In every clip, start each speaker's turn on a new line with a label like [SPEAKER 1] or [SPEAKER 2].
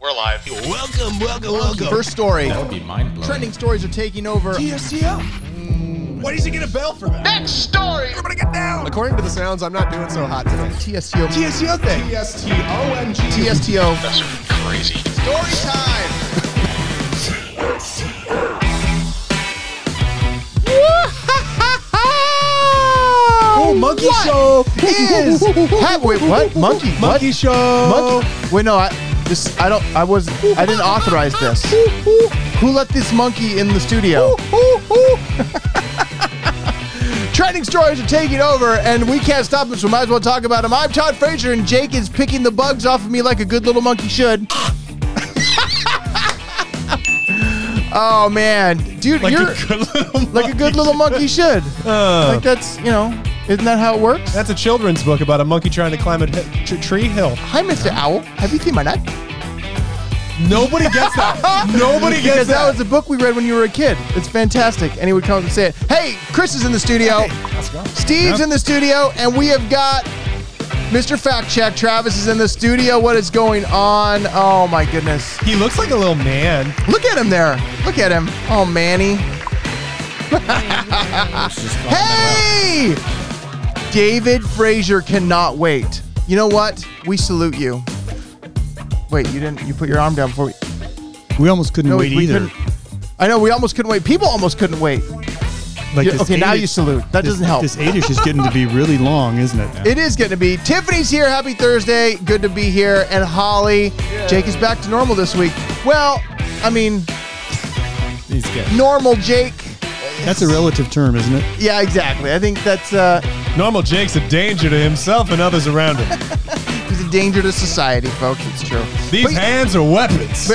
[SPEAKER 1] We're live.
[SPEAKER 2] Welcome, welcome, welcome.
[SPEAKER 3] First story.
[SPEAKER 4] That would be mind blowing.
[SPEAKER 3] Trending stories are taking over.
[SPEAKER 2] TSTL. Why does he get a bell for that?
[SPEAKER 1] Next story.
[SPEAKER 2] I'm gonna get down.
[SPEAKER 3] According to the sounds, I'm not doing so hot today. TSTO.
[SPEAKER 2] TSTL thing. TSTOMG.
[SPEAKER 3] TSTO.
[SPEAKER 1] That's crazy.
[SPEAKER 3] Story time.
[SPEAKER 2] Oh, monkey show
[SPEAKER 3] Is ha- wait what? Monkey. what?
[SPEAKER 2] Monkey show.
[SPEAKER 3] Monkey. Wait no. I this I don't. I was. I didn't authorize this. Who let this monkey in the studio? Trending stories are taking over, and we can't stop them, so we might as well talk about them. I'm Todd Frazier, and Jake is picking the bugs off of me like a good little monkey should. oh man, dude,
[SPEAKER 4] Like
[SPEAKER 3] you're
[SPEAKER 4] a good little
[SPEAKER 3] like a good little monkey should.
[SPEAKER 2] Uh.
[SPEAKER 3] like that's you know, isn't that how it works?
[SPEAKER 2] That's a children's book about a monkey trying to climb a hi- tr- tree hill.
[SPEAKER 3] Hi, Mr. Owl. Have you seen my nut?
[SPEAKER 2] Nobody gets that. Nobody
[SPEAKER 3] Because
[SPEAKER 2] gets
[SPEAKER 3] that
[SPEAKER 2] that.
[SPEAKER 3] was a book we read when you were a kid. It's fantastic. And he would come up and say it. Hey, Chris is in the studio.
[SPEAKER 2] Let's go.
[SPEAKER 3] Steve's in the studio, and we have got Mr. Fact Check. Travis is in the studio. What is going on? Oh my goodness!
[SPEAKER 2] He looks like a little man.
[SPEAKER 3] Look at him there. Look at him. Oh Manny. hey, David Frazier cannot wait. You know what? We salute you. Wait, you didn't. You put your arm down before we.
[SPEAKER 5] We almost couldn't
[SPEAKER 3] No,
[SPEAKER 5] wait
[SPEAKER 3] we
[SPEAKER 5] either.
[SPEAKER 3] couldn't. I know we almost couldn't wait. People almost couldn't wait.
[SPEAKER 2] Like
[SPEAKER 3] Yeah,
[SPEAKER 2] this
[SPEAKER 3] okay, now
[SPEAKER 2] eight-
[SPEAKER 3] you salute. That doesn't
[SPEAKER 5] this,
[SPEAKER 3] help.
[SPEAKER 5] This eight-ish is getting to be really long, isn't it?
[SPEAKER 3] It is going to be. Tiffany's here. Happy Thursday. Good to be here. And Holly, Jake is back to normal this week. Well, I mean,
[SPEAKER 4] He's good.
[SPEAKER 3] normal Jake.
[SPEAKER 5] That's a relative term, isn't it?
[SPEAKER 3] Yeah, exactly. I think that's uh,
[SPEAKER 2] Normal Jake's a danger to himself and others around him.
[SPEAKER 3] he's a danger to society, folks. It's true.
[SPEAKER 2] These
[SPEAKER 3] But
[SPEAKER 2] hands are weapons.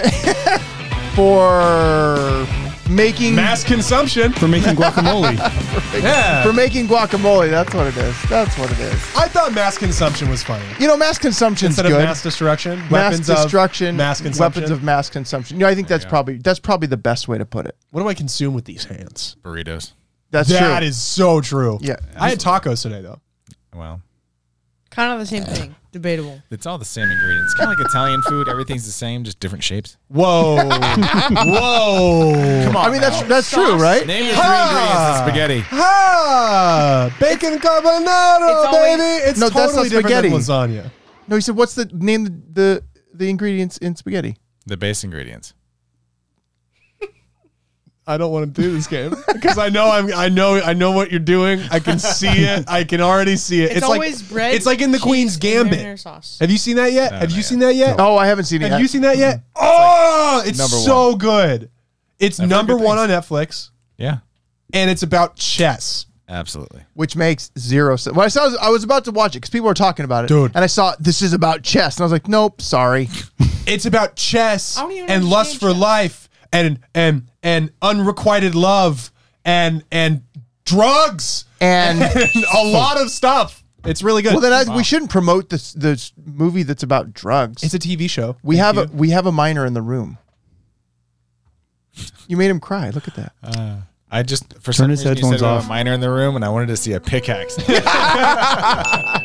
[SPEAKER 3] for making
[SPEAKER 2] Mass consumption.
[SPEAKER 5] For making guacamole.
[SPEAKER 2] Yeah.
[SPEAKER 3] for making guacamole. That's what it is. That's what it is.
[SPEAKER 2] I thought mass consumption was funny.
[SPEAKER 3] You know, mass consumption's
[SPEAKER 2] Instead
[SPEAKER 3] good.
[SPEAKER 2] of mass destruction,
[SPEAKER 3] Mass
[SPEAKER 2] weapons of
[SPEAKER 3] destruction,
[SPEAKER 2] mass consumption.
[SPEAKER 3] weapons of mass consumption. You know, I think that's probably that's probably the best way to put it.
[SPEAKER 2] what do I consume with these hands?
[SPEAKER 4] Burritos.
[SPEAKER 3] That's
[SPEAKER 2] That is
[SPEAKER 3] true.
[SPEAKER 2] so true.
[SPEAKER 3] Yeah.
[SPEAKER 2] I had tacos today though.
[SPEAKER 4] Well,
[SPEAKER 6] Kind of the same thing. Debatable.
[SPEAKER 4] it's all the same ingredients. Kind of like Italian food. Everything's the same, just different shapes.
[SPEAKER 2] Whoa, whoa!
[SPEAKER 4] Come on.
[SPEAKER 3] I mean, that's that's true,
[SPEAKER 6] Sauce.
[SPEAKER 3] right?
[SPEAKER 4] Name the three
[SPEAKER 2] Ah!
[SPEAKER 4] ingredients of spaghetti.
[SPEAKER 2] Ah, bacon carbonara,
[SPEAKER 6] it's always-
[SPEAKER 2] baby. It's
[SPEAKER 3] No, that's
[SPEAKER 2] totally
[SPEAKER 3] not
[SPEAKER 2] different than lasagna.
[SPEAKER 3] No, he said, "What's the name the the, the ingredients in spaghetti?"
[SPEAKER 4] The base ingredients.
[SPEAKER 2] I don't want to do this game because I know I'm. I know. I know what you're doing. I can see it. I can already see it.
[SPEAKER 6] It's, always
[SPEAKER 2] like,
[SPEAKER 6] bread.
[SPEAKER 2] It's like in the
[SPEAKER 6] cheese,
[SPEAKER 2] Queen's
[SPEAKER 6] and marinara
[SPEAKER 2] Gambit.
[SPEAKER 6] Sauce.
[SPEAKER 2] Have you seen that yet?
[SPEAKER 4] No,
[SPEAKER 2] Have
[SPEAKER 4] not
[SPEAKER 2] you
[SPEAKER 4] yet.
[SPEAKER 2] seen that yet?
[SPEAKER 3] Oh, I haven't seen it.
[SPEAKER 2] Have
[SPEAKER 3] yet.
[SPEAKER 2] you seen that
[SPEAKER 3] Mm-hmm.
[SPEAKER 2] yet? Oh, it's,
[SPEAKER 4] number
[SPEAKER 2] so good. It's
[SPEAKER 4] I've heard
[SPEAKER 2] number
[SPEAKER 4] good
[SPEAKER 2] one on Netflix,
[SPEAKER 4] Yeah.
[SPEAKER 2] and it's about chess.
[SPEAKER 4] Absolutely.
[SPEAKER 3] Which makes zero sense. When I saw, I was about to watch it because people were talking about it,
[SPEAKER 2] Dude.
[SPEAKER 3] And I saw this is about chess, and I was like, "Nope, sorry."
[SPEAKER 2] It's about chess
[SPEAKER 6] I don't even
[SPEAKER 2] and lust for
[SPEAKER 6] understand chess.
[SPEAKER 2] life and and and unrequited love and and drugs
[SPEAKER 3] And
[SPEAKER 2] and a lot of stuff. It's really good.
[SPEAKER 3] well, then I, we shouldn't promote this this movie that's about drugs.
[SPEAKER 2] it's a TV show.
[SPEAKER 3] we
[SPEAKER 2] Thank
[SPEAKER 3] have
[SPEAKER 2] you.
[SPEAKER 3] a we have a minor in the room. You made him cry. Look at that.
[SPEAKER 4] I just, for some
[SPEAKER 5] his
[SPEAKER 4] reason, you
[SPEAKER 5] headphones
[SPEAKER 4] said about
[SPEAKER 5] off.
[SPEAKER 4] a miner in the room, and I wanted to see a pickaxe.
[SPEAKER 3] That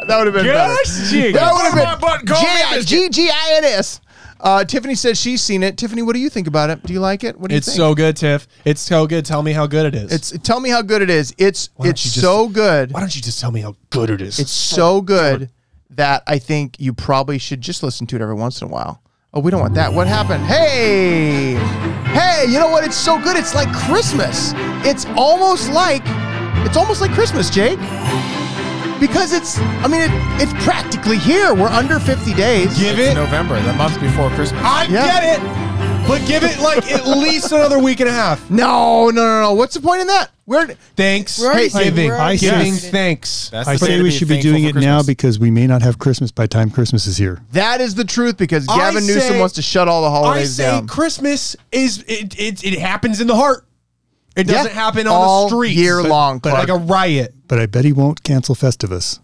[SPEAKER 3] would have been
[SPEAKER 2] Yes,
[SPEAKER 3] better.
[SPEAKER 2] Jake.
[SPEAKER 3] That would
[SPEAKER 4] Where's my
[SPEAKER 3] have
[SPEAKER 4] button?
[SPEAKER 3] been
[SPEAKER 4] Call me, Mr.
[SPEAKER 3] G G I N S. Uh, Tiffany says she's seen it. Tiffany, what do you think about it? Do you like it? What do you
[SPEAKER 2] It's
[SPEAKER 3] think?
[SPEAKER 2] so good, Tiff. It's so good. Tell me how good it is.
[SPEAKER 3] It's tell me how good it is. It's
[SPEAKER 2] don't
[SPEAKER 3] it's
[SPEAKER 2] you just-
[SPEAKER 3] so good.
[SPEAKER 2] Why don't you just tell me how good it is?
[SPEAKER 3] It's so good that I think you probably should just listen to it every once in a while. Oh, we don't want that. What happened? Hey, hey, you know what? It's so good. It's like Christmas. It's almost like it's almost like Christmas, Jake. Because it's I mean it, it's practically here. We're under 50 days.
[SPEAKER 2] give
[SPEAKER 4] It's
[SPEAKER 2] it.
[SPEAKER 4] November, the month before Christmas.
[SPEAKER 2] I
[SPEAKER 3] Yeah.
[SPEAKER 2] get it, but give it like at least another week and a half.
[SPEAKER 3] No, no, no, no. What's the point in that? We're
[SPEAKER 2] Thanks.
[SPEAKER 6] We're already-
[SPEAKER 2] Thanksgiving.
[SPEAKER 6] we're already
[SPEAKER 2] Giving
[SPEAKER 6] celebrated.
[SPEAKER 2] thanks.
[SPEAKER 4] That's
[SPEAKER 5] I
[SPEAKER 4] the day
[SPEAKER 5] say
[SPEAKER 4] to
[SPEAKER 5] we
[SPEAKER 4] be
[SPEAKER 5] should be
[SPEAKER 4] thankful
[SPEAKER 5] doing
[SPEAKER 4] for
[SPEAKER 5] it now
[SPEAKER 4] Christmas.
[SPEAKER 5] because we may not have Christmas by the time Christmas is here.
[SPEAKER 3] that is the truth because
[SPEAKER 2] I
[SPEAKER 3] Gavin
[SPEAKER 2] say-
[SPEAKER 3] Newsom wants to shut all the
[SPEAKER 2] I
[SPEAKER 3] holidays
[SPEAKER 2] say
[SPEAKER 3] down.
[SPEAKER 2] Christmas is it, it it happens in the heart. It doesn't
[SPEAKER 3] Yeah.
[SPEAKER 2] happen on
[SPEAKER 3] All
[SPEAKER 2] the streets
[SPEAKER 3] year
[SPEAKER 2] But-
[SPEAKER 3] long,
[SPEAKER 2] but
[SPEAKER 3] Clark.
[SPEAKER 2] like a riot.
[SPEAKER 5] But I bet he won't cancel Festivus.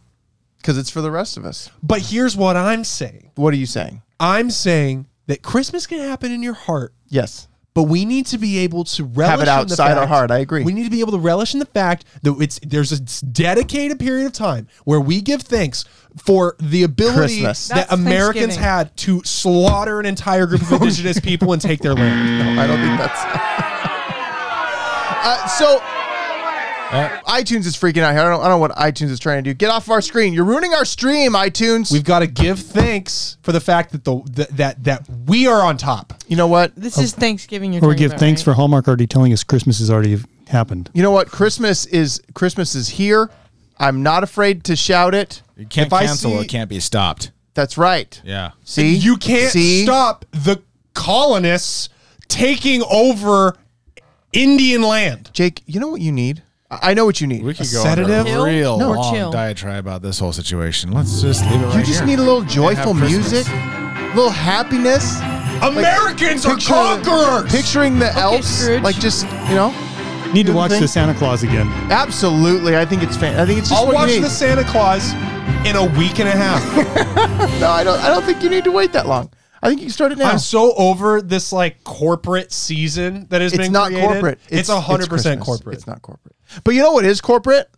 [SPEAKER 3] Because it's for the rest of us.
[SPEAKER 2] But here's what I'm saying.
[SPEAKER 3] What are you saying?
[SPEAKER 2] I'm saying that Christmas can happen in your heart,
[SPEAKER 3] Yes.
[SPEAKER 2] But we need to be able to relish in the
[SPEAKER 3] outside our
[SPEAKER 2] fact-
[SPEAKER 3] heart. I agree.
[SPEAKER 2] We need to be able to relish in the fact that it's there's a s- dedicated period of time where we give thanks for the ability
[SPEAKER 3] Christmas.
[SPEAKER 2] that
[SPEAKER 6] That's
[SPEAKER 2] Americans
[SPEAKER 6] Thanksgiving.
[SPEAKER 2] had to slaughter an entire group of indigenous people and take their land.
[SPEAKER 3] I don't
[SPEAKER 4] Mm.
[SPEAKER 3] think that's. uh, so. iTunes is freaking out here. I don't, I don't know what iTunes is trying to do. Get off of our screen. You're ruining our stream, iTunes.
[SPEAKER 2] We've got to give thanks for the fact that the, that that that we are on top.
[SPEAKER 3] you know what?
[SPEAKER 6] This is Thanksgiving. You're
[SPEAKER 5] Or we
[SPEAKER 6] talking
[SPEAKER 5] give
[SPEAKER 6] about,
[SPEAKER 5] thanks
[SPEAKER 6] right?
[SPEAKER 5] for Hallmark already telling us Christmas has already happened.
[SPEAKER 3] You know what? Christmas is Christmas is here. I'm not afraid to shout it.
[SPEAKER 4] You can't
[SPEAKER 2] If I
[SPEAKER 4] cancel.
[SPEAKER 2] see-
[SPEAKER 4] it can't be stopped.
[SPEAKER 3] That's right.
[SPEAKER 4] Yeah.
[SPEAKER 3] See,
[SPEAKER 2] You can't
[SPEAKER 3] See?
[SPEAKER 2] stop the colonists taking over Indian land.
[SPEAKER 3] Jake. You know what you need? I I know what you need.
[SPEAKER 4] We could go
[SPEAKER 2] sedative?
[SPEAKER 4] on a real
[SPEAKER 6] No. Or
[SPEAKER 4] long
[SPEAKER 6] chill.
[SPEAKER 4] diatribe about this whole situation. Let's just leave it right
[SPEAKER 3] You just
[SPEAKER 4] here.
[SPEAKER 3] need a little joyful
[SPEAKER 4] have Christmas.
[SPEAKER 3] music, a little happiness.
[SPEAKER 2] Americans are
[SPEAKER 3] picture-
[SPEAKER 2] conquerors.
[SPEAKER 3] Picturing the elves,
[SPEAKER 6] Scrooge.
[SPEAKER 3] like just you know,
[SPEAKER 5] Need to
[SPEAKER 3] the
[SPEAKER 5] watch
[SPEAKER 3] thing.
[SPEAKER 5] the Santa Claus again.
[SPEAKER 3] absolutely. I think it's fan. I think it's just
[SPEAKER 2] I'll
[SPEAKER 3] what
[SPEAKER 2] watch
[SPEAKER 3] you need.
[SPEAKER 2] the Santa Claus in a week and a half.
[SPEAKER 3] No, I don't. I don't think you need to wait that long. I think you can start it now.
[SPEAKER 2] I'm so over this like corporate season that has
[SPEAKER 3] it's
[SPEAKER 2] been
[SPEAKER 3] not
[SPEAKER 2] created.
[SPEAKER 3] corporate.
[SPEAKER 2] It's a hundred percent
[SPEAKER 3] Christmas.
[SPEAKER 2] corporate.
[SPEAKER 3] It's not corporate. But you know what is corporate?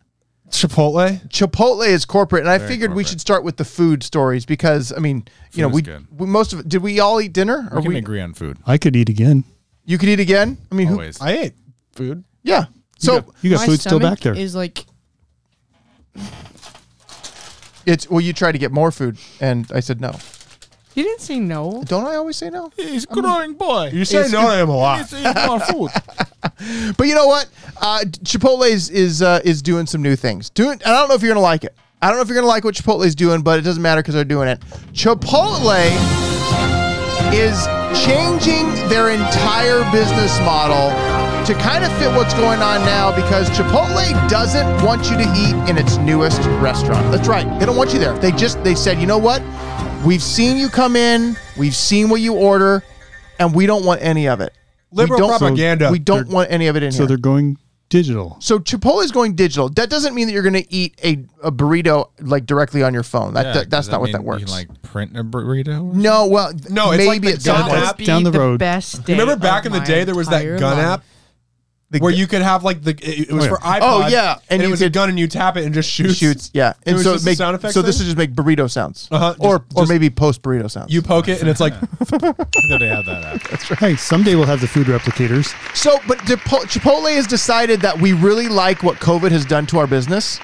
[SPEAKER 2] Chipotle.
[SPEAKER 3] Chipotle is corporate, and I figured we
[SPEAKER 4] corporate.
[SPEAKER 3] should start with the food stories because I mean, you know,
[SPEAKER 4] is
[SPEAKER 3] we,
[SPEAKER 4] good.
[SPEAKER 3] we most of did we all eat dinner? Or
[SPEAKER 4] We
[SPEAKER 3] we,
[SPEAKER 4] can agree on food.
[SPEAKER 5] I could eat again.
[SPEAKER 3] you could eat again? I mean, who,
[SPEAKER 4] Always.
[SPEAKER 2] I ate food.
[SPEAKER 3] yeah. So
[SPEAKER 5] You got
[SPEAKER 6] My
[SPEAKER 5] food still
[SPEAKER 6] stomach
[SPEAKER 5] back there.
[SPEAKER 6] Is like
[SPEAKER 3] it's well, you try to get more food, and I said no.
[SPEAKER 6] you didn't say no.
[SPEAKER 3] Don't I always say no?
[SPEAKER 4] He's growing boy.
[SPEAKER 2] You say no to him a lot.
[SPEAKER 4] more food.
[SPEAKER 3] But you know what? Uh, Chipotle is is, uh, is doing some new things. Doing, I don't know if you're gonna like it. I don't know if you're gonna like what Chipotle's doing, but it doesn't matter because they're doing it. Chipotle is changing their entire business model to kind of fit what's going on now because Chipotle doesn't want you to eat in its newest restaurant. That's right. They don't want you there. They just they said, you know what? We've seen you come in, we've seen what you order, and we don't want any of it. We
[SPEAKER 2] Liberal
[SPEAKER 3] don't-
[SPEAKER 2] propaganda.
[SPEAKER 3] We don't want any of it in
[SPEAKER 5] So
[SPEAKER 3] here.
[SPEAKER 5] they're going digital.
[SPEAKER 3] So Chipotle is going digital. That doesn't mean that you're going to eat a, a burrito like directly on your phone. That, that- that's not what that works.
[SPEAKER 4] You can, like print a burrito.
[SPEAKER 3] no, well,
[SPEAKER 2] No, it's
[SPEAKER 3] maybe
[SPEAKER 2] like the
[SPEAKER 3] at some
[SPEAKER 2] gun
[SPEAKER 3] point.
[SPEAKER 2] app.
[SPEAKER 6] Be
[SPEAKER 5] Down the road.
[SPEAKER 6] best day
[SPEAKER 2] Remember
[SPEAKER 6] of
[SPEAKER 2] back in the
[SPEAKER 6] my
[SPEAKER 2] day, there was
[SPEAKER 6] entire
[SPEAKER 2] that gun
[SPEAKER 6] life.
[SPEAKER 2] app
[SPEAKER 3] The
[SPEAKER 2] where
[SPEAKER 3] gu-
[SPEAKER 2] you could have like the it, it was
[SPEAKER 5] Oh, yeah.
[SPEAKER 2] for iPod.
[SPEAKER 3] Oh, yeah, and
[SPEAKER 2] and,
[SPEAKER 3] you
[SPEAKER 2] it was a
[SPEAKER 3] could-
[SPEAKER 2] gun and you tap it and just shoots.
[SPEAKER 3] shoots, yeah,
[SPEAKER 2] It
[SPEAKER 3] and
[SPEAKER 2] was
[SPEAKER 3] so
[SPEAKER 2] just
[SPEAKER 3] it
[SPEAKER 2] a
[SPEAKER 3] makes
[SPEAKER 2] sound effects
[SPEAKER 3] so this
[SPEAKER 2] thing?
[SPEAKER 3] would just make burrito sounds,
[SPEAKER 2] Uh-huh, just-
[SPEAKER 3] or or
[SPEAKER 2] just-
[SPEAKER 3] maybe post burrito sounds.
[SPEAKER 2] You poke it and it's like
[SPEAKER 4] I know they have that. app.
[SPEAKER 5] Hey, someday we'll have the food replicators.
[SPEAKER 3] So, but Depo- Chipotle has decided that we really like what COVID has done to our business.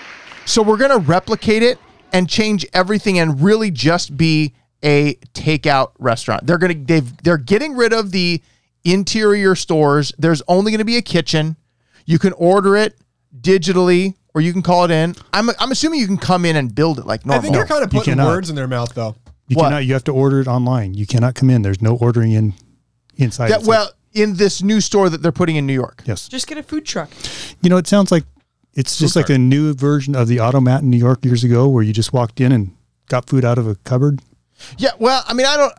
[SPEAKER 3] So we're going to replicate it and change everything and really just be a takeout restaurant. They're going to they've they're getting rid of the interior stores. There's only going to be a kitchen. You can order it digitally or you can call it in. I'm I'm assuming you can come in and build it like
[SPEAKER 2] I
[SPEAKER 3] normal.
[SPEAKER 2] think you're kind of putting
[SPEAKER 5] cannot.
[SPEAKER 2] words in their mouth though.
[SPEAKER 5] You
[SPEAKER 3] What?
[SPEAKER 5] cannot. You have to order it online. You cannot come in. There's no ordering in inside.
[SPEAKER 3] that
[SPEAKER 5] It's like-
[SPEAKER 3] well in this new store that they're putting in New York.
[SPEAKER 5] yes.
[SPEAKER 6] Just get a food truck.
[SPEAKER 5] You know, it sounds like it's just like a new version of the automat in New York years ago, where you just walked in and got food out of a cupboard.
[SPEAKER 3] Yeah, well, I mean, I don't.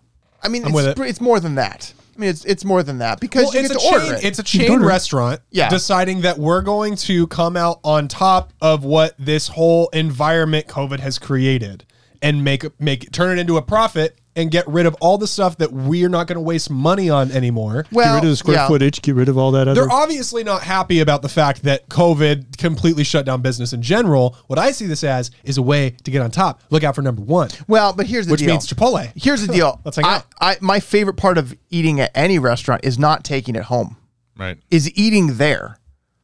[SPEAKER 3] I mean,
[SPEAKER 2] with
[SPEAKER 3] it's,
[SPEAKER 2] it.
[SPEAKER 3] pre- it's more than that. I mean, it's it's more than that because
[SPEAKER 2] Well,
[SPEAKER 3] you
[SPEAKER 2] it's
[SPEAKER 3] get
[SPEAKER 2] a
[SPEAKER 3] to
[SPEAKER 2] chain.
[SPEAKER 3] order it.
[SPEAKER 2] It's a
[SPEAKER 5] can
[SPEAKER 2] chain
[SPEAKER 5] order it.
[SPEAKER 2] restaurant.
[SPEAKER 3] Yeah.
[SPEAKER 2] deciding that we're going to come out on top of what this whole environment COVID has created, and make make turn it into a profit and get rid of all the stuff that we're not going to waste money on anymore.
[SPEAKER 5] get rid of the square
[SPEAKER 3] yeah.
[SPEAKER 5] footage. Get rid of all that other.
[SPEAKER 2] They're obviously not happy about the fact that COVID completely shut down business in general. What I see this as is a way to get on top. Look out for number one,
[SPEAKER 3] Well, but here's the
[SPEAKER 2] which
[SPEAKER 3] deal.
[SPEAKER 2] means Chipotle.
[SPEAKER 3] Here's the deal.
[SPEAKER 2] Let's hang out.
[SPEAKER 3] I, I my favorite part of eating at any restaurant is not taking it home.
[SPEAKER 4] Right.
[SPEAKER 3] Is eating there.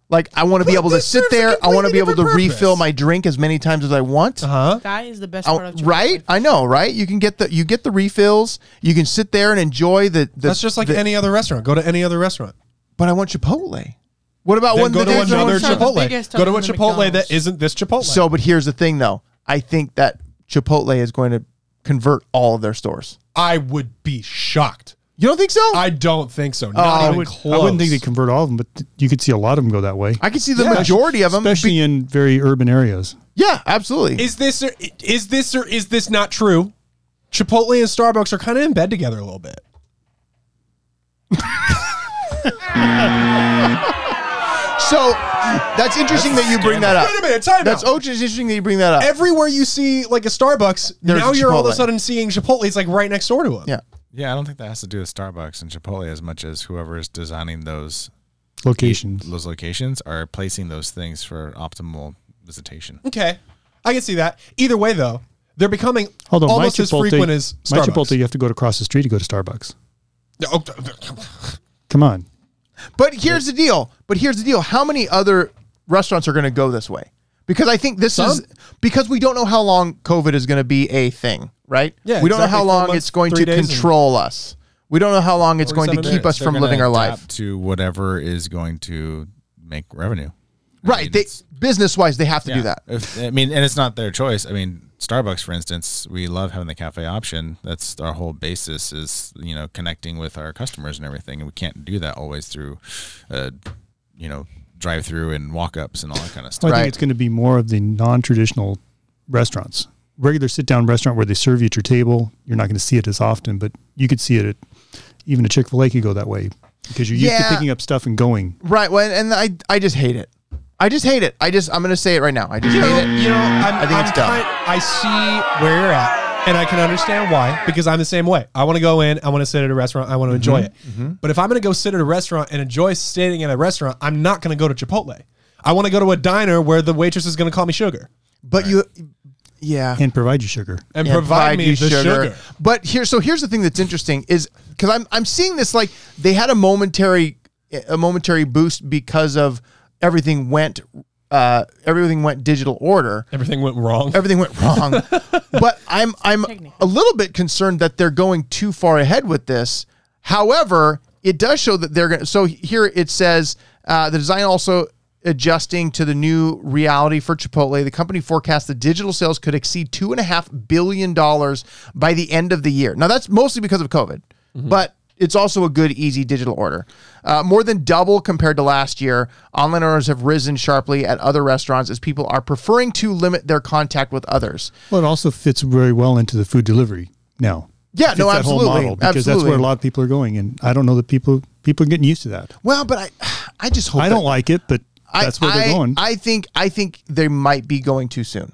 [SPEAKER 3] Like I want to be
[SPEAKER 2] Well,
[SPEAKER 3] able to
[SPEAKER 2] this
[SPEAKER 3] sit
[SPEAKER 2] serves a
[SPEAKER 3] there. I want to be
[SPEAKER 2] completely
[SPEAKER 3] able to
[SPEAKER 2] different
[SPEAKER 3] refill
[SPEAKER 2] purpose. Uh-huh.
[SPEAKER 3] my drink as many times as I want.
[SPEAKER 2] Huh?
[SPEAKER 6] That is the best
[SPEAKER 3] Oh,
[SPEAKER 6] part of Chipotle.
[SPEAKER 3] right? I know, right? You can get the you get the refills. You can sit there and enjoy the. the
[SPEAKER 2] That's just like
[SPEAKER 3] the-
[SPEAKER 2] any other restaurant. Go to any other restaurant.
[SPEAKER 3] But I want Chipotle. What about
[SPEAKER 2] Then
[SPEAKER 3] one?
[SPEAKER 2] go
[SPEAKER 3] that
[SPEAKER 2] to
[SPEAKER 3] there's no
[SPEAKER 2] another
[SPEAKER 3] one-
[SPEAKER 6] It's not the
[SPEAKER 2] Chipotle.
[SPEAKER 6] biggest
[SPEAKER 2] Go to a
[SPEAKER 6] other than
[SPEAKER 2] Chipotle
[SPEAKER 6] McDonald's.
[SPEAKER 2] that isn't this Chipotle.
[SPEAKER 3] So, but here's the thing, though. I think that Chipotle is going to convert all of their stores.
[SPEAKER 2] I would be shocked.
[SPEAKER 3] You don't think so?
[SPEAKER 2] I don't think so. Not
[SPEAKER 3] Oh, I
[SPEAKER 2] even
[SPEAKER 3] would-
[SPEAKER 2] close.
[SPEAKER 5] I wouldn't think they convert all of them, but th- you could see a lot of them go that way,
[SPEAKER 3] I can see the
[SPEAKER 2] Yeah.
[SPEAKER 3] majority of them.
[SPEAKER 5] especially in very urban areas.
[SPEAKER 3] yeah, absolutely.
[SPEAKER 2] Is this or is this or is this not true? Chipotle and Starbucks are kind of in bed together a little bit.
[SPEAKER 3] so that's interesting that you bring that up.
[SPEAKER 2] Wait a minute, time
[SPEAKER 3] That's
[SPEAKER 2] out.
[SPEAKER 3] oh, it's interesting that you bring that up.
[SPEAKER 2] Everywhere you see like a Starbucks,
[SPEAKER 3] There's
[SPEAKER 2] now
[SPEAKER 3] a
[SPEAKER 2] you're all of a
[SPEAKER 3] Chipotle.
[SPEAKER 2] sudden seeing Chipotle. It's like right next door to them.
[SPEAKER 3] yeah.
[SPEAKER 4] Yeah, I don't think that has to do with Starbucks and Chipotle as much as whoever is designing those
[SPEAKER 5] Locations.
[SPEAKER 4] those locations are placing those things for optimal visitation.
[SPEAKER 2] Okay, I can see that. Either way, though, they're becoming
[SPEAKER 5] Although
[SPEAKER 2] almost
[SPEAKER 5] my
[SPEAKER 2] as
[SPEAKER 5] Chipotle,
[SPEAKER 2] frequent as Starbucks.
[SPEAKER 5] my Chipotle, you have to go across the street to go to Starbucks.
[SPEAKER 2] Oh,
[SPEAKER 5] Come on.
[SPEAKER 3] But here's the deal. But here's the deal. How many other restaurants are going to go this way? Because I think this is because we don't know how long COVID is going to be a thing, right?
[SPEAKER 2] Yeah,
[SPEAKER 3] We don't know
[SPEAKER 2] exactly. Four
[SPEAKER 3] how long
[SPEAKER 2] months,
[SPEAKER 3] it's going
[SPEAKER 2] three
[SPEAKER 3] to
[SPEAKER 2] days and-
[SPEAKER 3] control us. We don't know how long it's going to
[SPEAKER 2] 47
[SPEAKER 3] keep us
[SPEAKER 4] They're
[SPEAKER 3] from
[SPEAKER 4] gonna
[SPEAKER 3] living our
[SPEAKER 4] adapt
[SPEAKER 3] life.
[SPEAKER 4] to whatever is going to make revenue. I mean,
[SPEAKER 3] Right. They,
[SPEAKER 4] it's-
[SPEAKER 3] business wise, they have to do
[SPEAKER 4] yeah.
[SPEAKER 3] that.
[SPEAKER 4] If- I mean, and it's not their choice. I mean, Starbucks, for instance, we love having the cafe option. That's our whole basis is you know connecting with our customers and everything, and we can't do that always through, uh, you know, drive through and walk ups and all that kind of
[SPEAKER 5] Well,
[SPEAKER 4] stuff.
[SPEAKER 5] I
[SPEAKER 3] Right.
[SPEAKER 5] think it's going to be more of the non-traditional restaurants, regular sit-down restaurant where they serve you at your table. You're not going to see it as often, but you could see it at even a Chick Fil A could go that way because you're used
[SPEAKER 3] Yeah.
[SPEAKER 5] to picking up stuff and going.
[SPEAKER 3] Right. Well, and I, I just hate it. I just hate it. I just, I'm going to say it right now. I just
[SPEAKER 2] you know,
[SPEAKER 3] hate it.
[SPEAKER 2] you know, I'm,
[SPEAKER 3] I think
[SPEAKER 2] I'm
[SPEAKER 3] it's dumb.
[SPEAKER 2] kind- I see where you're at, and I can understand why because I'm the same way. I want to go in, I want to sit at a restaurant, I want
[SPEAKER 3] Mm-hmm.
[SPEAKER 2] to enjoy it. But if I'm going to go sit at a restaurant and enjoy sitting at a restaurant, I'm not going to go to Chipotle. I want to go to a diner where the waitress is going to call me sugar
[SPEAKER 3] But you, yeah.
[SPEAKER 5] and provide you sugar.
[SPEAKER 2] and,
[SPEAKER 3] and
[SPEAKER 2] provide, me
[SPEAKER 3] you
[SPEAKER 2] the sugar.
[SPEAKER 3] But here, so here's the thing that's interesting is because I'm I'm seeing this like they had a momentary a momentary boost because of everything went uh everything went digital order.
[SPEAKER 2] Everything went wrong.
[SPEAKER 3] Everything went wrong. but I'm I'm a little bit concerned that they're going too far ahead with this. However, it does show that they're going to. So here it says uh, the design also adjusting to the new reality for Chipotle. The company forecasts the digital sales could exceed two and a half billion dollars by the end of the year. Now that's mostly because of COVID, Mm-hmm. but it's also a good, easy digital order. Uh, more than double compared to last year. Online orders have risen sharply at other restaurants as people are preferring to limit their contact with others.
[SPEAKER 5] Well, it also fits very well into the food delivery now.
[SPEAKER 3] Yeah,
[SPEAKER 5] It
[SPEAKER 3] no,
[SPEAKER 5] fits that whole
[SPEAKER 3] absolutely,
[SPEAKER 5] model because that's
[SPEAKER 3] absolutely.
[SPEAKER 5] where a lot of people are going, and I don't know that people people are getting used to that.
[SPEAKER 3] Well, but I, I just hope
[SPEAKER 5] I
[SPEAKER 3] that-
[SPEAKER 5] don't like it, but that's where
[SPEAKER 3] I,
[SPEAKER 5] they're going.
[SPEAKER 3] I think I think they might be going too soon.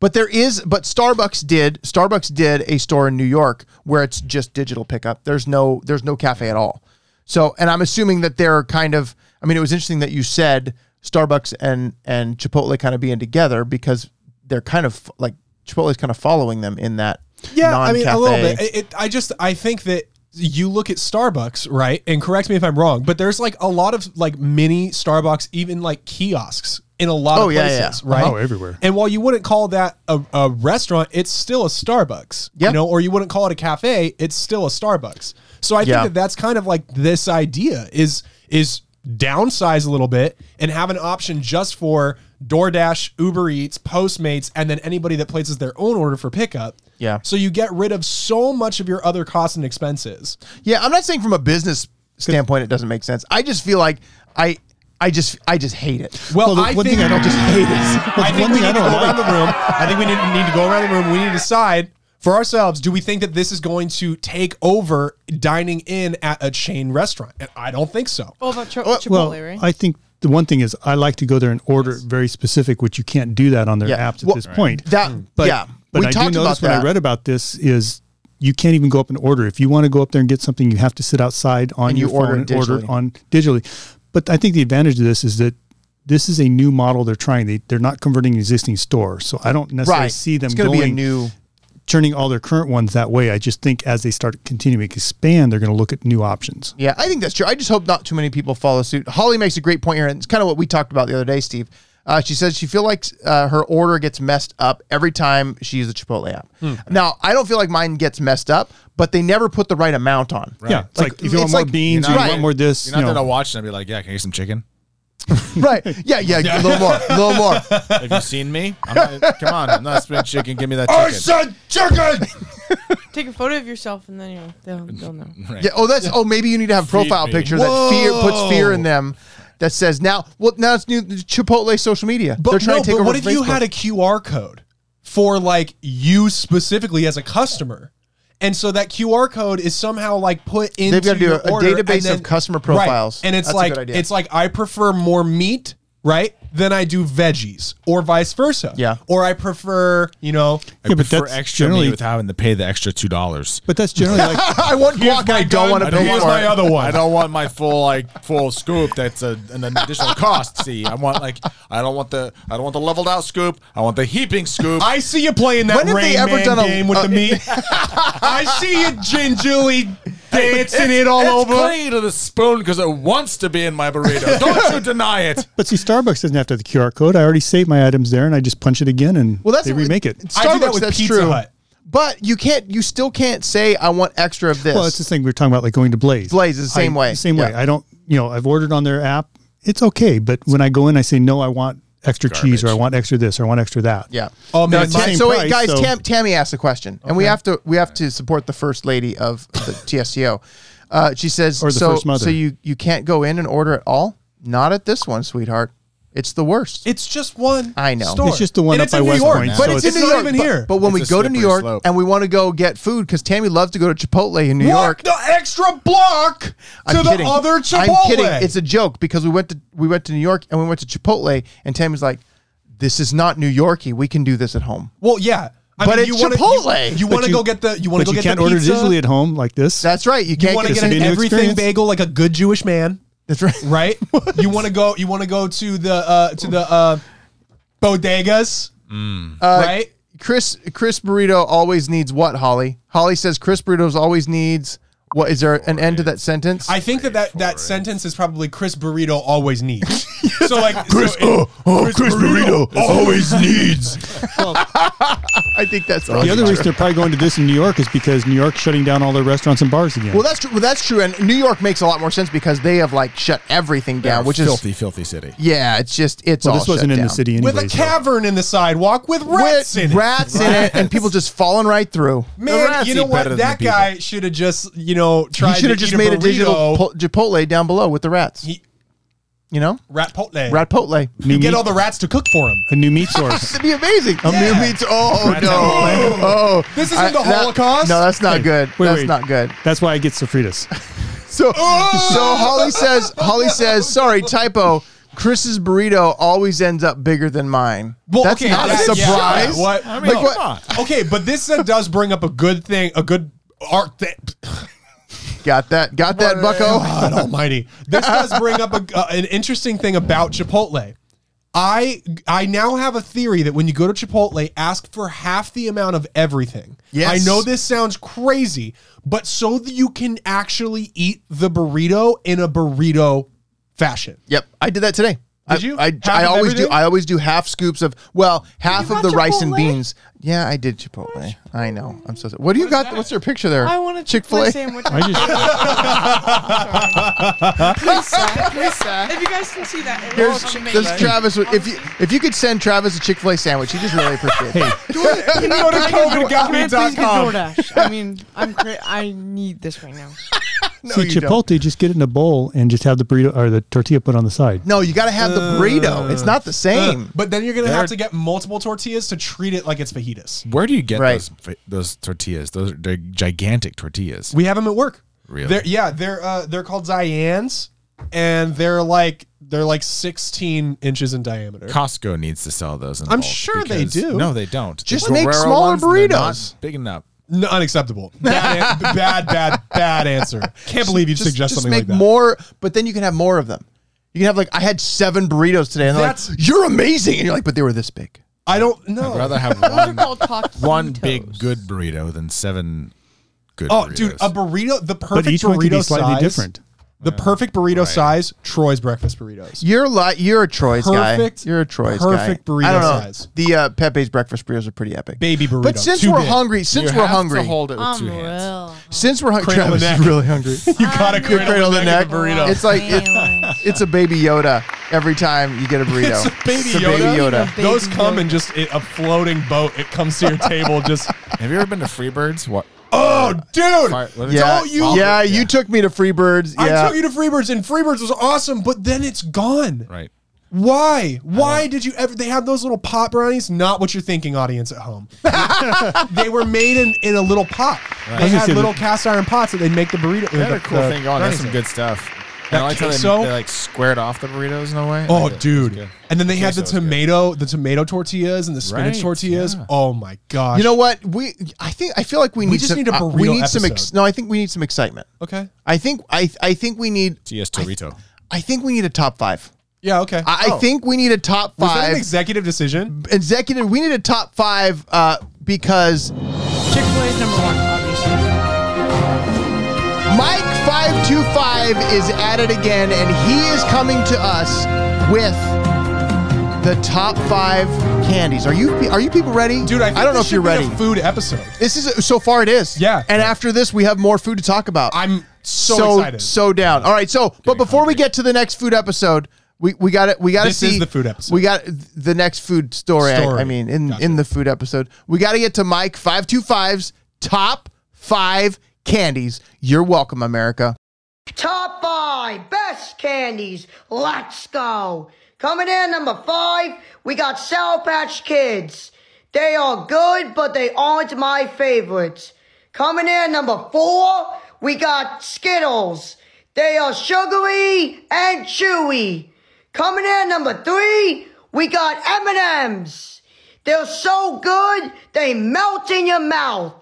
[SPEAKER 3] But there is but Starbucks did Starbucks did a store in New York where it's just digital pickup. There's no there's no cafe at all. So and I'm assuming that they're kind of I mean it was interesting that you said Starbucks and and Chipotle kind of being together because they're kind of like Chipotle's kind of following them in that
[SPEAKER 2] Yeah, I mean a little
[SPEAKER 3] non-cafe.
[SPEAKER 2] bit. It, it- I just I think that you look at Starbucks, right? And correct me if I'm wrong, but there's like a lot of like mini Starbucks, even like kiosks in a lot
[SPEAKER 3] Oh,
[SPEAKER 2] of
[SPEAKER 3] yeah,
[SPEAKER 2] places,
[SPEAKER 3] yeah.
[SPEAKER 2] right?
[SPEAKER 5] Oh, everywhere.
[SPEAKER 2] And while you wouldn't call that a, a restaurant, it's still a Starbucks,
[SPEAKER 3] Yeah.
[SPEAKER 2] you know, or you wouldn't call it a cafe, it's still a Starbucks. So I think
[SPEAKER 3] Yeah.
[SPEAKER 2] that that's kind of like this idea is is downsize a little bit and have an option just for DoorDash, Uber Eats, Postmates, and then anybody that places their own order for pickup.
[SPEAKER 3] Yeah.
[SPEAKER 2] So you get rid of so much of your other costs and expenses.
[SPEAKER 3] Yeah, I'm not saying from a business standpoint it doesn't make sense. I just feel like I I just I just hate it.
[SPEAKER 2] Well,
[SPEAKER 5] the
[SPEAKER 2] I
[SPEAKER 5] one
[SPEAKER 2] think
[SPEAKER 5] thing I don't
[SPEAKER 3] just hate it.
[SPEAKER 2] I think
[SPEAKER 5] one
[SPEAKER 2] we
[SPEAKER 5] thing
[SPEAKER 2] need
[SPEAKER 5] I
[SPEAKER 2] to go
[SPEAKER 5] don't
[SPEAKER 2] around the room. I think we need, need to go around the room. We need to decide for ourselves: do we think that this is going to take over dining in at a chain restaurant? And I don't think so.
[SPEAKER 6] All about Chi- Chipotle,
[SPEAKER 5] well,
[SPEAKER 6] right?
[SPEAKER 5] I think the one thing is I like to go there and order it very specific, which you can't do that on their
[SPEAKER 3] Yeah.
[SPEAKER 5] apps at
[SPEAKER 3] Well,
[SPEAKER 5] this point.
[SPEAKER 3] That
[SPEAKER 6] Mm.
[SPEAKER 5] But,
[SPEAKER 3] yeah,
[SPEAKER 5] but
[SPEAKER 3] we
[SPEAKER 5] I do
[SPEAKER 3] talked about
[SPEAKER 5] notice when
[SPEAKER 3] that.
[SPEAKER 5] I read about this is you can't even go up and order. If you want to go up there and get something, you have to sit outside on
[SPEAKER 3] And
[SPEAKER 5] your
[SPEAKER 3] you order
[SPEAKER 5] phone
[SPEAKER 3] it
[SPEAKER 5] and order
[SPEAKER 3] digitally.
[SPEAKER 5] it on digitally. But I think the advantage of this is that this is a new model they're trying. They, they're not converting an existing store. So I don't necessarily
[SPEAKER 3] right.
[SPEAKER 5] see them
[SPEAKER 3] It's gonna
[SPEAKER 5] going,
[SPEAKER 3] be a new.
[SPEAKER 5] turning all their current ones that way. I just think as they start continuing to expand, they're going to look at new options.
[SPEAKER 3] Yeah, I think that's true. I just hope not too many people follow suit. Holly makes a great point here, and it's kind of what we talked about the other day, Steve. Uh, she says she feels like uh, her order gets messed up every time she uses the Chipotle app.
[SPEAKER 5] Hmm.
[SPEAKER 3] Now, I don't feel like mine gets messed up, but they never put the right amount on.
[SPEAKER 5] Yeah. It's like, if you want
[SPEAKER 3] it's
[SPEAKER 5] more
[SPEAKER 3] like-
[SPEAKER 5] beans,
[SPEAKER 3] You're
[SPEAKER 5] you
[SPEAKER 3] not-
[SPEAKER 5] want more this.
[SPEAKER 4] You're not
[SPEAKER 5] you know.
[SPEAKER 4] gonna watch and I'll be like, yeah, can I get some chicken?
[SPEAKER 3] Right. Yeah, yeah, a little more, a little more.
[SPEAKER 4] Have you seen me? I'm not, come on, I'm not spinning chicken. Give me that chicken.
[SPEAKER 6] Take a photo of yourself and then you they'll, they'll know.
[SPEAKER 4] Right.
[SPEAKER 3] Yeah. Oh, that's. Oh, maybe you need to have a profile
[SPEAKER 4] me.
[SPEAKER 3] picture that fear puts fear in them. That says now. Well, now it's new Chipotle social media.
[SPEAKER 2] But
[SPEAKER 3] They're trying
[SPEAKER 2] no,
[SPEAKER 3] to take
[SPEAKER 2] but
[SPEAKER 3] over
[SPEAKER 2] what if you
[SPEAKER 3] Facebook.
[SPEAKER 2] had a QR code for like you specifically as a customer? And so that QR code is somehow like put into
[SPEAKER 3] They've gotta do
[SPEAKER 2] your
[SPEAKER 3] a- a
[SPEAKER 2] order and
[SPEAKER 3] database of customer
[SPEAKER 2] Right.
[SPEAKER 3] profiles.
[SPEAKER 2] And it's
[SPEAKER 3] That's a
[SPEAKER 2] like
[SPEAKER 3] good idea.
[SPEAKER 2] it's like I prefer more meat, right? than I do veggies, or vice versa.
[SPEAKER 3] Yeah.
[SPEAKER 2] Or I prefer, you know,
[SPEAKER 4] I
[SPEAKER 5] Yeah, but
[SPEAKER 4] prefer
[SPEAKER 5] that's
[SPEAKER 4] extra
[SPEAKER 5] generally-
[SPEAKER 4] meat without having to pay the extra two dollars.
[SPEAKER 5] But that's generally like
[SPEAKER 3] I want guac. I don't want to pay
[SPEAKER 2] here's
[SPEAKER 3] for
[SPEAKER 2] my
[SPEAKER 3] it.
[SPEAKER 2] other one.
[SPEAKER 4] I don't want my full like full scoop. That's a, an additional cost. See, I want like I don't want the I don't want the leveled out scoop. I want the heaping scoop.
[SPEAKER 2] I see you playing that
[SPEAKER 3] When have they
[SPEAKER 2] Rain
[SPEAKER 3] ever
[SPEAKER 2] Man
[SPEAKER 3] done a-
[SPEAKER 2] game with
[SPEAKER 3] uh,
[SPEAKER 2] the meat. I see you gingerly dancing it all
[SPEAKER 4] it's
[SPEAKER 2] over.
[SPEAKER 4] clinging to the spoon because it wants to be in my burrito. Don't you deny it.
[SPEAKER 5] But see, Starbucks doesn't have to have the QR code. I already saved my items there, and I just punch it again, and
[SPEAKER 3] Well, that's
[SPEAKER 5] they remake it.
[SPEAKER 3] Starbucks,
[SPEAKER 2] I do that with
[SPEAKER 3] that's
[SPEAKER 2] Pizza
[SPEAKER 3] true.
[SPEAKER 2] Hut.
[SPEAKER 3] But you can't. You still can't say I want extra of this.
[SPEAKER 5] Well, it's this thing we were talking about, like going to Blaze.
[SPEAKER 3] Blaze is the same
[SPEAKER 5] I-
[SPEAKER 3] way.
[SPEAKER 5] Same way.
[SPEAKER 3] Yeah.
[SPEAKER 5] I don't. You know, I've ordered on their app. It's okay, but when I go in, I say no. I want extra cheese, or I want extra this, or I want extra that.
[SPEAKER 3] yeah.
[SPEAKER 2] Oh
[SPEAKER 5] No,
[SPEAKER 2] man,
[SPEAKER 5] it's
[SPEAKER 2] my-
[SPEAKER 5] the same
[SPEAKER 3] so wait,
[SPEAKER 5] price,
[SPEAKER 3] guys,
[SPEAKER 5] so-
[SPEAKER 3] Tam, Tammy asked a question, and we have to we have to support the first lady of the TSTO. Uh, she says,
[SPEAKER 5] Or the
[SPEAKER 3] "So
[SPEAKER 5] first mother.
[SPEAKER 3] so you you can't go in and order at all? Not at this one, sweetheart. It's the worst.
[SPEAKER 2] it's just one.
[SPEAKER 3] I know.
[SPEAKER 2] store.
[SPEAKER 5] It's just the one
[SPEAKER 2] And
[SPEAKER 5] up
[SPEAKER 2] it's
[SPEAKER 5] by
[SPEAKER 2] in New
[SPEAKER 5] West
[SPEAKER 2] York,
[SPEAKER 5] Point,
[SPEAKER 2] But
[SPEAKER 5] so
[SPEAKER 2] it's,
[SPEAKER 5] it's-
[SPEAKER 2] in New
[SPEAKER 3] not
[SPEAKER 2] York,
[SPEAKER 3] even
[SPEAKER 2] even here.
[SPEAKER 3] But when we
[SPEAKER 4] It's a
[SPEAKER 3] go to New
[SPEAKER 4] slippery
[SPEAKER 3] York
[SPEAKER 4] slope.
[SPEAKER 3] and we want to go get food, because Tammy loves to go to Chipotle in New York.
[SPEAKER 2] Walk the extra block to
[SPEAKER 3] I'm
[SPEAKER 2] the
[SPEAKER 3] kidding.
[SPEAKER 2] other Chipotle.
[SPEAKER 3] I'm kidding. It's a joke because we went to we went to New York and we went to Chipotle, and Tammy's like, "This is not New Yorkie. We can do this at home."
[SPEAKER 2] well, yeah. I
[SPEAKER 3] But it's
[SPEAKER 2] you wanna- you-
[SPEAKER 3] Chipotle.
[SPEAKER 2] You,
[SPEAKER 3] But
[SPEAKER 2] want to
[SPEAKER 5] you-
[SPEAKER 2] go get the. You want
[SPEAKER 5] But
[SPEAKER 2] to go
[SPEAKER 5] you
[SPEAKER 2] get
[SPEAKER 5] can't
[SPEAKER 2] the
[SPEAKER 5] order
[SPEAKER 2] pizza.
[SPEAKER 5] digitally at home like this.
[SPEAKER 3] That's right. You
[SPEAKER 2] You
[SPEAKER 3] can't
[SPEAKER 2] want to
[SPEAKER 5] This
[SPEAKER 2] get
[SPEAKER 5] would
[SPEAKER 2] an
[SPEAKER 5] be a new
[SPEAKER 2] everything
[SPEAKER 5] experience.
[SPEAKER 2] bagel like a good Jewish man,
[SPEAKER 3] That's right.
[SPEAKER 2] right? you want to go. You want to go to the uh, to the uh, bodegas, right?
[SPEAKER 3] Chris Chris burrito always needs what Holly? Holly says Chris burritos always needs what? Is there an end to that sentence?
[SPEAKER 2] I think that that, that sentence is probably Chris Burrito always needs. so like Chris,
[SPEAKER 1] Chris Burrito always needs.
[SPEAKER 3] I think that's
[SPEAKER 5] The other reason they're probably going to this in New York is because New York's shutting down all their restaurants and bars again.
[SPEAKER 3] Well, that's true. Well, that's true. And New York makes a lot more sense because they have like shut everything down, which is
[SPEAKER 4] filthy, filthy city.
[SPEAKER 3] yeah. It's just it's
[SPEAKER 5] Well,
[SPEAKER 3] all
[SPEAKER 5] this
[SPEAKER 3] shut
[SPEAKER 5] wasn't in
[SPEAKER 3] down.
[SPEAKER 5] the city anyway.
[SPEAKER 2] with a cavern in the sidewalk with rats
[SPEAKER 3] With
[SPEAKER 2] in it.
[SPEAKER 3] rats in it, and people just falling right through.
[SPEAKER 2] Man,
[SPEAKER 4] rats
[SPEAKER 2] you know
[SPEAKER 4] eat
[SPEAKER 2] what?
[SPEAKER 4] better than
[SPEAKER 2] That
[SPEAKER 4] the people.
[SPEAKER 2] guy should have just you know
[SPEAKER 3] You
[SPEAKER 2] tried.
[SPEAKER 3] should have
[SPEAKER 2] to
[SPEAKER 3] just
[SPEAKER 2] eat
[SPEAKER 3] made
[SPEAKER 2] a,
[SPEAKER 3] a digital
[SPEAKER 2] burrito.
[SPEAKER 3] po- Chipotle down below with the rats.
[SPEAKER 2] He-
[SPEAKER 3] you know,
[SPEAKER 2] rat potle.
[SPEAKER 3] rat potle.
[SPEAKER 5] new
[SPEAKER 2] Get
[SPEAKER 5] meat-
[SPEAKER 2] all the rats to cook for him.
[SPEAKER 5] a new meat source.
[SPEAKER 3] It'd be amazing. A
[SPEAKER 2] Yeah.
[SPEAKER 3] new meat. Oh no! Oh,
[SPEAKER 2] This isn't
[SPEAKER 3] I-
[SPEAKER 2] the
[SPEAKER 3] that-
[SPEAKER 2] Holocaust.
[SPEAKER 3] No, that's not good.
[SPEAKER 5] wait,
[SPEAKER 3] that's
[SPEAKER 5] wait.
[SPEAKER 3] not good.
[SPEAKER 5] That's why I get sofritas.
[SPEAKER 3] So, so
[SPEAKER 2] Oh!
[SPEAKER 3] Holly says. Holly says. Sorry, typo. Chris's burrito always ends up bigger than mine.
[SPEAKER 2] Well,
[SPEAKER 3] that's
[SPEAKER 2] okay,
[SPEAKER 3] not a
[SPEAKER 2] that- yeah,
[SPEAKER 3] surprise.
[SPEAKER 2] yeah, what-
[SPEAKER 4] I mean,
[SPEAKER 3] Like
[SPEAKER 4] come
[SPEAKER 3] what-
[SPEAKER 4] on.
[SPEAKER 2] okay, but this uh, does bring up a good thing, a good art. Th-
[SPEAKER 3] Got that? Got that, Bucko?
[SPEAKER 2] God Almighty, this does bring up a, uh, an interesting thing about Chipotle. I I now have a theory that when you go to Chipotle, ask for half the amount of everything.
[SPEAKER 3] Yes.
[SPEAKER 2] I know this sounds crazy, but so that you can actually eat the burrito in a burrito fashion.
[SPEAKER 3] Yep, I did that today. I,
[SPEAKER 2] you?
[SPEAKER 3] I,
[SPEAKER 2] Half
[SPEAKER 3] I
[SPEAKER 2] of
[SPEAKER 3] always do.
[SPEAKER 2] everything?
[SPEAKER 3] I always do half scoops of well, half
[SPEAKER 6] you
[SPEAKER 3] of the
[SPEAKER 6] got
[SPEAKER 3] rice and
[SPEAKER 6] Chipotle?
[SPEAKER 3] beans. Yeah, I did Chipotle. I know. I'm so. What do you got? What's your picture there?
[SPEAKER 6] I want a Chick Fil
[SPEAKER 3] Chick-fil-A?
[SPEAKER 6] A sandwich.
[SPEAKER 5] I just
[SPEAKER 6] Please, sir. Please, sir. If you guys can see that, it'll
[SPEAKER 3] Here's,
[SPEAKER 6] look amazing.
[SPEAKER 3] there's Travis. with- If you if you could send Travis a Chick Fil A sandwich, he'd just really appreciate it.
[SPEAKER 2] Go to
[SPEAKER 6] Can I please get
[SPEAKER 2] COVIDGottme.com.
[SPEAKER 6] DoorDash? I mean, I'm cra- I need this right now.
[SPEAKER 5] see Chipotle. Just get it in a bowl and just have the burrito or the tortilla put on the side.
[SPEAKER 3] No, you got to have the burrito. It's not the same.
[SPEAKER 2] Uh, But then you're gonna have to get multiple tortillas to treat it like it's fajitas.
[SPEAKER 4] Where do you get
[SPEAKER 3] Right.
[SPEAKER 4] those those tortillas? Those are they're gigantic tortillas.
[SPEAKER 2] We have them at work.
[SPEAKER 4] Really?
[SPEAKER 2] They're, yeah, they're uh, they're called Zians, and they're like they're like 16 inches in diameter.
[SPEAKER 4] Costco needs to sell those. In
[SPEAKER 2] I'm
[SPEAKER 4] bulk
[SPEAKER 2] sure they
[SPEAKER 4] because-
[SPEAKER 2] do.
[SPEAKER 4] No, they don't.
[SPEAKER 3] Just
[SPEAKER 4] The
[SPEAKER 3] make
[SPEAKER 4] Guerrero
[SPEAKER 3] smaller
[SPEAKER 4] ones, they're not
[SPEAKER 3] burritos.
[SPEAKER 4] Big enough.
[SPEAKER 2] N- unacceptable. Bad, an- bad, bad, bad answer. Can't believe you
[SPEAKER 3] Just,
[SPEAKER 2] suggest
[SPEAKER 3] just
[SPEAKER 2] something
[SPEAKER 3] make
[SPEAKER 2] like that.
[SPEAKER 3] more, but then you can have more of them. You can have like I had seven burritos today, and they're
[SPEAKER 2] That's-
[SPEAKER 3] like, "You're amazing," and you're like, "But they were this big."
[SPEAKER 2] I don't know.
[SPEAKER 4] I'd rather have
[SPEAKER 6] Those are
[SPEAKER 4] one
[SPEAKER 6] called taquitos.
[SPEAKER 4] one big good burrito than seven good.
[SPEAKER 2] oh,
[SPEAKER 4] burritos.
[SPEAKER 2] dude, a burrito. The perfect
[SPEAKER 5] but each
[SPEAKER 2] burrito
[SPEAKER 5] one can be slightly
[SPEAKER 2] size,
[SPEAKER 5] different.
[SPEAKER 2] The perfect burrito size. Troy's breakfast burritos.
[SPEAKER 3] You're like you're a Troy's
[SPEAKER 2] Perfect-
[SPEAKER 3] guy. You're a Troy's guy.
[SPEAKER 2] perfect burrito
[SPEAKER 3] I don't know.
[SPEAKER 2] size.
[SPEAKER 3] The uh, Pepe's breakfast burritos are pretty epic.
[SPEAKER 2] Baby burrito.
[SPEAKER 3] But since
[SPEAKER 2] Too
[SPEAKER 3] we're
[SPEAKER 2] big.
[SPEAKER 3] hungry, since
[SPEAKER 4] You
[SPEAKER 3] we're
[SPEAKER 4] have to
[SPEAKER 3] hungry,
[SPEAKER 4] hold it with
[SPEAKER 6] I'm
[SPEAKER 4] two hands.
[SPEAKER 6] real.
[SPEAKER 3] since we're hungry,
[SPEAKER 2] Cradle the
[SPEAKER 3] Travis is
[SPEAKER 2] neck.
[SPEAKER 3] really hungry.
[SPEAKER 2] you gotta
[SPEAKER 3] You're
[SPEAKER 2] cradle,
[SPEAKER 3] cradle the neck.
[SPEAKER 2] of a burrito.
[SPEAKER 3] It's like it- it's a baby Yoda every time you get a burrito.
[SPEAKER 2] It's a baby
[SPEAKER 3] It's a
[SPEAKER 2] Yoda.
[SPEAKER 6] Yoda. Baby
[SPEAKER 2] Those come
[SPEAKER 6] Yoda.
[SPEAKER 2] and just it, a floating boat. It comes to your table. Just
[SPEAKER 4] Have you ever been to Freebirds? What?
[SPEAKER 2] oh, dude.
[SPEAKER 4] Fire- what is it?
[SPEAKER 3] Yeah,
[SPEAKER 2] Don't you-
[SPEAKER 3] yeah, you took me to Freebirds.
[SPEAKER 2] I
[SPEAKER 3] Yeah.
[SPEAKER 2] took you to Freebirds, and Freebirds was awesome, but then it's gone.
[SPEAKER 4] Right.
[SPEAKER 2] Why? Why did you ever? They had those little pot brownies. Not what you're thinking, audience at home. they were made in, in a little pot.
[SPEAKER 5] I
[SPEAKER 2] They
[SPEAKER 5] was gonna
[SPEAKER 2] had
[SPEAKER 5] say
[SPEAKER 2] little
[SPEAKER 5] that-
[SPEAKER 2] cast iron pots that they'd make the burrito.
[SPEAKER 4] They had a cool
[SPEAKER 2] the
[SPEAKER 4] thing going. That's
[SPEAKER 2] brownies
[SPEAKER 4] some
[SPEAKER 2] in.
[SPEAKER 4] good stuff. And I like how they,
[SPEAKER 2] queso?
[SPEAKER 4] they like squared off the burritos in a way. I
[SPEAKER 2] Oh,
[SPEAKER 4] like it. It's
[SPEAKER 2] dude!
[SPEAKER 4] good.
[SPEAKER 2] And then they had the
[SPEAKER 4] Queso is good.
[SPEAKER 2] tomato, the tomato tortillas, and the spinach
[SPEAKER 4] Right,
[SPEAKER 2] tortillas.
[SPEAKER 4] yeah.
[SPEAKER 2] Oh my gosh!
[SPEAKER 3] You know what? We I think I feel like we,
[SPEAKER 2] We
[SPEAKER 3] need
[SPEAKER 2] just
[SPEAKER 3] some,
[SPEAKER 2] need a
[SPEAKER 3] uh, we
[SPEAKER 2] burrito
[SPEAKER 3] need some ex-
[SPEAKER 2] episode.
[SPEAKER 3] no. I think we need some excitement.
[SPEAKER 2] okay.
[SPEAKER 3] I think I I think we need
[SPEAKER 4] T.S.
[SPEAKER 3] I th-
[SPEAKER 4] Torito.
[SPEAKER 3] I think we need a top five.
[SPEAKER 2] Yeah. Okay.
[SPEAKER 3] I, I
[SPEAKER 2] Oh.
[SPEAKER 3] think we need a top
[SPEAKER 2] was that
[SPEAKER 3] five
[SPEAKER 2] an executive decision.
[SPEAKER 3] executive. We need a top five uh, because
[SPEAKER 6] Chick Fil A is number one, obviously.
[SPEAKER 3] Mike five two five is at it again, and he is coming to us with the top five candies. Are you are you people ready,
[SPEAKER 2] Dude, I, think
[SPEAKER 3] I don't know
[SPEAKER 2] this
[SPEAKER 3] if you're
[SPEAKER 2] should be
[SPEAKER 3] ready.
[SPEAKER 2] A food episode.
[SPEAKER 3] This is so far it is.
[SPEAKER 2] Yeah.
[SPEAKER 3] And after this, we have more food to talk about.
[SPEAKER 2] I'm so, excited.
[SPEAKER 3] so down. All right. So, but before we get to the next food episode, we we got it. We got to
[SPEAKER 2] This is
[SPEAKER 3] see
[SPEAKER 2] the food episode.
[SPEAKER 3] We got the next food story. I- I,
[SPEAKER 2] Story.
[SPEAKER 3] mean, in in the food episode, we got to get to Mike 525's top five candies. You're welcome, America.
[SPEAKER 7] Top five best candies. Let's go. Coming in number five, we got Sour Patch Kids. They are good, but they aren't my favorites. Coming in number four, we got Skittles. They are sugary and chewy. Coming in number three, we got M&Ms. They're so good, they melt in your mouth.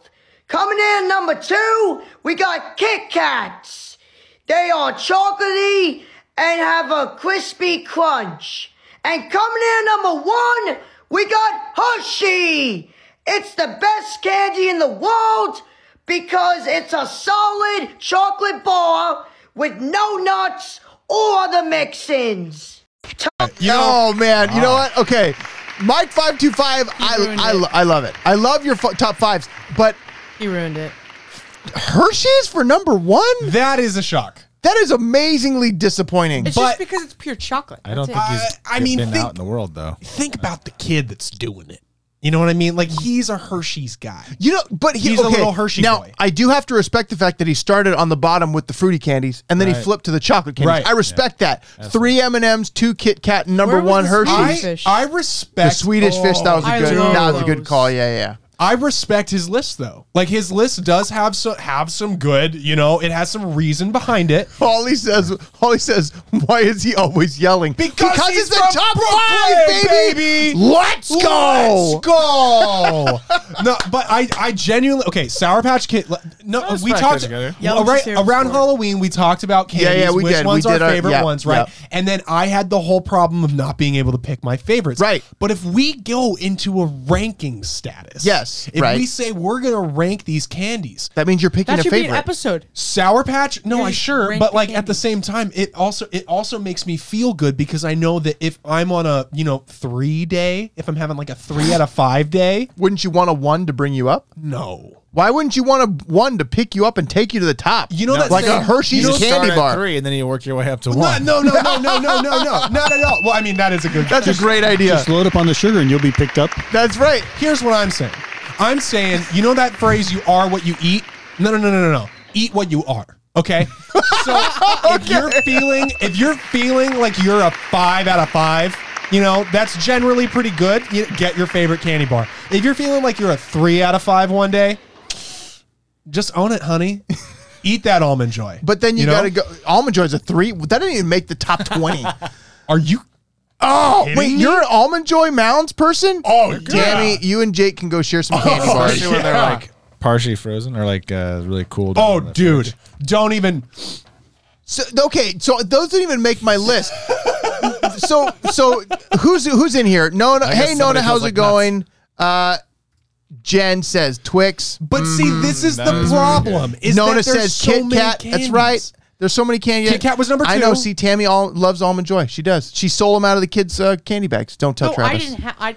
[SPEAKER 7] Coming in number two, we got Kit Kats. They are chocolatey and have a crispy crunch. And coming in number one, we got Hershey. It's the best candy in the world because it's a solid chocolate bar with no nuts or the mixins.
[SPEAKER 3] oh man, you know
[SPEAKER 2] Ah.
[SPEAKER 3] what? Okay, Mike 525. I
[SPEAKER 6] ruined
[SPEAKER 3] I,
[SPEAKER 6] it.
[SPEAKER 3] lo- I love it. I love your f- top fives, but
[SPEAKER 6] He ruined it.
[SPEAKER 3] Hershey's for number one.
[SPEAKER 2] that is a shock.
[SPEAKER 3] That is amazingly disappointing.
[SPEAKER 6] It's
[SPEAKER 2] But-
[SPEAKER 6] just because it's pure chocolate.
[SPEAKER 4] I don't
[SPEAKER 6] That's
[SPEAKER 4] think
[SPEAKER 6] it.
[SPEAKER 4] he's
[SPEAKER 2] I- I mean,
[SPEAKER 4] been
[SPEAKER 2] think-
[SPEAKER 4] out in the world though.
[SPEAKER 2] Think about the kid that's doing it. You know what I mean? Like he's a Hershey's guy.
[SPEAKER 3] You know, but he,
[SPEAKER 2] He's a
[SPEAKER 3] okay,
[SPEAKER 2] little Hershey
[SPEAKER 3] now,
[SPEAKER 2] boy.
[SPEAKER 3] I do have to respect the fact that he started on the bottom with the fruity candies and then he flipped to the chocolate candies.
[SPEAKER 2] Right.
[SPEAKER 3] I respect that. Three M and M's, two Kit Kat, number
[SPEAKER 6] Where was
[SPEAKER 3] one
[SPEAKER 6] the
[SPEAKER 3] Hershey's.
[SPEAKER 2] I,
[SPEAKER 6] Swedish fish.
[SPEAKER 2] I respect Oh.
[SPEAKER 3] the Swedish fish. That was a
[SPEAKER 6] I
[SPEAKER 3] good.
[SPEAKER 6] love
[SPEAKER 3] That was a good
[SPEAKER 6] those.
[SPEAKER 3] call. Yeah, yeah.
[SPEAKER 2] I respect his list though. Like his list does have some have some good. You know, it has some reason behind it.
[SPEAKER 3] All he says, all he says, why is he always yelling?
[SPEAKER 2] Because he's
[SPEAKER 3] it's the
[SPEAKER 2] from
[SPEAKER 3] top
[SPEAKER 2] Brooklyn,
[SPEAKER 3] five, baby.
[SPEAKER 2] baby.
[SPEAKER 3] Let's go.
[SPEAKER 2] Let's go. no, but I, I genuinely okay. Sour Patch Kid. le- No,
[SPEAKER 4] Let's
[SPEAKER 2] we
[SPEAKER 4] pack
[SPEAKER 2] talked
[SPEAKER 4] that together.
[SPEAKER 6] Yeah,
[SPEAKER 2] Well,
[SPEAKER 6] let's
[SPEAKER 2] right
[SPEAKER 6] just hear it
[SPEAKER 2] around
[SPEAKER 6] before.
[SPEAKER 2] Halloween. We talked about
[SPEAKER 3] Yeah, yeah,
[SPEAKER 2] candies.
[SPEAKER 3] we
[SPEAKER 2] which
[SPEAKER 3] did. We
[SPEAKER 2] ones
[SPEAKER 3] did
[SPEAKER 2] are
[SPEAKER 3] our-
[SPEAKER 2] favorite
[SPEAKER 3] yeah,
[SPEAKER 2] ones, right?
[SPEAKER 3] yeah.
[SPEAKER 2] And then I had the whole problem of not being able to pick my favorites.
[SPEAKER 3] Right.
[SPEAKER 2] But if we go into a ranking status,
[SPEAKER 3] Yes,
[SPEAKER 2] If
[SPEAKER 3] right.
[SPEAKER 2] we say we're gonna rank these candies,
[SPEAKER 3] That means you're picking
[SPEAKER 6] That
[SPEAKER 3] a
[SPEAKER 6] should be an
[SPEAKER 3] favorite.
[SPEAKER 6] episode.
[SPEAKER 2] Sour Patch? No,
[SPEAKER 6] You're
[SPEAKER 2] I
[SPEAKER 6] just
[SPEAKER 2] sure,
[SPEAKER 6] ranking
[SPEAKER 2] but like at the
[SPEAKER 6] candies.
[SPEAKER 2] same time, it also it also makes me feel good because I know that if I'm on a you know three day, if I'm having like a three out of five day,
[SPEAKER 3] wouldn't you want a one to bring you up?
[SPEAKER 2] no,
[SPEAKER 3] Why wouldn't you want a one to pick you up and take you to the top?
[SPEAKER 2] You know that
[SPEAKER 3] like a
[SPEAKER 2] saying-
[SPEAKER 3] Hershey's
[SPEAKER 2] You know-
[SPEAKER 4] Start
[SPEAKER 3] candy
[SPEAKER 4] at
[SPEAKER 3] bar.
[SPEAKER 4] three, and then you work your way up to
[SPEAKER 2] Well,
[SPEAKER 4] one.
[SPEAKER 2] no, no, no, no, no, no, no, no, not at all. Well, I mean that is a good.
[SPEAKER 3] That's a great idea.
[SPEAKER 5] Just load up on the sugar and you'll be picked up.
[SPEAKER 3] That's right.
[SPEAKER 2] Here's what I'm saying. I'm saying you know that phrase, "You are what you eat." No, no, no, no, no, no. Eat what you are. Okay. So if you're feeling if you're feeling like you're a five out of five, you know that's generally pretty good. You get your favorite candy bar. If you're feeling like you're a three out of five one day, just own it, honey. Eat that almond joy.
[SPEAKER 3] But then you,
[SPEAKER 2] know?
[SPEAKER 3] gotta go. Almond Joy's a three. That didn't even make the top twenty.
[SPEAKER 2] Are you?
[SPEAKER 3] oh
[SPEAKER 2] Kidding
[SPEAKER 3] wait,
[SPEAKER 2] me?
[SPEAKER 3] you're an Almond Joy Mounds person?
[SPEAKER 2] Oh,
[SPEAKER 3] Dammy, you and Jake can go share some candy bars.
[SPEAKER 4] Especially when they're
[SPEAKER 2] Yeah.
[SPEAKER 4] like partially frozen or like uh, really cool.
[SPEAKER 2] Oh,
[SPEAKER 4] down in the
[SPEAKER 2] dude!
[SPEAKER 4] fridge.
[SPEAKER 2] Don't even.
[SPEAKER 3] So, okay, so those didn't even make my list. so so who's who's in here? Nona,
[SPEAKER 4] I guess
[SPEAKER 3] hey Nona,
[SPEAKER 4] somebody
[SPEAKER 3] how's
[SPEAKER 4] feels
[SPEAKER 3] it
[SPEAKER 4] like nuts.
[SPEAKER 3] going? Uh, Jen says Twix.
[SPEAKER 2] But see, this is
[SPEAKER 4] Mm, that
[SPEAKER 2] the
[SPEAKER 4] is pretty
[SPEAKER 2] problem. Is
[SPEAKER 3] Nona
[SPEAKER 2] that there's
[SPEAKER 3] says
[SPEAKER 2] so
[SPEAKER 3] Kit
[SPEAKER 2] many
[SPEAKER 3] Kat. That's
[SPEAKER 2] candies.
[SPEAKER 3] right. There's so many candy.
[SPEAKER 2] Kit Kat was number
[SPEAKER 3] I know.
[SPEAKER 2] two.
[SPEAKER 3] See, Tammy all, loves almond joy. She does. She stole them out of the kids' uh, candy bags. Don't tell
[SPEAKER 6] No, Oh, I
[SPEAKER 3] Travis.
[SPEAKER 6] didn't have. I,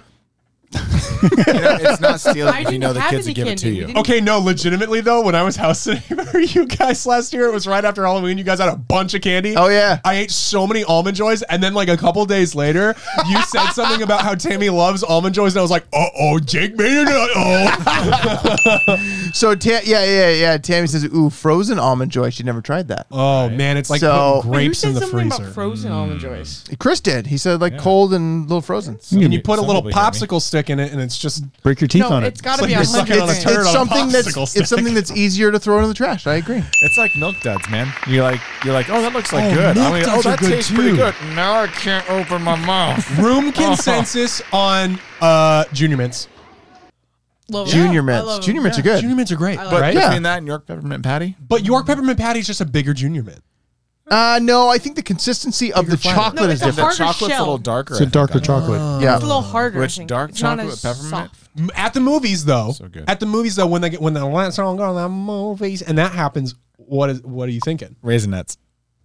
[SPEAKER 4] You know, it's not stealing
[SPEAKER 6] I
[SPEAKER 4] if you
[SPEAKER 6] didn't
[SPEAKER 4] know the
[SPEAKER 6] have
[SPEAKER 4] kids
[SPEAKER 6] any
[SPEAKER 4] will give it to
[SPEAKER 6] candy. We
[SPEAKER 4] you.
[SPEAKER 6] didn't-
[SPEAKER 2] Okay, no, legitimately though, when I was house sitting for you guys last year, it was right after Halloween. You guys had a bunch of candy.
[SPEAKER 3] Oh, yeah.
[SPEAKER 2] I ate so many almond joys, and then like a couple days later, you said something about how Tammy loves almond joys, and I was like, uh oh, Jake made it. Uh
[SPEAKER 3] So ta- yeah, yeah, yeah. Tammy says, "Ooh, frozen almond joy." She never tried that.
[SPEAKER 2] oh. oh man, it's like
[SPEAKER 3] So-
[SPEAKER 2] putting
[SPEAKER 6] Wait, who
[SPEAKER 2] grapes
[SPEAKER 6] said
[SPEAKER 2] in the
[SPEAKER 6] something
[SPEAKER 2] freezer.
[SPEAKER 6] about frozen almond joys?
[SPEAKER 3] Chris did. He said like cold and a little frozen.
[SPEAKER 2] and you put a
[SPEAKER 4] Some
[SPEAKER 2] little
[SPEAKER 4] people hear me.
[SPEAKER 2] popsicle toothpick in it, and it's just
[SPEAKER 5] Break your teeth
[SPEAKER 6] No,
[SPEAKER 5] on it.
[SPEAKER 6] it's got to
[SPEAKER 2] It's like
[SPEAKER 6] be a
[SPEAKER 2] you're sucking
[SPEAKER 6] hundred.
[SPEAKER 2] on a
[SPEAKER 6] grand.
[SPEAKER 2] turd.
[SPEAKER 3] it's
[SPEAKER 2] on a
[SPEAKER 3] something that's
[SPEAKER 2] popsicle
[SPEAKER 3] it's something that's easier to throw into the trash. I agree.
[SPEAKER 4] It's like milk duds, man. You're like you're like, oh, that looks like
[SPEAKER 2] Oh,
[SPEAKER 4] good.
[SPEAKER 2] milk
[SPEAKER 4] I mean, oh,
[SPEAKER 2] duds are
[SPEAKER 4] that
[SPEAKER 2] good
[SPEAKER 4] tastes pretty
[SPEAKER 2] too.
[SPEAKER 4] good. Now I can't open my mouth.
[SPEAKER 2] room consensus on uh, junior mints.
[SPEAKER 6] Love it.
[SPEAKER 3] Junior
[SPEAKER 6] I
[SPEAKER 3] mints.
[SPEAKER 6] love it.
[SPEAKER 3] Junior mints are good.
[SPEAKER 2] Junior mints are great,
[SPEAKER 4] But
[SPEAKER 2] right?
[SPEAKER 3] Yeah.
[SPEAKER 4] between that and York peppermint patty,
[SPEAKER 2] But York peppermint patty is just a bigger junior mint.
[SPEAKER 3] Uh, no, I think the consistency of the chocolate
[SPEAKER 6] No,
[SPEAKER 3] is
[SPEAKER 6] it's a
[SPEAKER 3] different.
[SPEAKER 4] the
[SPEAKER 6] Harder
[SPEAKER 4] chocolate's a
[SPEAKER 6] shell.
[SPEAKER 4] little darker.
[SPEAKER 5] it's a
[SPEAKER 4] I think,
[SPEAKER 5] darker
[SPEAKER 4] on it.
[SPEAKER 5] chocolate.
[SPEAKER 3] yeah.
[SPEAKER 6] It's a little harder. I
[SPEAKER 4] Which
[SPEAKER 6] think.
[SPEAKER 4] dark
[SPEAKER 6] It's not
[SPEAKER 4] chocolate
[SPEAKER 6] as
[SPEAKER 4] peppermint?
[SPEAKER 6] soft.
[SPEAKER 2] M- At the movies, though,
[SPEAKER 4] So good.
[SPEAKER 2] at the movies though, when they get when the last song on the movies, and that happens, what is what are you thinking?
[SPEAKER 4] Raisinets.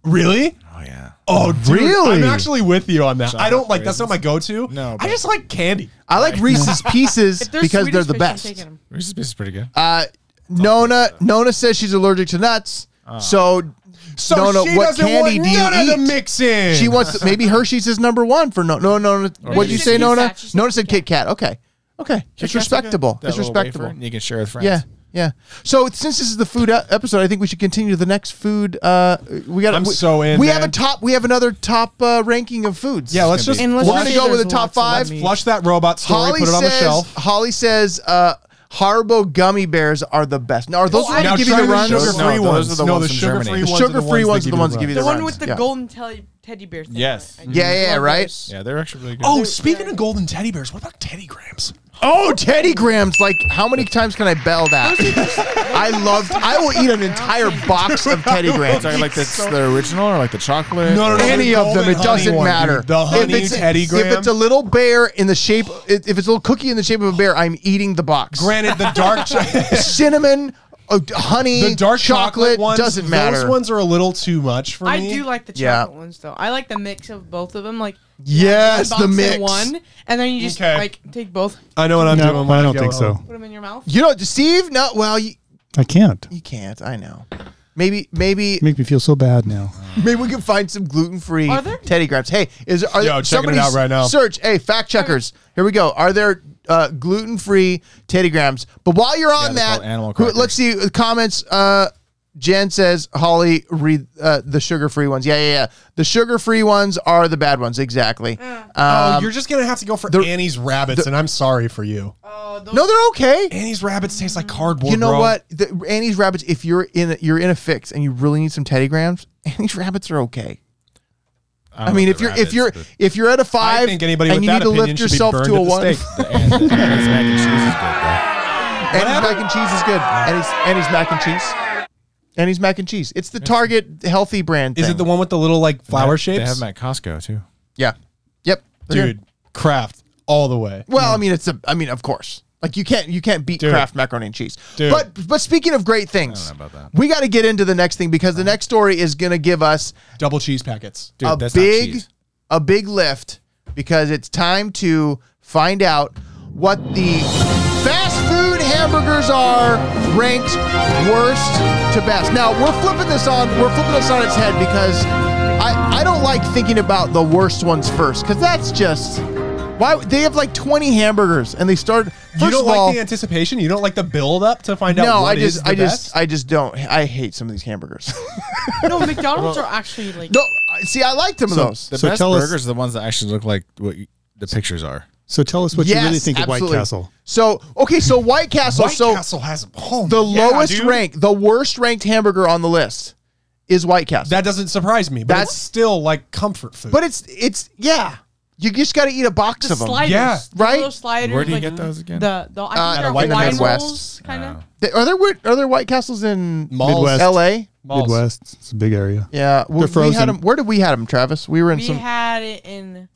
[SPEAKER 2] Really?
[SPEAKER 4] Oh yeah.
[SPEAKER 2] Oh, dude,
[SPEAKER 3] Really?
[SPEAKER 2] I'm actually with you on that. I don't
[SPEAKER 4] Chocolate
[SPEAKER 2] like that's not
[SPEAKER 4] raisins.
[SPEAKER 2] my go-to.
[SPEAKER 4] No,
[SPEAKER 2] I
[SPEAKER 4] but-
[SPEAKER 2] just like candy.
[SPEAKER 3] I like Reese's Pieces
[SPEAKER 6] If they're
[SPEAKER 3] because they're
[SPEAKER 6] Swedish
[SPEAKER 3] the
[SPEAKER 6] fish, I'm
[SPEAKER 3] best.
[SPEAKER 6] taking 'em.
[SPEAKER 4] Reese's Pieces is pretty good.
[SPEAKER 3] Uh, Nona Nona says she's allergic to nuts, so
[SPEAKER 2] Ah. So
[SPEAKER 3] Nona,
[SPEAKER 2] she
[SPEAKER 3] what
[SPEAKER 2] doesn't
[SPEAKER 3] candy
[SPEAKER 2] want
[SPEAKER 3] do you
[SPEAKER 2] none of the
[SPEAKER 3] eat?
[SPEAKER 2] mix in.
[SPEAKER 3] she wants maybe Hershey's is number one for no no Nona. What'd
[SPEAKER 6] she
[SPEAKER 3] you
[SPEAKER 6] said
[SPEAKER 3] say,
[SPEAKER 6] Kit
[SPEAKER 3] Nona?
[SPEAKER 6] Kat. She said
[SPEAKER 3] Nona said Kit
[SPEAKER 6] Kit
[SPEAKER 3] Kat. Okay, okay, it's respectable.
[SPEAKER 4] That
[SPEAKER 3] It's
[SPEAKER 4] little wafer,
[SPEAKER 3] respectable.
[SPEAKER 4] and You can share with friends.
[SPEAKER 3] Yeah, yeah. So since this is the food e- episode, I think we should continue to the next food. Uh, we got.
[SPEAKER 2] I'm
[SPEAKER 3] we,
[SPEAKER 2] so in,
[SPEAKER 3] We have
[SPEAKER 2] man.
[SPEAKER 3] a top. We have another top uh, ranking of foods.
[SPEAKER 2] yeah, let's just
[SPEAKER 6] And let's
[SPEAKER 3] We're
[SPEAKER 2] flush,
[SPEAKER 3] gonna
[SPEAKER 6] see
[SPEAKER 3] go with
[SPEAKER 6] there's
[SPEAKER 3] the top
[SPEAKER 6] lots of
[SPEAKER 3] five.
[SPEAKER 6] lemon.
[SPEAKER 2] flush that robot story,
[SPEAKER 3] Holly
[SPEAKER 2] put it on the
[SPEAKER 3] says.
[SPEAKER 2] shelf.
[SPEAKER 3] Holly says. Uh, Haribo gummy bears are the best. Now, are those the
[SPEAKER 6] Oh, I-
[SPEAKER 3] ones that
[SPEAKER 2] Now
[SPEAKER 3] give you
[SPEAKER 2] try
[SPEAKER 3] the
[SPEAKER 2] the
[SPEAKER 3] runs?
[SPEAKER 2] sugar-free
[SPEAKER 4] No, those
[SPEAKER 2] ones.
[SPEAKER 4] are the
[SPEAKER 2] no,
[SPEAKER 4] ones
[SPEAKER 2] the
[SPEAKER 4] from
[SPEAKER 2] sugar-free
[SPEAKER 4] Germany.
[SPEAKER 2] ones. are
[SPEAKER 3] sugar free ones are the
[SPEAKER 2] that
[SPEAKER 3] ones that give you the,
[SPEAKER 6] The one
[SPEAKER 3] runs.
[SPEAKER 6] with the
[SPEAKER 3] yeah.
[SPEAKER 6] golden teddy, teddy bear thing.
[SPEAKER 4] Yes.
[SPEAKER 6] I do
[SPEAKER 3] Yeah, yeah,
[SPEAKER 6] love
[SPEAKER 3] right?
[SPEAKER 6] those.
[SPEAKER 4] Yeah, they're actually really good.
[SPEAKER 2] Oh, speaking of golden teddy bears, what about Teddy Grahams?
[SPEAKER 3] Oh, Teddy Grahams! Like, how many times can I bell that? I love. I will eat an entire box of Teddy Grahams.
[SPEAKER 4] Sorry, like the, the original or like the chocolate?
[SPEAKER 2] No, no, no.
[SPEAKER 3] any
[SPEAKER 2] The
[SPEAKER 3] of them.
[SPEAKER 2] golden
[SPEAKER 3] It doesn't
[SPEAKER 2] honey one,
[SPEAKER 3] matter.
[SPEAKER 2] dude. The honey
[SPEAKER 3] if it's,
[SPEAKER 2] Teddy Graham.
[SPEAKER 3] If it's a little bear in the shape, if it's a little cookie in the shape of a bear, I'm eating the box.
[SPEAKER 2] Granted, the dark cho-
[SPEAKER 3] Cinnamon, uh, honey,
[SPEAKER 2] the dark chocolate, ones
[SPEAKER 3] doesn't matter.
[SPEAKER 2] Those ones are a little too much for
[SPEAKER 6] I
[SPEAKER 2] me.
[SPEAKER 6] do like the
[SPEAKER 3] Yeah.
[SPEAKER 6] chocolate ones though. I like the mix of both of them. Like
[SPEAKER 3] yes,
[SPEAKER 6] box
[SPEAKER 3] the
[SPEAKER 6] of
[SPEAKER 3] mix.
[SPEAKER 6] one, and then you just
[SPEAKER 2] Okay.
[SPEAKER 6] like take both,
[SPEAKER 2] I know what I'm doing.
[SPEAKER 5] No,
[SPEAKER 2] when
[SPEAKER 5] I don't
[SPEAKER 2] go
[SPEAKER 5] think so.
[SPEAKER 2] home.
[SPEAKER 6] put them in your mouth.
[SPEAKER 3] You know, Steve. No, well, you,
[SPEAKER 5] I can't.
[SPEAKER 3] you can't. I know. Maybe, maybe,
[SPEAKER 5] Make me feel so bad now.
[SPEAKER 3] maybe we can find some gluten-free
[SPEAKER 6] Are there-
[SPEAKER 3] Teddy Grahams. Hey, is are
[SPEAKER 2] Yo, checking it
[SPEAKER 3] somebody
[SPEAKER 2] out right now.
[SPEAKER 3] Search. Hey, fact checkers. Here we go. Are there uh, gluten-free Teddy Grahams? But while you're on
[SPEAKER 4] they're
[SPEAKER 3] that,
[SPEAKER 4] called animal
[SPEAKER 3] who-
[SPEAKER 4] crackers.
[SPEAKER 3] let's see the comments. Uh, Jen says, Holly, read uh, the sugar-free ones. Yeah, yeah, yeah. The sugar-free ones are the bad ones. Exactly.
[SPEAKER 2] Oh,
[SPEAKER 3] Um,
[SPEAKER 2] you're just gonna have to go for Annie's rabbits, and I'm sorry for you.
[SPEAKER 6] Oh, those
[SPEAKER 3] no, they're okay.
[SPEAKER 2] Annie's rabbits taste like cardboard.
[SPEAKER 3] You know
[SPEAKER 2] bro.
[SPEAKER 3] what? The, Annie's rabbits. If you're in, a, you're in a fix and you really need some Teddy Grahams, Annie's rabbits are okay. I mean, if you're if you're if you're at a five,
[SPEAKER 2] I think anybody
[SPEAKER 3] and
[SPEAKER 2] with
[SPEAKER 3] you
[SPEAKER 2] that
[SPEAKER 3] need to
[SPEAKER 2] opinion
[SPEAKER 3] lift
[SPEAKER 2] should be
[SPEAKER 3] yourself
[SPEAKER 2] burned
[SPEAKER 3] to
[SPEAKER 2] at
[SPEAKER 3] a
[SPEAKER 2] the
[SPEAKER 3] one, and
[SPEAKER 2] stake.
[SPEAKER 4] and, and his mac and cheese is good,
[SPEAKER 3] his mac and cheese is good, and he's and he's mac and cheese, and he's mac and cheese. It's the Target healthy brand.
[SPEAKER 2] Is
[SPEAKER 3] thing.
[SPEAKER 2] it the one with the little like
[SPEAKER 4] though.
[SPEAKER 2] flower
[SPEAKER 4] They have
[SPEAKER 2] shapes?
[SPEAKER 4] them at Costco too.
[SPEAKER 3] Yeah. Yep.
[SPEAKER 2] Dude, craft all the way.
[SPEAKER 3] Well, I mean, it's a. I mean, of course. Like you can't you can't beat
[SPEAKER 2] Dude.
[SPEAKER 3] Kraft macaroni and cheese.
[SPEAKER 2] Dude.
[SPEAKER 3] But but speaking of great things,
[SPEAKER 4] about that.
[SPEAKER 3] we got to get into the next thing because the
[SPEAKER 2] Uh-huh.
[SPEAKER 3] next story is going to give us
[SPEAKER 2] Double cheese packets.
[SPEAKER 4] Dude,
[SPEAKER 3] a
[SPEAKER 4] that's not
[SPEAKER 3] big
[SPEAKER 4] cheese.
[SPEAKER 3] a big lift because it's time to find out what the fast food hamburgers are ranked worst to best. Now we're flipping this on we're flipping this on its head because I, I don't like thinking about the worst ones first because that's just why they have like 20 hamburgers and they start first
[SPEAKER 2] you don't
[SPEAKER 3] of
[SPEAKER 2] like
[SPEAKER 3] all,
[SPEAKER 2] the anticipation. You don't like the build up to find out.
[SPEAKER 3] no
[SPEAKER 2] what
[SPEAKER 3] I
[SPEAKER 2] is
[SPEAKER 3] just
[SPEAKER 2] the
[SPEAKER 3] I just
[SPEAKER 2] best?
[SPEAKER 3] I just don't I hate some of these hamburgers
[SPEAKER 6] no McDonald's are actually like
[SPEAKER 3] no I- see I liked some of those
[SPEAKER 4] The
[SPEAKER 5] So
[SPEAKER 4] best
[SPEAKER 5] tell us-
[SPEAKER 4] burgers are the ones that actually look like what you, the pictures are.
[SPEAKER 5] So tell us what
[SPEAKER 3] yes,
[SPEAKER 5] you really think of
[SPEAKER 3] absolutely.
[SPEAKER 5] White Castle.
[SPEAKER 3] So okay, so White Castle.
[SPEAKER 2] White
[SPEAKER 3] so
[SPEAKER 2] Castle has oh,
[SPEAKER 3] the
[SPEAKER 2] yeah,
[SPEAKER 3] lowest
[SPEAKER 2] dude.
[SPEAKER 3] rank, the worst ranked hamburger on the list is White Castle.
[SPEAKER 2] That doesn't surprise me, but
[SPEAKER 3] That's-
[SPEAKER 2] that's still like comfort food.
[SPEAKER 3] but it's it's yeah, you just got to eat a box
[SPEAKER 6] the
[SPEAKER 3] of them.
[SPEAKER 6] sliders.
[SPEAKER 2] Yeah.
[SPEAKER 3] Right?
[SPEAKER 6] Those sliders,
[SPEAKER 4] Where do you
[SPEAKER 6] like,
[SPEAKER 4] get those again?
[SPEAKER 6] The the
[SPEAKER 3] Uh,
[SPEAKER 6] I think
[SPEAKER 3] in
[SPEAKER 6] they're
[SPEAKER 3] the
[SPEAKER 6] Hawaiian
[SPEAKER 3] Midwest.
[SPEAKER 6] rolls, kind of.
[SPEAKER 3] They- Are there whi- are there White Castles in
[SPEAKER 2] Malls.
[SPEAKER 5] Midwest.
[SPEAKER 3] L.A.?
[SPEAKER 2] Malls.
[SPEAKER 5] Midwest. It's a big area.
[SPEAKER 3] Yeah, we,
[SPEAKER 5] They're
[SPEAKER 3] we had
[SPEAKER 5] frozen.
[SPEAKER 3] them. Where did we had them, Travis? We were in
[SPEAKER 6] We
[SPEAKER 3] some
[SPEAKER 6] had it in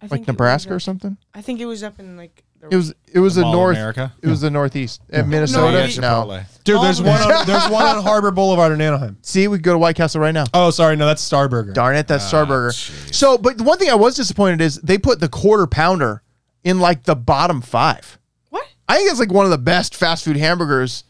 [SPEAKER 6] I think
[SPEAKER 3] like
[SPEAKER 6] it was
[SPEAKER 3] Nebraska
[SPEAKER 6] up-
[SPEAKER 3] or something.
[SPEAKER 6] I think it was up in like the
[SPEAKER 3] It was it was
[SPEAKER 4] The
[SPEAKER 3] a
[SPEAKER 4] Mall of
[SPEAKER 3] north.
[SPEAKER 4] America?
[SPEAKER 3] It was the northeast, Uh,
[SPEAKER 4] Oh,
[SPEAKER 3] Minnesota.
[SPEAKER 4] yeah,
[SPEAKER 6] we-
[SPEAKER 3] no,
[SPEAKER 4] Chipotle.
[SPEAKER 2] Dude, there's
[SPEAKER 6] All
[SPEAKER 2] one on, there's one on Harbor Boulevard in Anaheim.
[SPEAKER 3] see, we could go to White Castle right now.
[SPEAKER 2] Oh, sorry, no, that's Starburger.
[SPEAKER 3] Darn it, that's Starburger. So, but the one thing I was disappointed is they put the quarter pounder in like the bottom five.
[SPEAKER 6] what?
[SPEAKER 3] I think that's like one of the best fast food hamburgers.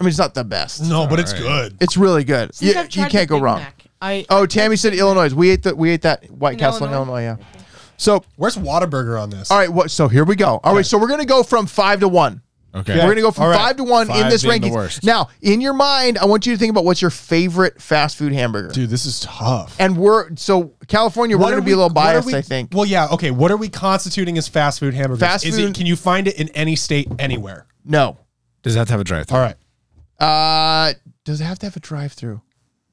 [SPEAKER 3] I mean, it's not the best.
[SPEAKER 2] No, but it's
[SPEAKER 4] right.
[SPEAKER 2] good.
[SPEAKER 3] It's really good.
[SPEAKER 6] Since
[SPEAKER 3] you,
[SPEAKER 6] I've
[SPEAKER 3] you
[SPEAKER 6] tried
[SPEAKER 3] can't
[SPEAKER 6] the
[SPEAKER 3] go
[SPEAKER 6] Big
[SPEAKER 3] wrong.
[SPEAKER 6] Mac, I
[SPEAKER 3] Oh, Tammy said Illinois. We ate the we ate that White
[SPEAKER 6] In
[SPEAKER 3] Castle
[SPEAKER 6] Illinois?
[SPEAKER 3] in Illinois. Yeah. So
[SPEAKER 2] Where's Whataburger on this?
[SPEAKER 3] all right, what? So here we go. All right, so we're gonna go from five to one.
[SPEAKER 4] Okay.
[SPEAKER 3] We're gonna go from
[SPEAKER 2] All right.
[SPEAKER 3] five to one in
[SPEAKER 4] Five
[SPEAKER 3] this
[SPEAKER 4] being the
[SPEAKER 3] ranking.
[SPEAKER 4] worst.
[SPEAKER 3] Now, in your mind, I want you to think about what's your favorite fast food hamburger.
[SPEAKER 2] Dude, this is tough.
[SPEAKER 3] And we're so California, we're
[SPEAKER 2] are
[SPEAKER 3] gonna be
[SPEAKER 2] we-
[SPEAKER 3] a little
[SPEAKER 2] what are
[SPEAKER 3] biased,
[SPEAKER 2] we-
[SPEAKER 3] I think.
[SPEAKER 2] Well, yeah, okay. What are we constituting as fast food hamburgers?
[SPEAKER 3] Fast
[SPEAKER 2] is
[SPEAKER 3] food-
[SPEAKER 2] it can you find it in any state anywhere?
[SPEAKER 3] no.
[SPEAKER 4] Does that have a drive through?
[SPEAKER 2] All right.
[SPEAKER 3] Uh does it have to have a drive through?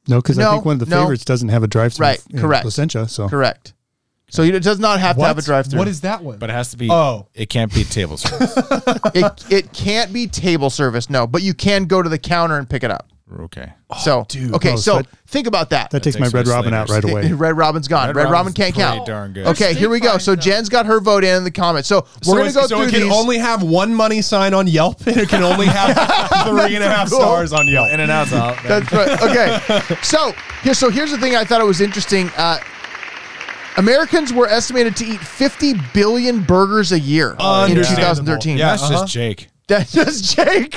[SPEAKER 5] No, because
[SPEAKER 3] No,
[SPEAKER 5] I think one of the
[SPEAKER 3] no.
[SPEAKER 5] favorites doesn't have a drive through.
[SPEAKER 3] Right, correct.
[SPEAKER 5] Placentia. So
[SPEAKER 3] Correct. So it does not have to have a
[SPEAKER 2] What?
[SPEAKER 3] drive through.
[SPEAKER 2] What is that one?
[SPEAKER 4] But it has to be.
[SPEAKER 2] Oh.
[SPEAKER 4] It can't be table service.
[SPEAKER 3] it it can't be table service, no, but you can go to the counter and pick it up.
[SPEAKER 4] okay.
[SPEAKER 3] So
[SPEAKER 5] dude.
[SPEAKER 3] okay,
[SPEAKER 5] Oh,
[SPEAKER 3] so
[SPEAKER 5] so that-
[SPEAKER 3] think about that.
[SPEAKER 5] that takes my
[SPEAKER 4] takes
[SPEAKER 5] Red
[SPEAKER 4] us
[SPEAKER 5] Robin out right
[SPEAKER 4] later.
[SPEAKER 5] away.
[SPEAKER 3] Red Robin's gone. Red,
[SPEAKER 4] Red
[SPEAKER 3] Robin
[SPEAKER 4] Robin's
[SPEAKER 3] can't
[SPEAKER 4] pretty
[SPEAKER 3] count.
[SPEAKER 4] darn good.
[SPEAKER 3] Okay,
[SPEAKER 6] Steak
[SPEAKER 3] here we go.
[SPEAKER 6] fries,
[SPEAKER 3] So
[SPEAKER 6] though.
[SPEAKER 3] Jen's got her vote in in the comments. So we're gonna
[SPEAKER 2] it's-
[SPEAKER 3] go
[SPEAKER 2] so
[SPEAKER 3] through
[SPEAKER 2] it can
[SPEAKER 3] these.
[SPEAKER 2] only have one money sign on Yelp, and it can only have three and a half stars on Yelp.
[SPEAKER 4] In and out's out.
[SPEAKER 3] That's right. Okay. so here, so here's the thing. I thought it was interesting. Uh, Americans were estimated to eat 50 billion burgers a year in
[SPEAKER 2] Understandable.
[SPEAKER 3] 2013.
[SPEAKER 2] Yeah.
[SPEAKER 4] That's
[SPEAKER 2] uh-huh.
[SPEAKER 4] just Jake.
[SPEAKER 3] That's just Jake.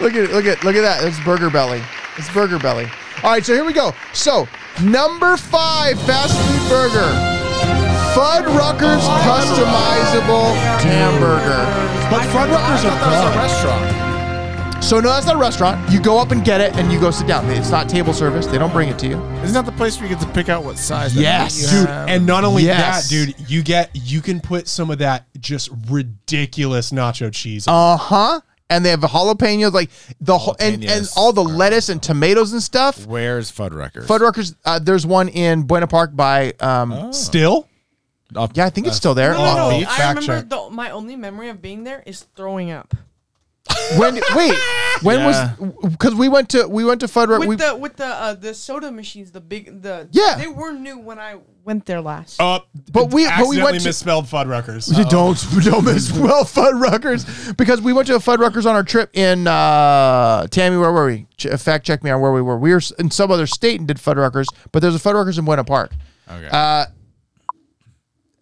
[SPEAKER 3] look at look at look at that. That's burger belly. It's burger belly. All right, so here we go. So number five, fast food burger, Fuddruckers customizable hamburger.
[SPEAKER 2] But Fuddruckers are gone.
[SPEAKER 4] restaurant.
[SPEAKER 3] So no, that's not a restaurant. You go up and get it, and you go sit down. It's not table service. They don't bring it to you.
[SPEAKER 4] Isn't that the place where you get to pick out what size? that
[SPEAKER 3] Yes.
[SPEAKER 4] you
[SPEAKER 2] Dude,
[SPEAKER 4] have?
[SPEAKER 2] and not only that,
[SPEAKER 3] Yes.
[SPEAKER 2] dude, you get you can put some of that just ridiculous nacho cheese. on.
[SPEAKER 3] Uh huh. And they have jalapenos, like the whole, and and
[SPEAKER 4] Jalapenos
[SPEAKER 3] all the lettuce and tomatoes and stuff.
[SPEAKER 4] Where's Fuddruckers?
[SPEAKER 3] Fuddruckers, uh, there's one in Buena Park by, um,
[SPEAKER 2] Still,
[SPEAKER 4] Off-
[SPEAKER 3] yeah, I think it's still there.
[SPEAKER 6] No, no, no.
[SPEAKER 2] beef
[SPEAKER 6] I
[SPEAKER 2] fact
[SPEAKER 6] remember
[SPEAKER 2] check.
[SPEAKER 6] the, my only memory of being there is throwing up
[SPEAKER 3] When wait, when was because we went to we went to Fuddruckers.
[SPEAKER 6] with
[SPEAKER 3] We,
[SPEAKER 6] the with the uh, the soda machines. The big the
[SPEAKER 3] Yeah.
[SPEAKER 6] they were new when I went there last.
[SPEAKER 2] uh,
[SPEAKER 3] But we- but we
[SPEAKER 2] accidentally
[SPEAKER 3] went to-
[SPEAKER 2] misspelled Fuddruckers.
[SPEAKER 3] You don't don't miss well Fuddruckers because we went to a Fuddruckers on our trip in uh, Tammy. Where were we? Ch- uh, fact check me on where we were. We were s- in some other state and did Fuddruckers, but there's a Fuddruckers in Buena Park.
[SPEAKER 4] Okay.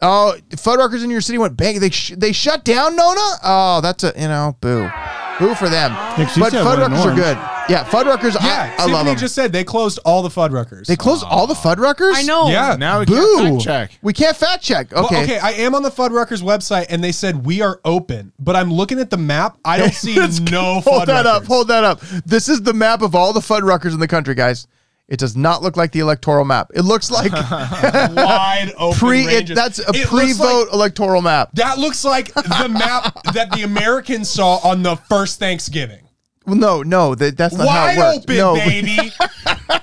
[SPEAKER 3] Oh, Fuddruckers in your city went bang. They sh- they shut down Nona. Oh, that's a you know boo, boo for them.
[SPEAKER 5] Yeah, 'cause you
[SPEAKER 3] But
[SPEAKER 5] said one in
[SPEAKER 3] Fuddruckers are
[SPEAKER 5] Orange.
[SPEAKER 3] good. Yeah, Fuddruckers.
[SPEAKER 2] Yeah,
[SPEAKER 3] I, I love
[SPEAKER 2] Tiffany
[SPEAKER 3] them.
[SPEAKER 2] just said they closed all the Fuddruckers.
[SPEAKER 3] they closed all the Fuddruckers.
[SPEAKER 6] I know.
[SPEAKER 2] yeah,
[SPEAKER 4] now we
[SPEAKER 3] Boo.
[SPEAKER 4] can fact check.
[SPEAKER 3] We can't fact check. Okay.
[SPEAKER 2] Well, okay. I am on the Fuddruckers website, and they said we are open. But I'm looking at the map. I don't see
[SPEAKER 3] It's-
[SPEAKER 2] no.
[SPEAKER 3] Hold that up.
[SPEAKER 2] Fuddruckers.
[SPEAKER 3] Hold that up. This is the map of all the Fuddruckers in the country, guys. It does not look like the electoral map. It looks like
[SPEAKER 2] Wide open.
[SPEAKER 3] pre. It,
[SPEAKER 2] ranges.
[SPEAKER 3] that's a
[SPEAKER 2] It looks
[SPEAKER 3] pre-vote
[SPEAKER 2] like-
[SPEAKER 3] electoral map.
[SPEAKER 2] that looks like the map that the Americans saw on the first Thanksgiving.
[SPEAKER 3] Well, no, no, that, that's not
[SPEAKER 2] Wide
[SPEAKER 3] how it works.
[SPEAKER 2] open,
[SPEAKER 3] No,
[SPEAKER 2] baby.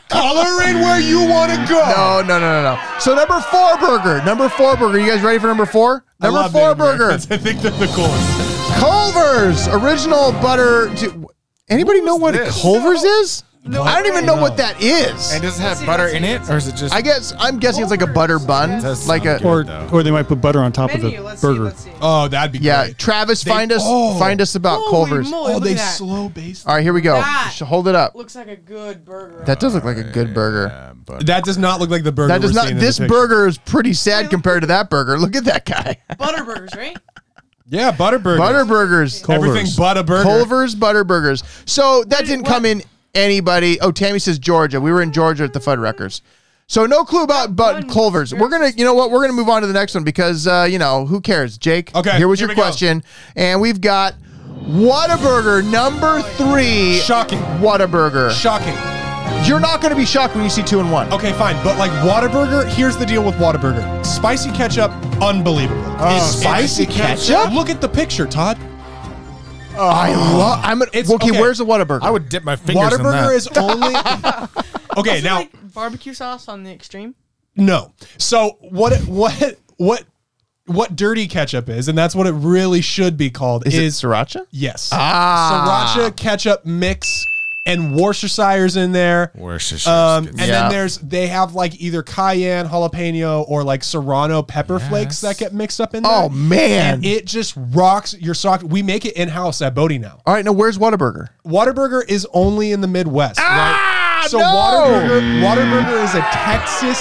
[SPEAKER 2] Color in where you want to go.
[SPEAKER 3] no, no, no, no, no. So number four burger. Number four burger. You guys ready for number four?
[SPEAKER 2] I
[SPEAKER 3] Number
[SPEAKER 2] love
[SPEAKER 3] four
[SPEAKER 2] Native
[SPEAKER 3] burger.
[SPEAKER 2] Americans. I think they're the coolest.
[SPEAKER 3] Culver's original butter. Do, anybody know what
[SPEAKER 4] this?
[SPEAKER 3] a Culver's is? I don't even know what that is.
[SPEAKER 4] And does it have butter in it, or is it just?
[SPEAKER 3] I guess I'm guessing it's like a butter bun,
[SPEAKER 4] That's
[SPEAKER 3] like a
[SPEAKER 4] not good.
[SPEAKER 5] Or
[SPEAKER 4] though.
[SPEAKER 5] or they might put butter on top
[SPEAKER 6] Menu.
[SPEAKER 5] of
[SPEAKER 6] Let's see.
[SPEAKER 5] the burger.
[SPEAKER 6] Let's see.
[SPEAKER 2] Oh, that'd be
[SPEAKER 3] Yeah,
[SPEAKER 2] great.
[SPEAKER 3] Travis, find us,
[SPEAKER 2] oh.
[SPEAKER 3] find us about
[SPEAKER 6] Holy
[SPEAKER 3] Culver's.
[SPEAKER 6] moly,
[SPEAKER 2] Oh,
[SPEAKER 6] look
[SPEAKER 2] they
[SPEAKER 6] at that.
[SPEAKER 2] slow based.
[SPEAKER 3] All right, here we go.
[SPEAKER 6] That-
[SPEAKER 3] Sh- Hold it up.
[SPEAKER 6] Looks like a good burger.
[SPEAKER 3] That does look like a good burger.
[SPEAKER 4] Yeah, butter.
[SPEAKER 2] That does not look like the burger.
[SPEAKER 3] That does
[SPEAKER 2] we're seeing
[SPEAKER 3] not.
[SPEAKER 2] in the
[SPEAKER 3] This
[SPEAKER 2] picture.
[SPEAKER 3] burger is pretty sad compared to that burger. Look at that guy.
[SPEAKER 6] Butter burgers, right?
[SPEAKER 2] Yeah, Butterburger.
[SPEAKER 3] Butter burgers.
[SPEAKER 2] Everything
[SPEAKER 5] Culver's.
[SPEAKER 2] but a burger.
[SPEAKER 3] Culver's butter burgers. So that didn't
[SPEAKER 6] what-
[SPEAKER 3] come in anybody. Oh, Tammy says Georgia. We were in Georgia at the Fuddruckers. So no clue about but
[SPEAKER 6] one
[SPEAKER 3] Culver's. We're gonna, you know what? We're gonna move on to the next one because uh, you know who cares, Jake.
[SPEAKER 2] Okay,
[SPEAKER 3] Here was
[SPEAKER 2] here
[SPEAKER 3] your
[SPEAKER 2] we go.
[SPEAKER 3] question, and we've got Whataburger number three.
[SPEAKER 2] Shocking.
[SPEAKER 3] Whataburger.
[SPEAKER 2] Shocking.
[SPEAKER 3] You're not going to be shocked when you see two and one.
[SPEAKER 2] Okay, fine. But like Whataburger, here's the deal with Whataburger. Spicy ketchup, unbelievable. It's-
[SPEAKER 3] Oh, spicy
[SPEAKER 2] it's-
[SPEAKER 3] ketchup?
[SPEAKER 2] Look at the picture, Todd.
[SPEAKER 3] I love. Oh, I'm an,
[SPEAKER 2] Oh, It's-
[SPEAKER 3] okay,
[SPEAKER 2] okay.
[SPEAKER 3] Where's the Whataburger?
[SPEAKER 4] I would dip my fingers in that.
[SPEAKER 2] Whataburger is only Okay,
[SPEAKER 6] Is it
[SPEAKER 2] now
[SPEAKER 6] like barbecue sauce on the extreme.
[SPEAKER 2] no. So what what what what dirty ketchup is, and that's what it really should be called, is,
[SPEAKER 3] sriracha?
[SPEAKER 2] yes.
[SPEAKER 3] Ah.
[SPEAKER 2] Sriracha ketchup mix and Worcestershire's in there.
[SPEAKER 4] Worcestershire.
[SPEAKER 2] Um, and
[SPEAKER 3] Yeah.
[SPEAKER 2] then there's they have like either cayenne, jalapeno, or like serrano pepper flakes that get mixed up in there.
[SPEAKER 3] Oh man!
[SPEAKER 2] And it just rocks your sock. We make it in house at Bodie now.
[SPEAKER 3] All right, now where's Whataburger?
[SPEAKER 2] Whataburger is only in the Midwest. right? So
[SPEAKER 3] Ah, no!
[SPEAKER 2] Whataburger, Whataburger is a Texas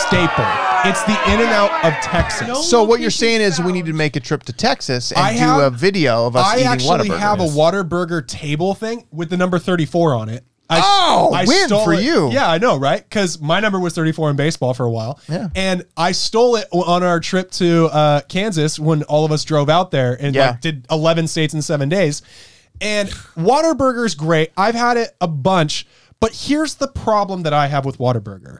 [SPEAKER 2] staple. It's the in and out of Texas.
[SPEAKER 6] No
[SPEAKER 3] So what you're
[SPEAKER 6] locations
[SPEAKER 3] saying is we
[SPEAKER 6] found.
[SPEAKER 3] need to make a trip to Texas and
[SPEAKER 2] I
[SPEAKER 3] do
[SPEAKER 2] have-
[SPEAKER 3] a video of us
[SPEAKER 2] I
[SPEAKER 3] eating
[SPEAKER 2] actually
[SPEAKER 3] Whataburger.
[SPEAKER 2] have a Whataburger table thing with the number 34 on it. I,
[SPEAKER 3] Oh, win
[SPEAKER 2] stole
[SPEAKER 3] for
[SPEAKER 2] it-
[SPEAKER 3] you.
[SPEAKER 2] Yeah, I know, right? Because my number was 34 in baseball for a while.
[SPEAKER 3] Yeah.
[SPEAKER 2] And I stole it on our trip to uh, Kansas when all of us drove out there and
[SPEAKER 3] Yeah.
[SPEAKER 2] like, did 11 states in seven days. And Whataburger's great. I've had it a bunch. But here's the problem that I have with Whataburger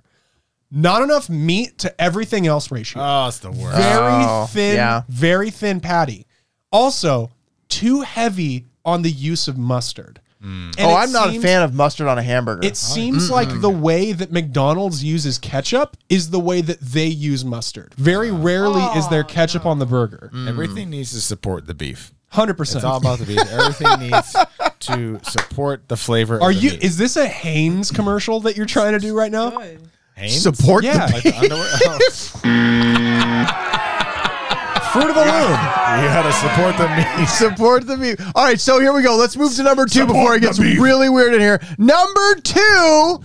[SPEAKER 2] not enough meat to everything else ratio
[SPEAKER 4] Oh, it's the worst.
[SPEAKER 2] very
[SPEAKER 3] Oh,
[SPEAKER 2] thin,
[SPEAKER 3] yeah.
[SPEAKER 2] very thin patty. Also, too heavy on the use of mustard. And
[SPEAKER 3] oh,
[SPEAKER 2] it
[SPEAKER 3] I'm not a
[SPEAKER 2] seems-
[SPEAKER 3] fan of mustard on a hamburger.
[SPEAKER 2] It seems like the way that McDonald's uses ketchup is the way that they use mustard.
[SPEAKER 3] Uh,
[SPEAKER 2] Very rarely is there ketchup on the burger.
[SPEAKER 3] Mm.
[SPEAKER 4] Mm. Everything needs to support the beef.
[SPEAKER 2] Hundred
[SPEAKER 4] It's all
[SPEAKER 2] percent.
[SPEAKER 4] about the beef. Everything needs to support the flavor. of
[SPEAKER 2] Are
[SPEAKER 4] the
[SPEAKER 2] you?
[SPEAKER 4] Beef.
[SPEAKER 2] Is this a Hanes commercial that you're trying to do right now?
[SPEAKER 6] Good.
[SPEAKER 4] Hanes?
[SPEAKER 3] support
[SPEAKER 2] Yeah,
[SPEAKER 3] the
[SPEAKER 4] like the underwear? Oh.
[SPEAKER 2] fruit of the loom.
[SPEAKER 4] Oh, You gotta support the meat.
[SPEAKER 3] Support the beef. All right, so here we go. Let's move to number two before it gets really weird in here. Number two,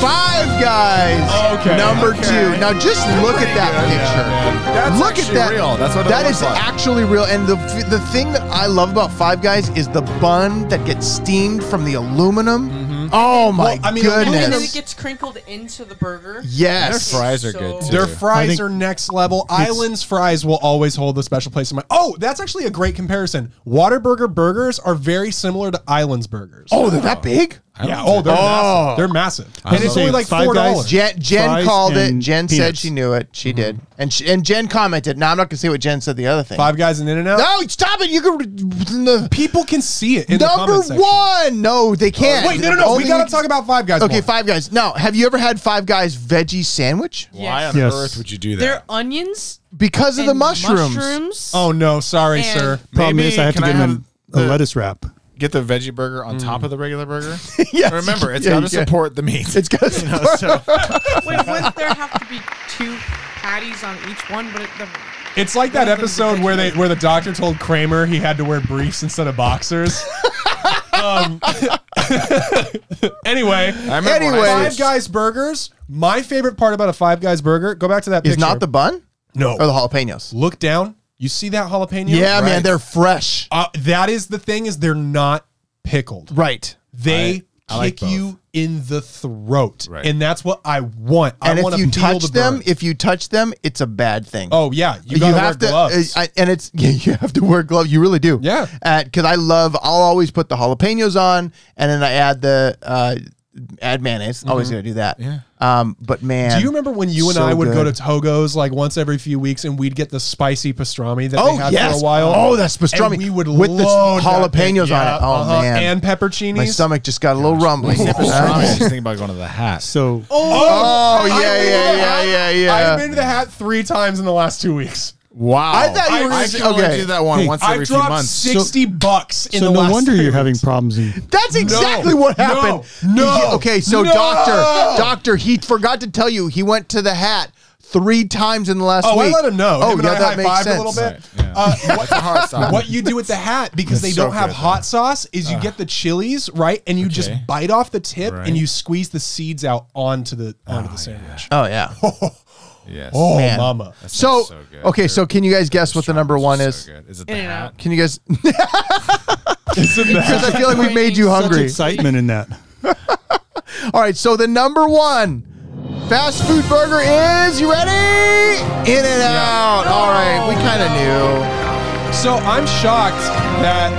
[SPEAKER 3] Five Guys.
[SPEAKER 2] Okay,
[SPEAKER 3] Number two. Now just look at that
[SPEAKER 4] good,
[SPEAKER 3] picture.
[SPEAKER 4] That's
[SPEAKER 3] look at
[SPEAKER 4] actually
[SPEAKER 3] that.
[SPEAKER 4] real. That's what it
[SPEAKER 3] that
[SPEAKER 4] looks
[SPEAKER 3] is
[SPEAKER 4] like.
[SPEAKER 3] actually real. And the f- the thing that I love about Five Guys is the bun that gets steamed from the aluminum.
[SPEAKER 4] Mm-hmm.
[SPEAKER 3] Oh my
[SPEAKER 2] Well, I mean,
[SPEAKER 6] And then it
[SPEAKER 3] goodness.
[SPEAKER 6] gets crinkled into the burger.
[SPEAKER 3] Yes.
[SPEAKER 4] Their fries are
[SPEAKER 6] So-
[SPEAKER 4] good too.
[SPEAKER 2] Their
[SPEAKER 5] I
[SPEAKER 2] fries
[SPEAKER 5] think-
[SPEAKER 2] are next level. Island's fries will always hold a special place in my. Oh, that's actually a great comparison. Waterburger burgers are very similar to Island's burgers.
[SPEAKER 3] Oh, they're that big?
[SPEAKER 4] I
[SPEAKER 2] yeah.
[SPEAKER 4] don't
[SPEAKER 2] Oh,
[SPEAKER 4] think-
[SPEAKER 2] they're
[SPEAKER 3] Oh.
[SPEAKER 2] massive. They're massive, and
[SPEAKER 4] love
[SPEAKER 2] it's only
[SPEAKER 5] it.
[SPEAKER 2] like
[SPEAKER 5] Five
[SPEAKER 2] four
[SPEAKER 5] Guys
[SPEAKER 2] dollars.
[SPEAKER 3] Jen, Jen
[SPEAKER 5] Fries
[SPEAKER 3] called it.
[SPEAKER 5] and
[SPEAKER 3] Jen said
[SPEAKER 5] peanuts.
[SPEAKER 3] she knew it.
[SPEAKER 2] Mm-hmm.
[SPEAKER 3] She did, and she, and Jen commented. Now I'm not going to say what Jen said. The other thing.
[SPEAKER 2] Five Guys and In and Out.
[SPEAKER 3] No, stop it! You can.
[SPEAKER 2] People can see it in the
[SPEAKER 3] number
[SPEAKER 2] comment section. Oh,
[SPEAKER 3] one. No, they can't.
[SPEAKER 2] Wait, no, no, no.
[SPEAKER 3] Only-
[SPEAKER 2] we gotta talk about Five Guys.
[SPEAKER 3] Okay,
[SPEAKER 2] more.
[SPEAKER 3] Five Guys. Now, have you ever had Five Guys veggie sandwich
[SPEAKER 4] Why on
[SPEAKER 5] Yes.
[SPEAKER 4] earth would you do
[SPEAKER 6] Their
[SPEAKER 4] that?
[SPEAKER 6] onions
[SPEAKER 3] because of
[SPEAKER 6] and
[SPEAKER 3] the mushrooms?
[SPEAKER 6] mushrooms.
[SPEAKER 2] Oh no, sorry,
[SPEAKER 6] And-
[SPEAKER 2] sir.
[SPEAKER 5] Problem
[SPEAKER 4] Maybe-
[SPEAKER 5] is, I have to
[SPEAKER 4] can
[SPEAKER 5] give
[SPEAKER 4] I
[SPEAKER 5] him
[SPEAKER 4] have
[SPEAKER 5] a
[SPEAKER 4] the-
[SPEAKER 5] lettuce wrap.
[SPEAKER 4] Get the veggie burger on top of the regular burger.
[SPEAKER 3] Mm. Yes.
[SPEAKER 4] Remember, it's
[SPEAKER 3] Yeah,
[SPEAKER 4] got
[SPEAKER 3] you
[SPEAKER 4] to
[SPEAKER 3] can.
[SPEAKER 4] support the meat.
[SPEAKER 3] It's because
[SPEAKER 4] You know, so
[SPEAKER 6] Wait, wouldn't there have to be two patties on each one? But it, the,
[SPEAKER 2] It's like that episode where they where the doctor told Kramer he had to wear briefs instead of boxers. um, anyway,
[SPEAKER 4] I remember when I
[SPEAKER 3] Anyway.
[SPEAKER 2] Five
[SPEAKER 4] first-
[SPEAKER 2] Guys burgers. My favorite part about a Five Guys burger. Go back to that.
[SPEAKER 3] is
[SPEAKER 2] picture.
[SPEAKER 3] not the bun
[SPEAKER 2] no.
[SPEAKER 3] or the jalapenos.
[SPEAKER 2] Look down. You see that jalapeno?
[SPEAKER 3] Yeah, man,
[SPEAKER 2] Right.
[SPEAKER 3] they're fresh.
[SPEAKER 2] Uh, that is the thing is they're not pickled.
[SPEAKER 3] Right.
[SPEAKER 2] They
[SPEAKER 4] I like
[SPEAKER 2] kick
[SPEAKER 4] both.
[SPEAKER 2] you in the throat,
[SPEAKER 4] Right.
[SPEAKER 2] and that's what I want.
[SPEAKER 3] And
[SPEAKER 2] I want
[SPEAKER 3] if
[SPEAKER 2] to
[SPEAKER 3] you
[SPEAKER 2] feel
[SPEAKER 3] touch
[SPEAKER 2] the
[SPEAKER 3] them,
[SPEAKER 2] burn.
[SPEAKER 3] if you touch them, it's a bad thing.
[SPEAKER 2] oh yeah, you gotta wear gloves.
[SPEAKER 3] uh, I, and it's yeah, you have to wear gloves. You really do.
[SPEAKER 2] Yeah.
[SPEAKER 3] because I love. I'll always put the jalapenos on, and then I add the uh, add mayonnaise. Always gonna do that.
[SPEAKER 4] Yeah.
[SPEAKER 3] Um, but man,
[SPEAKER 2] Mm-hmm. Do you remember when you and
[SPEAKER 3] so
[SPEAKER 2] I would go to
[SPEAKER 3] good.
[SPEAKER 2] Togo's like once every few weeks and we'd get the spicy pastrami that
[SPEAKER 3] Oh
[SPEAKER 2] they had
[SPEAKER 3] yes!
[SPEAKER 2] for a while?
[SPEAKER 3] Oh, that's pastrami
[SPEAKER 2] And we would
[SPEAKER 3] with the
[SPEAKER 2] load that thing.
[SPEAKER 3] jalapenos on
[SPEAKER 2] Yeah,
[SPEAKER 3] it. Oh
[SPEAKER 2] uh-huh.
[SPEAKER 3] man,
[SPEAKER 2] And pepperoncinis.
[SPEAKER 3] my stomach just got a little rumbling.
[SPEAKER 4] I was just thinking about going to the hat.
[SPEAKER 5] So
[SPEAKER 2] Oh,
[SPEAKER 3] Oh, yeah,
[SPEAKER 2] I've been
[SPEAKER 3] yeah,
[SPEAKER 2] to the
[SPEAKER 3] yeah,
[SPEAKER 2] hat-
[SPEAKER 3] yeah, yeah.
[SPEAKER 2] I've been to the hat three times in the last two weeks.
[SPEAKER 4] wow.
[SPEAKER 3] I thought you were
[SPEAKER 4] I
[SPEAKER 3] just-
[SPEAKER 4] can only
[SPEAKER 3] okay.
[SPEAKER 4] do that one once
[SPEAKER 2] I've
[SPEAKER 4] every few
[SPEAKER 2] dropped
[SPEAKER 4] months.
[SPEAKER 2] sixty bucks in
[SPEAKER 5] so
[SPEAKER 2] the
[SPEAKER 5] no
[SPEAKER 2] last
[SPEAKER 5] wonder
[SPEAKER 2] three
[SPEAKER 5] you're
[SPEAKER 2] weeks.
[SPEAKER 5] having problems. In,
[SPEAKER 3] That's exactly what
[SPEAKER 2] no,
[SPEAKER 3] happened.
[SPEAKER 2] no,
[SPEAKER 3] He- okay, so
[SPEAKER 2] no.
[SPEAKER 3] doctor, doctor, he forgot to tell you he went to the hat three times in the last
[SPEAKER 2] Oh, I
[SPEAKER 3] week.
[SPEAKER 2] let him know.
[SPEAKER 3] Oh,
[SPEAKER 2] Him and
[SPEAKER 3] yeah,
[SPEAKER 2] I
[SPEAKER 3] that makes
[SPEAKER 2] high-fived
[SPEAKER 3] sense.
[SPEAKER 2] a little bit.
[SPEAKER 4] Right, yeah.
[SPEAKER 2] Uh, what,
[SPEAKER 4] That's a hard stop.
[SPEAKER 2] what you do with the hat because they
[SPEAKER 4] That's so
[SPEAKER 2] don't have
[SPEAKER 4] good,
[SPEAKER 2] hot
[SPEAKER 4] though. Ah.
[SPEAKER 2] sauce is you get the chilies right and you
[SPEAKER 4] Okay.
[SPEAKER 2] just bite off the tip
[SPEAKER 4] Right. Ah,
[SPEAKER 2] and you squeeze the seeds out onto the onto the sandwich.
[SPEAKER 3] Oh yeah.
[SPEAKER 4] Yes.
[SPEAKER 2] Oh,
[SPEAKER 3] Man.
[SPEAKER 2] mama!
[SPEAKER 3] So,
[SPEAKER 4] so good.
[SPEAKER 3] okay, so can you guys guess what the
[SPEAKER 4] Strong
[SPEAKER 3] number one
[SPEAKER 4] so
[SPEAKER 3] is?
[SPEAKER 4] good. Is it the
[SPEAKER 6] In and
[SPEAKER 4] hat?
[SPEAKER 3] Can you guys? Because I feel like we made you
[SPEAKER 5] such
[SPEAKER 3] hungry.
[SPEAKER 5] excitement in that.
[SPEAKER 3] All right, so the number one fast food burger is you ready? In and out. All right, we kind of knew.
[SPEAKER 2] So I'm shocked that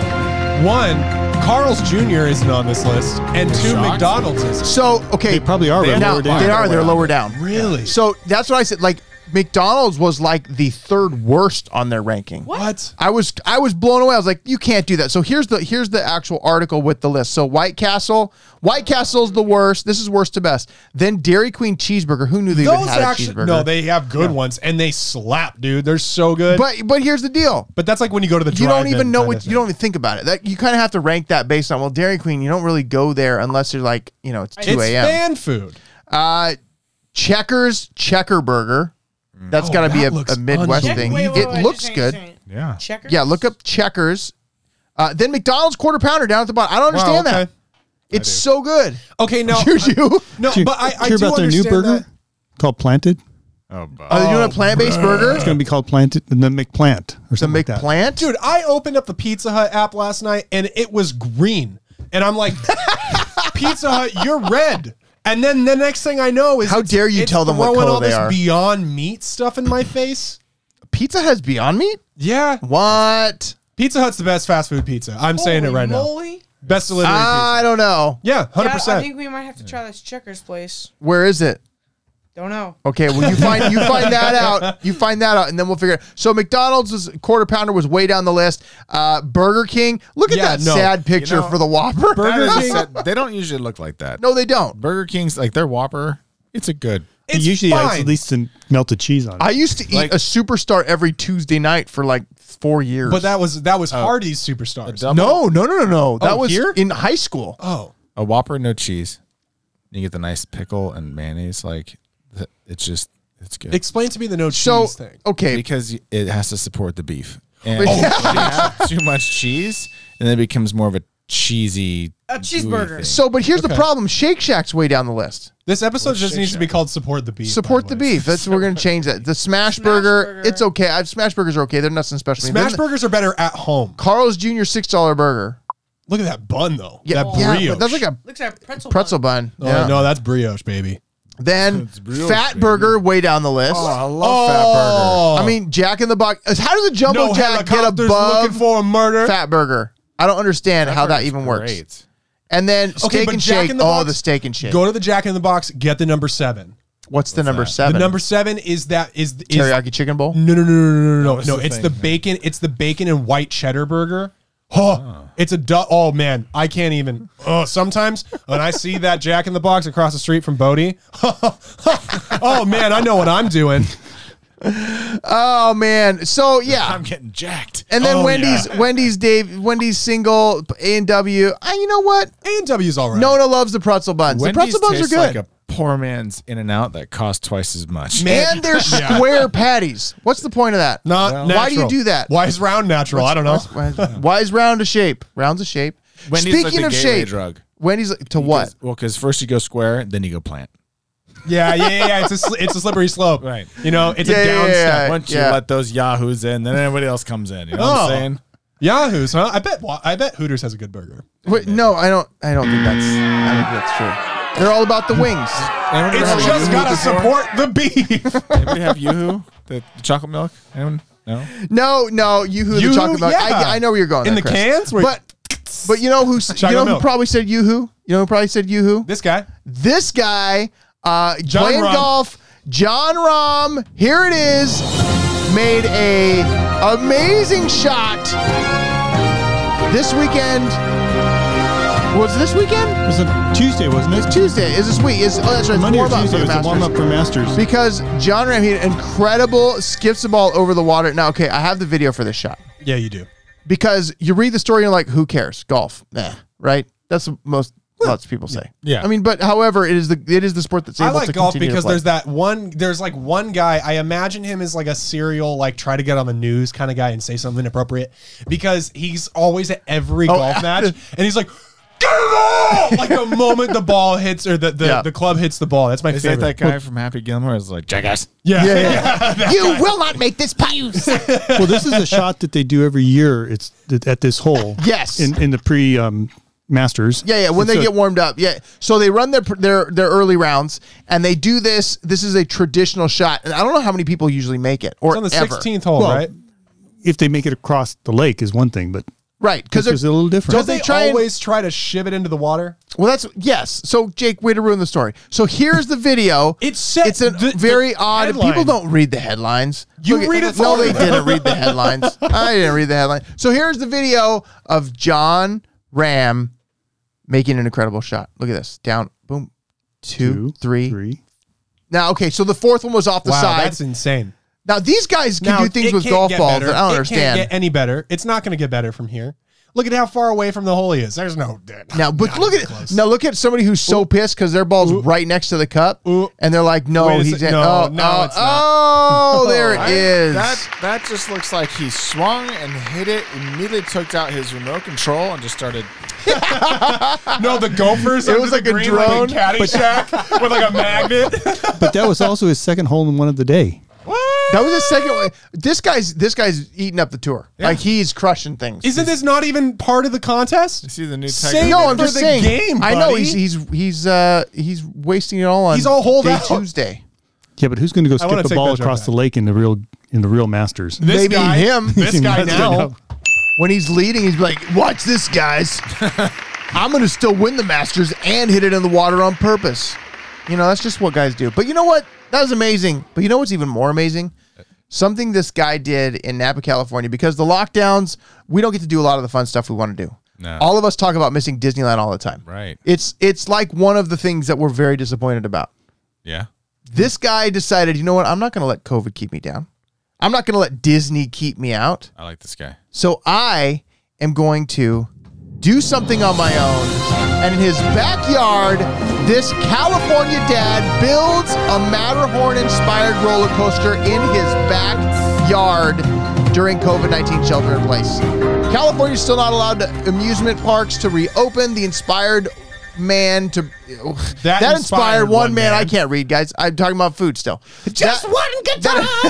[SPEAKER 2] one Carl's Jr. isn't on this list and two
[SPEAKER 4] shocked?
[SPEAKER 2] McDonald's is
[SPEAKER 3] So okay,
[SPEAKER 5] They probably are
[SPEAKER 2] They-
[SPEAKER 5] lower
[SPEAKER 2] now-
[SPEAKER 3] now
[SPEAKER 5] down.
[SPEAKER 3] they are they're lower down.
[SPEAKER 2] really
[SPEAKER 3] So that's what I said. Like McDonald's was like the third worst on their ranking.
[SPEAKER 6] What?
[SPEAKER 2] what?
[SPEAKER 3] I was I was blown away. I was like, you can't do that. So here's the here's the actual article with the list. So White Castle, White Castle's the worst. This is worst to best. Then Dairy Queen cheeseburger. Who knew they even
[SPEAKER 2] Those
[SPEAKER 3] had a
[SPEAKER 2] actually
[SPEAKER 3] cheeseburger?
[SPEAKER 2] no, they have good ones and they slap, dude. They're so good. But,
[SPEAKER 3] But but here's the deal.
[SPEAKER 2] that's like when you go to the
[SPEAKER 3] You don't
[SPEAKER 2] drive-in
[SPEAKER 3] even know
[SPEAKER 2] kinda
[SPEAKER 3] what
[SPEAKER 2] thing.
[SPEAKER 3] you don't even think about it. That you kind of have to rank that based on well, Dairy Queen. You don't really go there unless you're like you know it's two
[SPEAKER 2] It's
[SPEAKER 3] a.m.
[SPEAKER 2] fan food.
[SPEAKER 3] Uh, Checkers Checker Burger. That's got to be
[SPEAKER 2] that
[SPEAKER 3] a,
[SPEAKER 2] looks
[SPEAKER 3] a Midwest
[SPEAKER 2] unhealthy.
[SPEAKER 3] thing.
[SPEAKER 6] Wait, wait,
[SPEAKER 3] it
[SPEAKER 6] wait,
[SPEAKER 3] looks
[SPEAKER 6] just a
[SPEAKER 3] good.
[SPEAKER 6] second.
[SPEAKER 4] Yeah.
[SPEAKER 6] Checkers.
[SPEAKER 3] Yeah, look up Checkers. Uh, then McDonald's quarter pounder down at the bottom. I don't understand
[SPEAKER 2] okay.
[SPEAKER 3] that. It's so good.
[SPEAKER 2] Okay, no,
[SPEAKER 3] Do you?
[SPEAKER 2] no,
[SPEAKER 5] Do you
[SPEAKER 2] but I, I
[SPEAKER 5] hear
[SPEAKER 2] do
[SPEAKER 5] about their new
[SPEAKER 2] understand
[SPEAKER 5] burger
[SPEAKER 2] that.
[SPEAKER 5] called Planted.
[SPEAKER 4] Oh,
[SPEAKER 3] Are
[SPEAKER 4] but
[SPEAKER 3] they doing a plant-based burger?
[SPEAKER 5] It's going to be called Planted and then McPlant or
[SPEAKER 3] The
[SPEAKER 5] something like that.
[SPEAKER 3] McPlant?
[SPEAKER 2] Dude, I opened up the Pizza Hut app last night and it was green. And I'm like, Pizza Hut, you're red. And then the next thing I know is
[SPEAKER 3] How
[SPEAKER 2] it's-
[SPEAKER 3] dare you
[SPEAKER 2] it's
[SPEAKER 3] tell them what
[SPEAKER 2] throwing
[SPEAKER 3] color
[SPEAKER 2] all
[SPEAKER 3] they
[SPEAKER 2] this
[SPEAKER 3] are.
[SPEAKER 2] Beyond Meat stuff in my face.
[SPEAKER 3] Pizza has Beyond Meat?
[SPEAKER 2] Yeah,
[SPEAKER 3] What?
[SPEAKER 2] Pizza Hut's the best fast food pizza. I'm saying it right
[SPEAKER 6] moly.
[SPEAKER 2] now. Best delivery
[SPEAKER 3] Uh, I don't know.
[SPEAKER 2] pizza. Yeah, hundred
[SPEAKER 6] Yeah, I
[SPEAKER 2] percent.
[SPEAKER 6] think we might have to try this Checkers place.
[SPEAKER 3] Where is it?
[SPEAKER 6] Don't know.
[SPEAKER 3] Okay, well you find you find that out. You find that out, and then we'll figure. it So McDonald's is quarter pounder was way down the list. Uh, Burger King, look at
[SPEAKER 2] Yeah,
[SPEAKER 3] that
[SPEAKER 2] no.
[SPEAKER 3] sad picture
[SPEAKER 4] You know,
[SPEAKER 3] for the Whopper.
[SPEAKER 4] That
[SPEAKER 2] Burger
[SPEAKER 4] is
[SPEAKER 2] King-
[SPEAKER 4] sad. they don't usually look like that.
[SPEAKER 3] no, they don't.
[SPEAKER 4] Burger King's like their Whopper. It's a good.
[SPEAKER 5] It
[SPEAKER 2] It's
[SPEAKER 5] usually has
[SPEAKER 2] fine.
[SPEAKER 5] at least some melted cheese on it.
[SPEAKER 3] I used to eat
[SPEAKER 4] Like-
[SPEAKER 3] a superstar every Tuesday night for like four years.
[SPEAKER 2] But that was that was Hardee's superstars.
[SPEAKER 4] Double,
[SPEAKER 3] no, no, no, no, no. That
[SPEAKER 2] Oh,
[SPEAKER 3] was
[SPEAKER 2] here?
[SPEAKER 3] in high school.
[SPEAKER 2] Oh,
[SPEAKER 4] a Whopper, no cheese. You get the nice pickle and mayonnaise. Like th- it's just it's good
[SPEAKER 2] explain to me the no cheese
[SPEAKER 3] So
[SPEAKER 2] thing.
[SPEAKER 3] okay,
[SPEAKER 4] because it has to support the beef. And when you have too much cheese, and then it becomes more of a cheesy
[SPEAKER 6] A
[SPEAKER 4] gooey
[SPEAKER 6] cheeseburger.
[SPEAKER 4] thing.
[SPEAKER 3] so but here's the
[SPEAKER 2] Okay.
[SPEAKER 3] problem: Shake Shack's way down the list.
[SPEAKER 2] This episode just needs to be called "Support the Beef."
[SPEAKER 3] Support
[SPEAKER 2] by
[SPEAKER 3] the
[SPEAKER 2] way.
[SPEAKER 3] beef. That's we're gonna change that. The Smash, burger,
[SPEAKER 6] Burger.
[SPEAKER 3] it's okay. I've Smash burgers are okay. They're nothing special.
[SPEAKER 2] Smash burgers are better at home.
[SPEAKER 3] Carl's Jr. six dollar burger.
[SPEAKER 2] Look at that bun though.
[SPEAKER 3] Yeah,
[SPEAKER 2] that
[SPEAKER 3] yeah, but
[SPEAKER 2] brioche.
[SPEAKER 3] that's like a
[SPEAKER 6] Looks like a pretzel.
[SPEAKER 3] pretzel
[SPEAKER 6] bun.
[SPEAKER 3] bun.
[SPEAKER 2] Oh,
[SPEAKER 3] yeah.
[SPEAKER 2] no, that's brioche, baby.
[SPEAKER 3] Then
[SPEAKER 4] brioche,
[SPEAKER 3] Fat
[SPEAKER 4] baby.
[SPEAKER 3] Burger way down the list. Oh.
[SPEAKER 4] Oh, I love Fat Burger.
[SPEAKER 3] I mean, Jack in the Box. How does a Jumbo
[SPEAKER 2] no
[SPEAKER 3] Jack get
[SPEAKER 2] helicopters looking
[SPEAKER 3] above
[SPEAKER 2] for a murder.
[SPEAKER 3] Fat Burger? I don't understand how that even works.
[SPEAKER 4] Great.
[SPEAKER 3] And then Steak
[SPEAKER 2] Okay, but
[SPEAKER 3] and
[SPEAKER 2] Jack
[SPEAKER 3] Shake.
[SPEAKER 2] in the
[SPEAKER 3] oh,
[SPEAKER 2] Box-
[SPEAKER 3] the Steak and Shake.
[SPEAKER 2] Go to the Jack in the Box. Get the number seven.
[SPEAKER 3] What's the number
[SPEAKER 2] The
[SPEAKER 3] seven?
[SPEAKER 2] number seven is that is, is
[SPEAKER 3] teriyaki chicken bowl.
[SPEAKER 2] No, no, no, no, no, no, no.
[SPEAKER 4] it's
[SPEAKER 2] no
[SPEAKER 4] the
[SPEAKER 2] it's
[SPEAKER 4] thing,
[SPEAKER 2] the
[SPEAKER 4] yeah.
[SPEAKER 2] bacon. It's the bacon and white cheddar burger. Oh,
[SPEAKER 4] Ah.
[SPEAKER 2] it's a du- oh man, I can't even. Oh, sometimes when I see that Jack in the Box across the street from Bodie, oh man, I know what I'm doing.
[SPEAKER 3] Oh man. So yeah.
[SPEAKER 4] I'm getting jacked.
[SPEAKER 3] And then
[SPEAKER 2] Oh,
[SPEAKER 3] Wendy's, Wendy's, Dave, Wendy's single A and W. You know what?
[SPEAKER 2] A and W's all right.
[SPEAKER 3] Nona loves the pretzel buns.
[SPEAKER 4] Oh, Wendy's
[SPEAKER 3] the pretzel buns are
[SPEAKER 4] tastes
[SPEAKER 3] good.
[SPEAKER 4] Like a poor man's In and Out that costs twice as much.
[SPEAKER 3] and they're square patties. What's the point of that?
[SPEAKER 2] not natural.
[SPEAKER 3] Why do you do that?
[SPEAKER 2] Why is round natural? I don't know.
[SPEAKER 3] Why is, why is round a shape? Round's a shape.
[SPEAKER 4] Wendy's like
[SPEAKER 3] Speaking
[SPEAKER 4] the
[SPEAKER 3] of
[SPEAKER 4] gateway
[SPEAKER 3] shape,
[SPEAKER 4] drug.
[SPEAKER 3] Wendy's like- to what?
[SPEAKER 4] 'Cause- Well, because first you go square, then you go plant.
[SPEAKER 2] Yeah, yeah, yeah. yeah. It's a sli- it's a slippery slope.
[SPEAKER 4] Right.
[SPEAKER 2] You know, it's
[SPEAKER 3] Yeah,
[SPEAKER 2] a
[SPEAKER 3] yeah,
[SPEAKER 2] down
[SPEAKER 3] yeah,
[SPEAKER 2] step.
[SPEAKER 3] yeah.
[SPEAKER 4] Once you let those yahoos in, then everybody else comes in. You know what
[SPEAKER 2] Oh.
[SPEAKER 4] I'm saying?
[SPEAKER 2] Yahoo's, huh? I bet. I bet Hooters has a good burger.
[SPEAKER 3] Wait, no, I don't. I don't think that's. I don't think that's true. They're all about the wings.
[SPEAKER 4] Anyone ever have
[SPEAKER 2] It's just
[SPEAKER 4] Yoo-hoo
[SPEAKER 2] gotta
[SPEAKER 4] before?
[SPEAKER 2] support the beef.
[SPEAKER 4] Anybody have Yoo-hoo? The the chocolate milk? Anyone? No.
[SPEAKER 3] No, no, you who
[SPEAKER 2] You
[SPEAKER 3] the chocolate milk.
[SPEAKER 2] yeah.
[SPEAKER 3] I, I know where you're going.
[SPEAKER 2] In
[SPEAKER 3] there,
[SPEAKER 2] the
[SPEAKER 3] Chris.
[SPEAKER 2] cans? Where-
[SPEAKER 3] but but you know who? s- You
[SPEAKER 2] Chocolate
[SPEAKER 3] know who
[SPEAKER 2] milk.
[SPEAKER 3] probably said you who? You know who probably said you who?
[SPEAKER 2] This guy.
[SPEAKER 3] This guy uh,
[SPEAKER 2] John
[SPEAKER 3] playing
[SPEAKER 2] Rahm.
[SPEAKER 3] golf. John Rahm. Here it is. Made a amazing shot this weekend. Was it this weekend?
[SPEAKER 5] it was a Tuesday, wasn't
[SPEAKER 3] It's
[SPEAKER 5] it?
[SPEAKER 3] Tuesday. Is this week? Is oh, that's right. It's
[SPEAKER 5] Monday or
[SPEAKER 3] warm up for
[SPEAKER 5] Tuesday
[SPEAKER 3] the
[SPEAKER 5] was the
[SPEAKER 3] Masters.
[SPEAKER 5] warm up for Masters.
[SPEAKER 3] Because John Ram, he had an incredible skips the ball over the water. Now, okay, I have the video for this shot.
[SPEAKER 2] Yeah, you do.
[SPEAKER 3] Because you read the story and you're like, who cares? Golf. Nah, right? That's what most lots of people say.
[SPEAKER 2] Yeah.
[SPEAKER 3] I mean, but however, it is the it is the sport that's
[SPEAKER 2] I
[SPEAKER 3] able
[SPEAKER 2] like
[SPEAKER 3] to
[SPEAKER 2] golf
[SPEAKER 3] continue to
[SPEAKER 2] because
[SPEAKER 3] play.
[SPEAKER 2] there's that one. There's like one guy. I imagine him as like a serial, like try to get on the news kind of guy and say something inappropriate because he's always at every golf match and he's like, "Get it all!" Like the moment the ball hits or the the,
[SPEAKER 3] Yeah.
[SPEAKER 2] the club hits the ball. That's my
[SPEAKER 4] Is that
[SPEAKER 2] favorite.
[SPEAKER 4] that guy from Happy Gilmore? Is like jackass.
[SPEAKER 2] yeah.
[SPEAKER 3] Yeah, yeah. you will not make this putt.
[SPEAKER 5] well, this is a shot that they do every year. It's th- at this hole.
[SPEAKER 3] Yes.
[SPEAKER 5] In, in the pre um, Masters.
[SPEAKER 3] Yeah, yeah. When
[SPEAKER 5] And
[SPEAKER 3] they
[SPEAKER 5] so-
[SPEAKER 3] get warmed up, yeah. So they run their their their early rounds, and they do this. This is a traditional shot, and I don't know how many people usually make it or
[SPEAKER 2] It's on the
[SPEAKER 3] ever.
[SPEAKER 2] 16th hole,
[SPEAKER 5] Well,
[SPEAKER 2] right?
[SPEAKER 5] If they make it across the lake is one thing, but
[SPEAKER 3] right? Because
[SPEAKER 5] this is a little different.
[SPEAKER 3] Don't
[SPEAKER 2] Don't
[SPEAKER 3] they
[SPEAKER 2] they,
[SPEAKER 3] try and-
[SPEAKER 2] always try to shiv it into the water?
[SPEAKER 3] Well, that's yes. So Jake, way to ruin the story. So here's the video.
[SPEAKER 2] It said-
[SPEAKER 3] it's a
[SPEAKER 2] the- the
[SPEAKER 3] very odd.
[SPEAKER 2] headline.
[SPEAKER 3] People don't read the headlines.
[SPEAKER 2] You
[SPEAKER 3] Look at-
[SPEAKER 2] read it
[SPEAKER 3] No,
[SPEAKER 2] for
[SPEAKER 3] they
[SPEAKER 2] me.
[SPEAKER 3] didn't read the headlines. I didn't read the headline. So here's the video of John Ram making an incredible shot. Look at this. Down, boom, two, three. Now, okay. So the fourth one was off the
[SPEAKER 2] Wow,
[SPEAKER 3] side.
[SPEAKER 2] that's insane.
[SPEAKER 3] now these guys can do things
[SPEAKER 2] it
[SPEAKER 3] with
[SPEAKER 2] can't
[SPEAKER 3] golf
[SPEAKER 2] get
[SPEAKER 3] balls
[SPEAKER 2] better.
[SPEAKER 3] that I don't
[SPEAKER 2] it
[SPEAKER 3] understand.
[SPEAKER 2] Can't get any better? It's not going to get better from here. Look at how far away from the hole he is. There's no.
[SPEAKER 3] Now, but
[SPEAKER 2] not
[SPEAKER 3] look
[SPEAKER 2] even
[SPEAKER 3] at it.
[SPEAKER 2] close.
[SPEAKER 3] Now look at somebody who's so pissed because their ball's right next to the cup,
[SPEAKER 2] Ooh.
[SPEAKER 3] and they're like, "No,
[SPEAKER 2] Wait a
[SPEAKER 3] he's
[SPEAKER 2] sec-
[SPEAKER 3] in-
[SPEAKER 2] no,
[SPEAKER 3] oh,
[SPEAKER 2] no,
[SPEAKER 3] oh,
[SPEAKER 2] it's not.
[SPEAKER 3] oh, there it is."
[SPEAKER 4] That that just looks like he swung and hit it. Immediately took out his remote control and just started.
[SPEAKER 2] No, the gophers. It was like a green, drone, like a Caddyshack with like a magnet.
[SPEAKER 5] But that was also his second hole in one of the day.
[SPEAKER 3] That was the second one. This guy's this guy's eating up the tour. Like he's crushing things.
[SPEAKER 2] Isn't this not even part of the contest?
[SPEAKER 4] See the new
[SPEAKER 2] Save
[SPEAKER 4] Tiger-
[SPEAKER 2] it
[SPEAKER 3] no, I'm
[SPEAKER 2] for
[SPEAKER 3] just
[SPEAKER 2] the
[SPEAKER 3] saying.
[SPEAKER 2] game,
[SPEAKER 3] I know
[SPEAKER 2] buddy.
[SPEAKER 3] he's he's he's uh he's wasting it all on.
[SPEAKER 2] He's all holed
[SPEAKER 3] day
[SPEAKER 2] out.
[SPEAKER 3] Tuesday.
[SPEAKER 5] Yeah, but who's going to go
[SPEAKER 2] wanna
[SPEAKER 5] skip the
[SPEAKER 2] take
[SPEAKER 5] ball
[SPEAKER 2] that job
[SPEAKER 5] across
[SPEAKER 2] back.
[SPEAKER 5] the lake in the real in the real Masters?
[SPEAKER 2] This
[SPEAKER 3] Maybe
[SPEAKER 2] guy,
[SPEAKER 3] him.
[SPEAKER 2] This guy
[SPEAKER 5] That's
[SPEAKER 2] now.
[SPEAKER 5] enough.
[SPEAKER 3] When he's leading, he's like, "Watch this, guys! I'm going to still win the Masters and hit it in the water on purpose." You know, that's just what guys do. But you know what? That was amazing. But you know what's even more amazing? Something this guy did in Napa, California, because the lockdowns, we don't get to do a lot of the fun stuff we want to do.
[SPEAKER 4] No.
[SPEAKER 3] All of us talk about missing Disneyland all the time.
[SPEAKER 4] Right.
[SPEAKER 3] It's it's like one of the things that we're very disappointed about.
[SPEAKER 4] Yeah.
[SPEAKER 3] this guy decided, you know what? I'm not going to let COVID keep me down. I'm not going to let Disney keep me out.
[SPEAKER 4] I like this guy.
[SPEAKER 3] So I am going to do something on my own. And in his backyard, this California dad builds a Matterhorn inspired roller coaster in his backyard during COVID 19 shelter in place. California's still not allowed to- amusement parks to reopen. The inspired man to that, inspired, one, man, I can't read guys i'm talking about food still just one guitar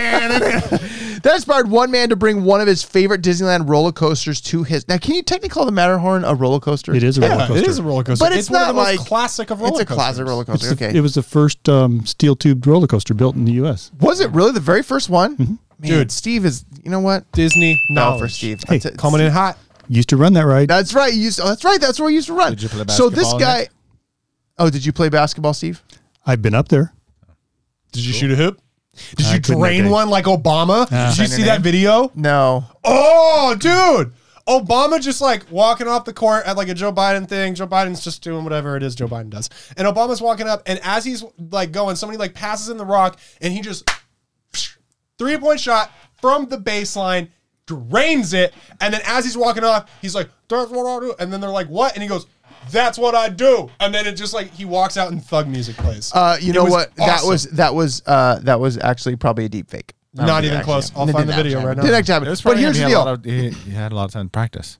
[SPEAKER 3] that inspired one man to bring one of his favorite Disneyland roller coasters to his. Now, can you technically call the Matterhorn a roller coaster?
[SPEAKER 5] It is a roller
[SPEAKER 2] Yeah,
[SPEAKER 5] coaster.
[SPEAKER 2] it is a roller coaster.
[SPEAKER 3] but it's,
[SPEAKER 2] one
[SPEAKER 3] not
[SPEAKER 2] of the
[SPEAKER 3] like
[SPEAKER 2] most classic of roller
[SPEAKER 3] It's a classic
[SPEAKER 2] coasters.
[SPEAKER 3] roller
[SPEAKER 5] It's
[SPEAKER 3] coaster.
[SPEAKER 5] the-
[SPEAKER 3] okay,
[SPEAKER 5] It was the first um, steel tubed roller coaster built in the U.S.
[SPEAKER 3] was it really the very first one?
[SPEAKER 5] Mm-hmm.
[SPEAKER 3] Man,
[SPEAKER 2] Dude.
[SPEAKER 3] Steve is. You know what?
[SPEAKER 2] Disney
[SPEAKER 3] No,
[SPEAKER 2] knowledge.
[SPEAKER 3] for Steve.
[SPEAKER 5] Hey,
[SPEAKER 3] That's it.
[SPEAKER 2] Coming in hot.
[SPEAKER 5] Used to run that ride.
[SPEAKER 3] That's right. You used. Oh, that's right. That's where you used to run.
[SPEAKER 4] Did you play
[SPEAKER 3] so this
[SPEAKER 4] basketball in
[SPEAKER 3] guy. Oh, did you play basketball, Steve?
[SPEAKER 5] I've been up there.
[SPEAKER 2] Did you shoot a hoop? Did
[SPEAKER 5] I
[SPEAKER 2] you
[SPEAKER 5] couldn't that
[SPEAKER 2] drain
[SPEAKER 5] day.
[SPEAKER 2] one like Obama? Did you see that video?
[SPEAKER 3] No.
[SPEAKER 2] Oh, dude. Obama just like walking off the court at like a Joe Biden thing. Joe Biden's just doing whatever it is Joe Biden does. And Obama's walking up, and as he's like going, somebody like passes him the rock, and he just three point shot from the baseline, drains it. And then as he's walking off, he's like, That's what I do. And then they're like, What? And he goes, That's what I do. And then it just like he walks out and thug music plays.
[SPEAKER 3] Uh, you
[SPEAKER 2] It
[SPEAKER 3] know
[SPEAKER 2] was
[SPEAKER 3] what? That
[SPEAKER 2] awesome.
[SPEAKER 3] was that was uh, that was actually probably a deep fake. I don't
[SPEAKER 2] Not
[SPEAKER 3] think it
[SPEAKER 2] even
[SPEAKER 3] actually
[SPEAKER 2] close.
[SPEAKER 3] happened.
[SPEAKER 2] I'll
[SPEAKER 3] It
[SPEAKER 2] find
[SPEAKER 3] didn't
[SPEAKER 2] the video
[SPEAKER 3] actually
[SPEAKER 2] right
[SPEAKER 3] happen. Didn't
[SPEAKER 2] now.
[SPEAKER 3] actually happen.
[SPEAKER 4] It was
[SPEAKER 3] But
[SPEAKER 4] probably
[SPEAKER 3] here's
[SPEAKER 4] he
[SPEAKER 3] the
[SPEAKER 4] had a
[SPEAKER 3] deal.
[SPEAKER 4] lot of- he, he had a lot of time to practice.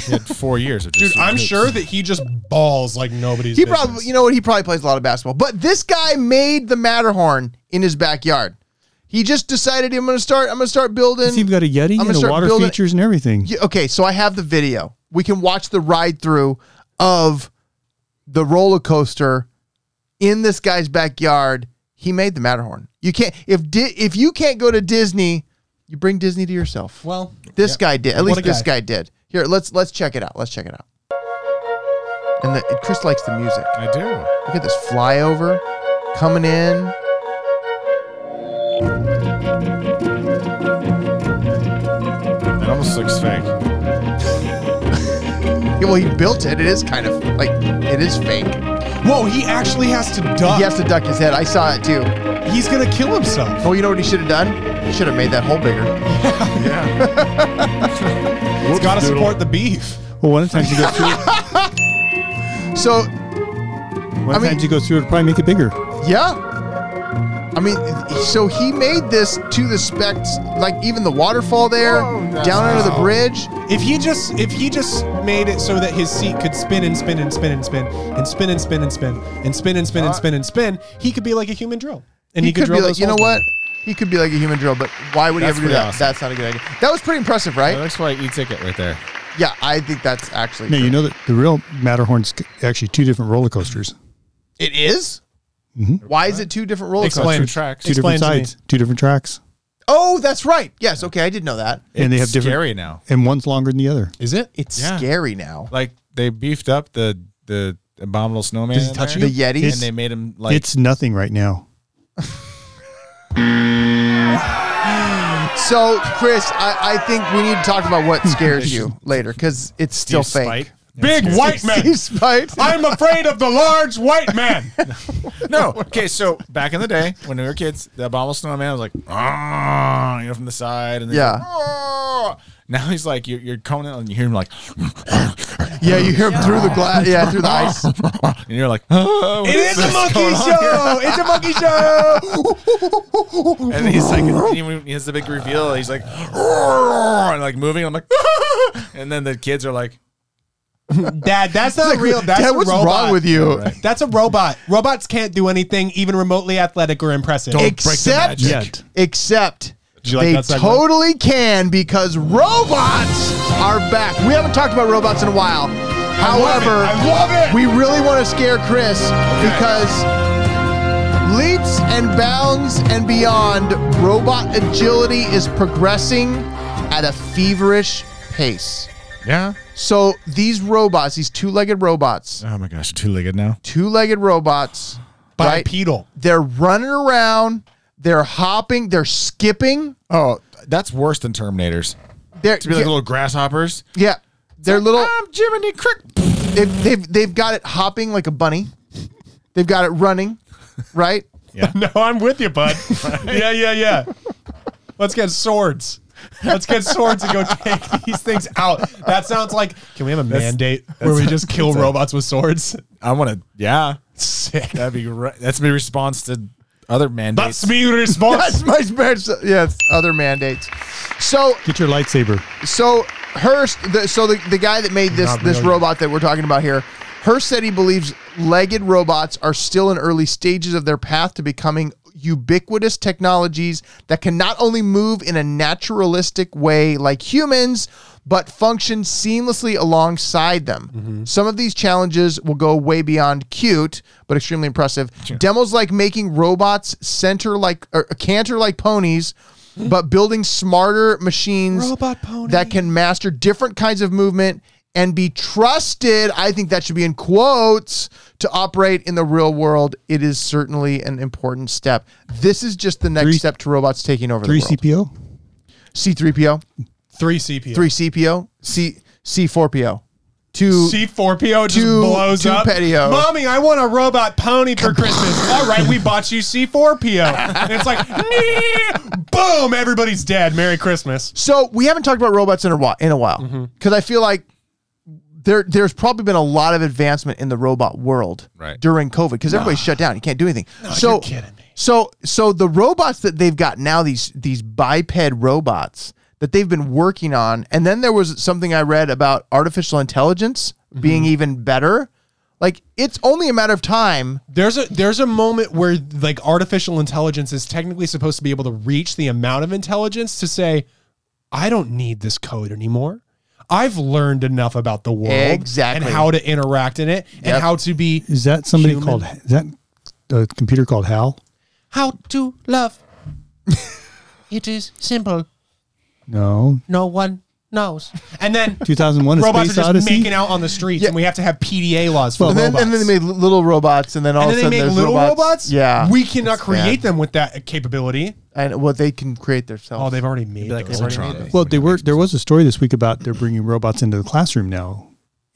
[SPEAKER 4] He had four years of just
[SPEAKER 2] Dude, I'm
[SPEAKER 4] hoops.
[SPEAKER 2] sure that he just balls like nobody's.
[SPEAKER 3] He
[SPEAKER 2] business.
[SPEAKER 3] probably, you know what? He probably plays a lot of basketball. But this guy made the Matterhorn in his backyard. He just decided I'm going to start. I'm going to start building.
[SPEAKER 5] It's even got a Yeti
[SPEAKER 3] gonna
[SPEAKER 5] and a
[SPEAKER 3] start
[SPEAKER 5] water
[SPEAKER 3] building-
[SPEAKER 5] features and everything.
[SPEAKER 3] Yeah, okay, so I have the video. We can watch the ride through of the roller coaster in this guy's backyard. He made the Matterhorn. You can't if di- if you can't go to Disney, you bring Disney to yourself.
[SPEAKER 2] Well,
[SPEAKER 3] This guy did. At
[SPEAKER 2] What
[SPEAKER 3] least
[SPEAKER 2] a
[SPEAKER 3] this
[SPEAKER 2] guy.
[SPEAKER 3] guy did. Here, let's let's check it out. Let's check it out. And the, Chris likes the music.
[SPEAKER 4] I do.
[SPEAKER 3] Look at this flyover coming in.
[SPEAKER 4] That almost looks fake.
[SPEAKER 3] Yeah, well, he built it. It is kind of like it is fake.
[SPEAKER 2] Whoa, he actually has to duck.
[SPEAKER 3] He has to duck his head. I saw it too.
[SPEAKER 2] He's gonna kill himself.
[SPEAKER 3] Oh, you know what he should have done? He should have made that hole bigger.
[SPEAKER 2] He's gotta support the beef.
[SPEAKER 5] Well, one of the times you go through,
[SPEAKER 3] So, I
[SPEAKER 5] one of the
[SPEAKER 3] mean-
[SPEAKER 5] times you go through, it'll probably make it bigger.
[SPEAKER 3] yeah. I mean, so he made this to the specs, like even the waterfall there, down under the bridge.
[SPEAKER 2] If he just if he just made it so that his seat could spin and spin and spin and spin and spin and spin and spin and spin and spin and spin and spin, he could be like a human drill. And
[SPEAKER 3] Uh, He,
[SPEAKER 2] he,
[SPEAKER 3] could, be
[SPEAKER 2] drill
[SPEAKER 3] like,
[SPEAKER 2] those
[SPEAKER 3] you know
[SPEAKER 2] holes
[SPEAKER 3] what? He could be like a human drill, but why would he
[SPEAKER 4] That's
[SPEAKER 3] ever do
[SPEAKER 4] pretty
[SPEAKER 3] that?
[SPEAKER 4] awesome.
[SPEAKER 3] That's not a good idea. That was pretty impressive,
[SPEAKER 4] That
[SPEAKER 3] right?
[SPEAKER 4] looks like e-ticket right there.
[SPEAKER 3] Yeah, I think that's actually.
[SPEAKER 5] Now you
[SPEAKER 3] true.
[SPEAKER 5] know that the real Matterhorn's c- actually two different roller coasters,
[SPEAKER 3] it is? Why is it two different roller
[SPEAKER 2] Explain.
[SPEAKER 3] coasters?
[SPEAKER 4] Two tracks.
[SPEAKER 5] two
[SPEAKER 2] Explain to me.
[SPEAKER 5] different sides, two different tracks,
[SPEAKER 3] Oh, that's right. Yes. Okay, I did know that.
[SPEAKER 5] and they have
[SPEAKER 4] It's
[SPEAKER 5] different.
[SPEAKER 4] Scary now.
[SPEAKER 5] And one's longer than the other.
[SPEAKER 2] Is it?
[SPEAKER 3] It's
[SPEAKER 4] Yeah.
[SPEAKER 3] scary now.
[SPEAKER 4] Like they beefed up the the abominable snowman.
[SPEAKER 2] Does he
[SPEAKER 4] in
[SPEAKER 2] touch
[SPEAKER 4] there,
[SPEAKER 3] The Yeti.
[SPEAKER 4] And they made him like
[SPEAKER 5] it's nothing right now.
[SPEAKER 3] So, Chris, I, I think we need to talk about what scares you later because it's still
[SPEAKER 4] Steve
[SPEAKER 3] fake.
[SPEAKER 4] Spite.
[SPEAKER 2] Big white man.
[SPEAKER 3] Steve Spite.
[SPEAKER 2] I'm afraid of the large white man.
[SPEAKER 4] No. Okay, so back in the day when we were kids, the abominable snowman was like, ah, you know, from the side, and then
[SPEAKER 3] Yeah.
[SPEAKER 4] "Ah." Now he's like, you're, you're coming out and you hear him like,
[SPEAKER 3] Yeah, you hear him through the glass. Yeah, through the ice.
[SPEAKER 4] and you're like, oh,
[SPEAKER 2] It is a monkey show. It's a monkey show.
[SPEAKER 4] And he's like, and he has the big reveal. "Ah," He's like, "Roar," and like moving. I'm like, and then the kids are like,
[SPEAKER 2] Dad, that's not real. That's
[SPEAKER 3] Dad,
[SPEAKER 2] a
[SPEAKER 3] what's
[SPEAKER 2] robot.
[SPEAKER 3] wrong with you?
[SPEAKER 2] That's a robot. Robots can't do anything even remotely athletic or impressive.
[SPEAKER 3] Except,
[SPEAKER 5] magic.
[SPEAKER 3] except
[SPEAKER 2] you like
[SPEAKER 3] they
[SPEAKER 2] that segment?
[SPEAKER 3] totally can because robots are back. We haven't talked about robots in a while. However,
[SPEAKER 2] I love it.
[SPEAKER 3] we really want to scare Chris because leaps and bounds and beyond, robot agility is progressing at a feverish pace.
[SPEAKER 4] Yeah.
[SPEAKER 3] So these robots, these two-legged robots,
[SPEAKER 4] Oh my gosh, two legged now.
[SPEAKER 3] two-legged robots, right?
[SPEAKER 2] Bipedal.
[SPEAKER 3] They're running around. They're hopping. They're skipping.
[SPEAKER 4] Oh, that's worse than Terminators.
[SPEAKER 3] They're
[SPEAKER 4] To be like
[SPEAKER 3] yeah,
[SPEAKER 4] little grasshoppers.
[SPEAKER 3] yeah. They're little.
[SPEAKER 4] I'm Jiminy Crick.
[SPEAKER 3] They've, they've they've got it hopping like a bunny. They've got it running, right?
[SPEAKER 2] No, I'm with you, bud. yeah, yeah, yeah. Let's get swords. Let's get swords and go take these things out. That sounds like. Can we have a mandate where we just kill robots with swords?
[SPEAKER 4] I want to. Yeah,
[SPEAKER 2] Sick.
[SPEAKER 4] that'd be right. That's my response to other mandates.
[SPEAKER 2] That's me response.
[SPEAKER 3] That's my special. Yes, other mandates. So
[SPEAKER 5] Get your lightsaber.
[SPEAKER 3] so Hearst, the, so the, the guy that made this this robot that we're talking about here, Hearst said he believes legged robots are still in early stages of their path to becoming ubiquitous technologies that can not only move in a naturalistic way like humans, but function seamlessly alongside them. Some of these challenges will go way beyond cute, but extremely impressive. Demos like making robots center like or canter like ponies, but building smarter machines
[SPEAKER 2] Robot pony.
[SPEAKER 3] that can master different kinds of movement and be trusted. I think that should be in quotes to operate in the real world. It is certainly an important step. This is just the next
[SPEAKER 5] Three-
[SPEAKER 3] step to robots taking over
[SPEAKER 5] Three
[SPEAKER 3] the world.
[SPEAKER 5] CPO.
[SPEAKER 3] C3PO,
[SPEAKER 2] Three CPO.
[SPEAKER 3] 3CPO, C C4PO. Two
[SPEAKER 2] C4PO just
[SPEAKER 3] Two-
[SPEAKER 2] blows
[SPEAKER 3] two
[SPEAKER 2] up.
[SPEAKER 3] Petio.
[SPEAKER 2] Mommy, I want a robot pony for Christmas. All right, we bought you C4PO. And it's like, "Nee." boom, everybody's dead. Merry Christmas.
[SPEAKER 3] So we haven't talked about robots in a while. In a while,
[SPEAKER 2] Mm-hmm.
[SPEAKER 3] because I feel like there there's probably been a lot of advancement in the robot world
[SPEAKER 4] Right.
[SPEAKER 3] during COVID because everybody's shut down. You can't do anything. so
[SPEAKER 2] you're kidding me.
[SPEAKER 3] So so the robots that they've got now these these biped robots that they've been working on, and then there was something I read about artificial intelligence
[SPEAKER 2] Mm-hmm.
[SPEAKER 3] being even better. Like it's only a matter of time.
[SPEAKER 2] There's a there's a moment where like artificial intelligence is technically supposed to be able to reach the amount of intelligence to say, I don't need this code anymore. I've learned enough about the world
[SPEAKER 3] Exactly.
[SPEAKER 2] and how to interact in it and
[SPEAKER 3] Yep.
[SPEAKER 2] how to be
[SPEAKER 5] Is that somebody
[SPEAKER 2] Human.
[SPEAKER 5] called? Is that a computer called Hal?
[SPEAKER 1] How to love. it is simple.
[SPEAKER 5] No.
[SPEAKER 1] No one knows.
[SPEAKER 2] and then
[SPEAKER 5] 2001: A
[SPEAKER 2] robots are
[SPEAKER 5] Space
[SPEAKER 2] just
[SPEAKER 5] Odyssey.
[SPEAKER 2] making out on the streets and we have to have PDA laws for
[SPEAKER 3] And then,
[SPEAKER 2] robots.
[SPEAKER 3] and then they made little robots, and then all
[SPEAKER 2] and
[SPEAKER 3] of a
[SPEAKER 2] then
[SPEAKER 3] sudden
[SPEAKER 2] they make
[SPEAKER 3] there's
[SPEAKER 2] little robots.
[SPEAKER 3] Yeah,
[SPEAKER 2] we cannot create
[SPEAKER 3] bad.
[SPEAKER 2] them with that capability.
[SPEAKER 3] and well, they can create themselves.
[SPEAKER 2] Oh, they've already made
[SPEAKER 4] like
[SPEAKER 2] those.
[SPEAKER 4] Ultron.
[SPEAKER 5] Well, they were. There was a story this week about they're bringing robots into the classroom now,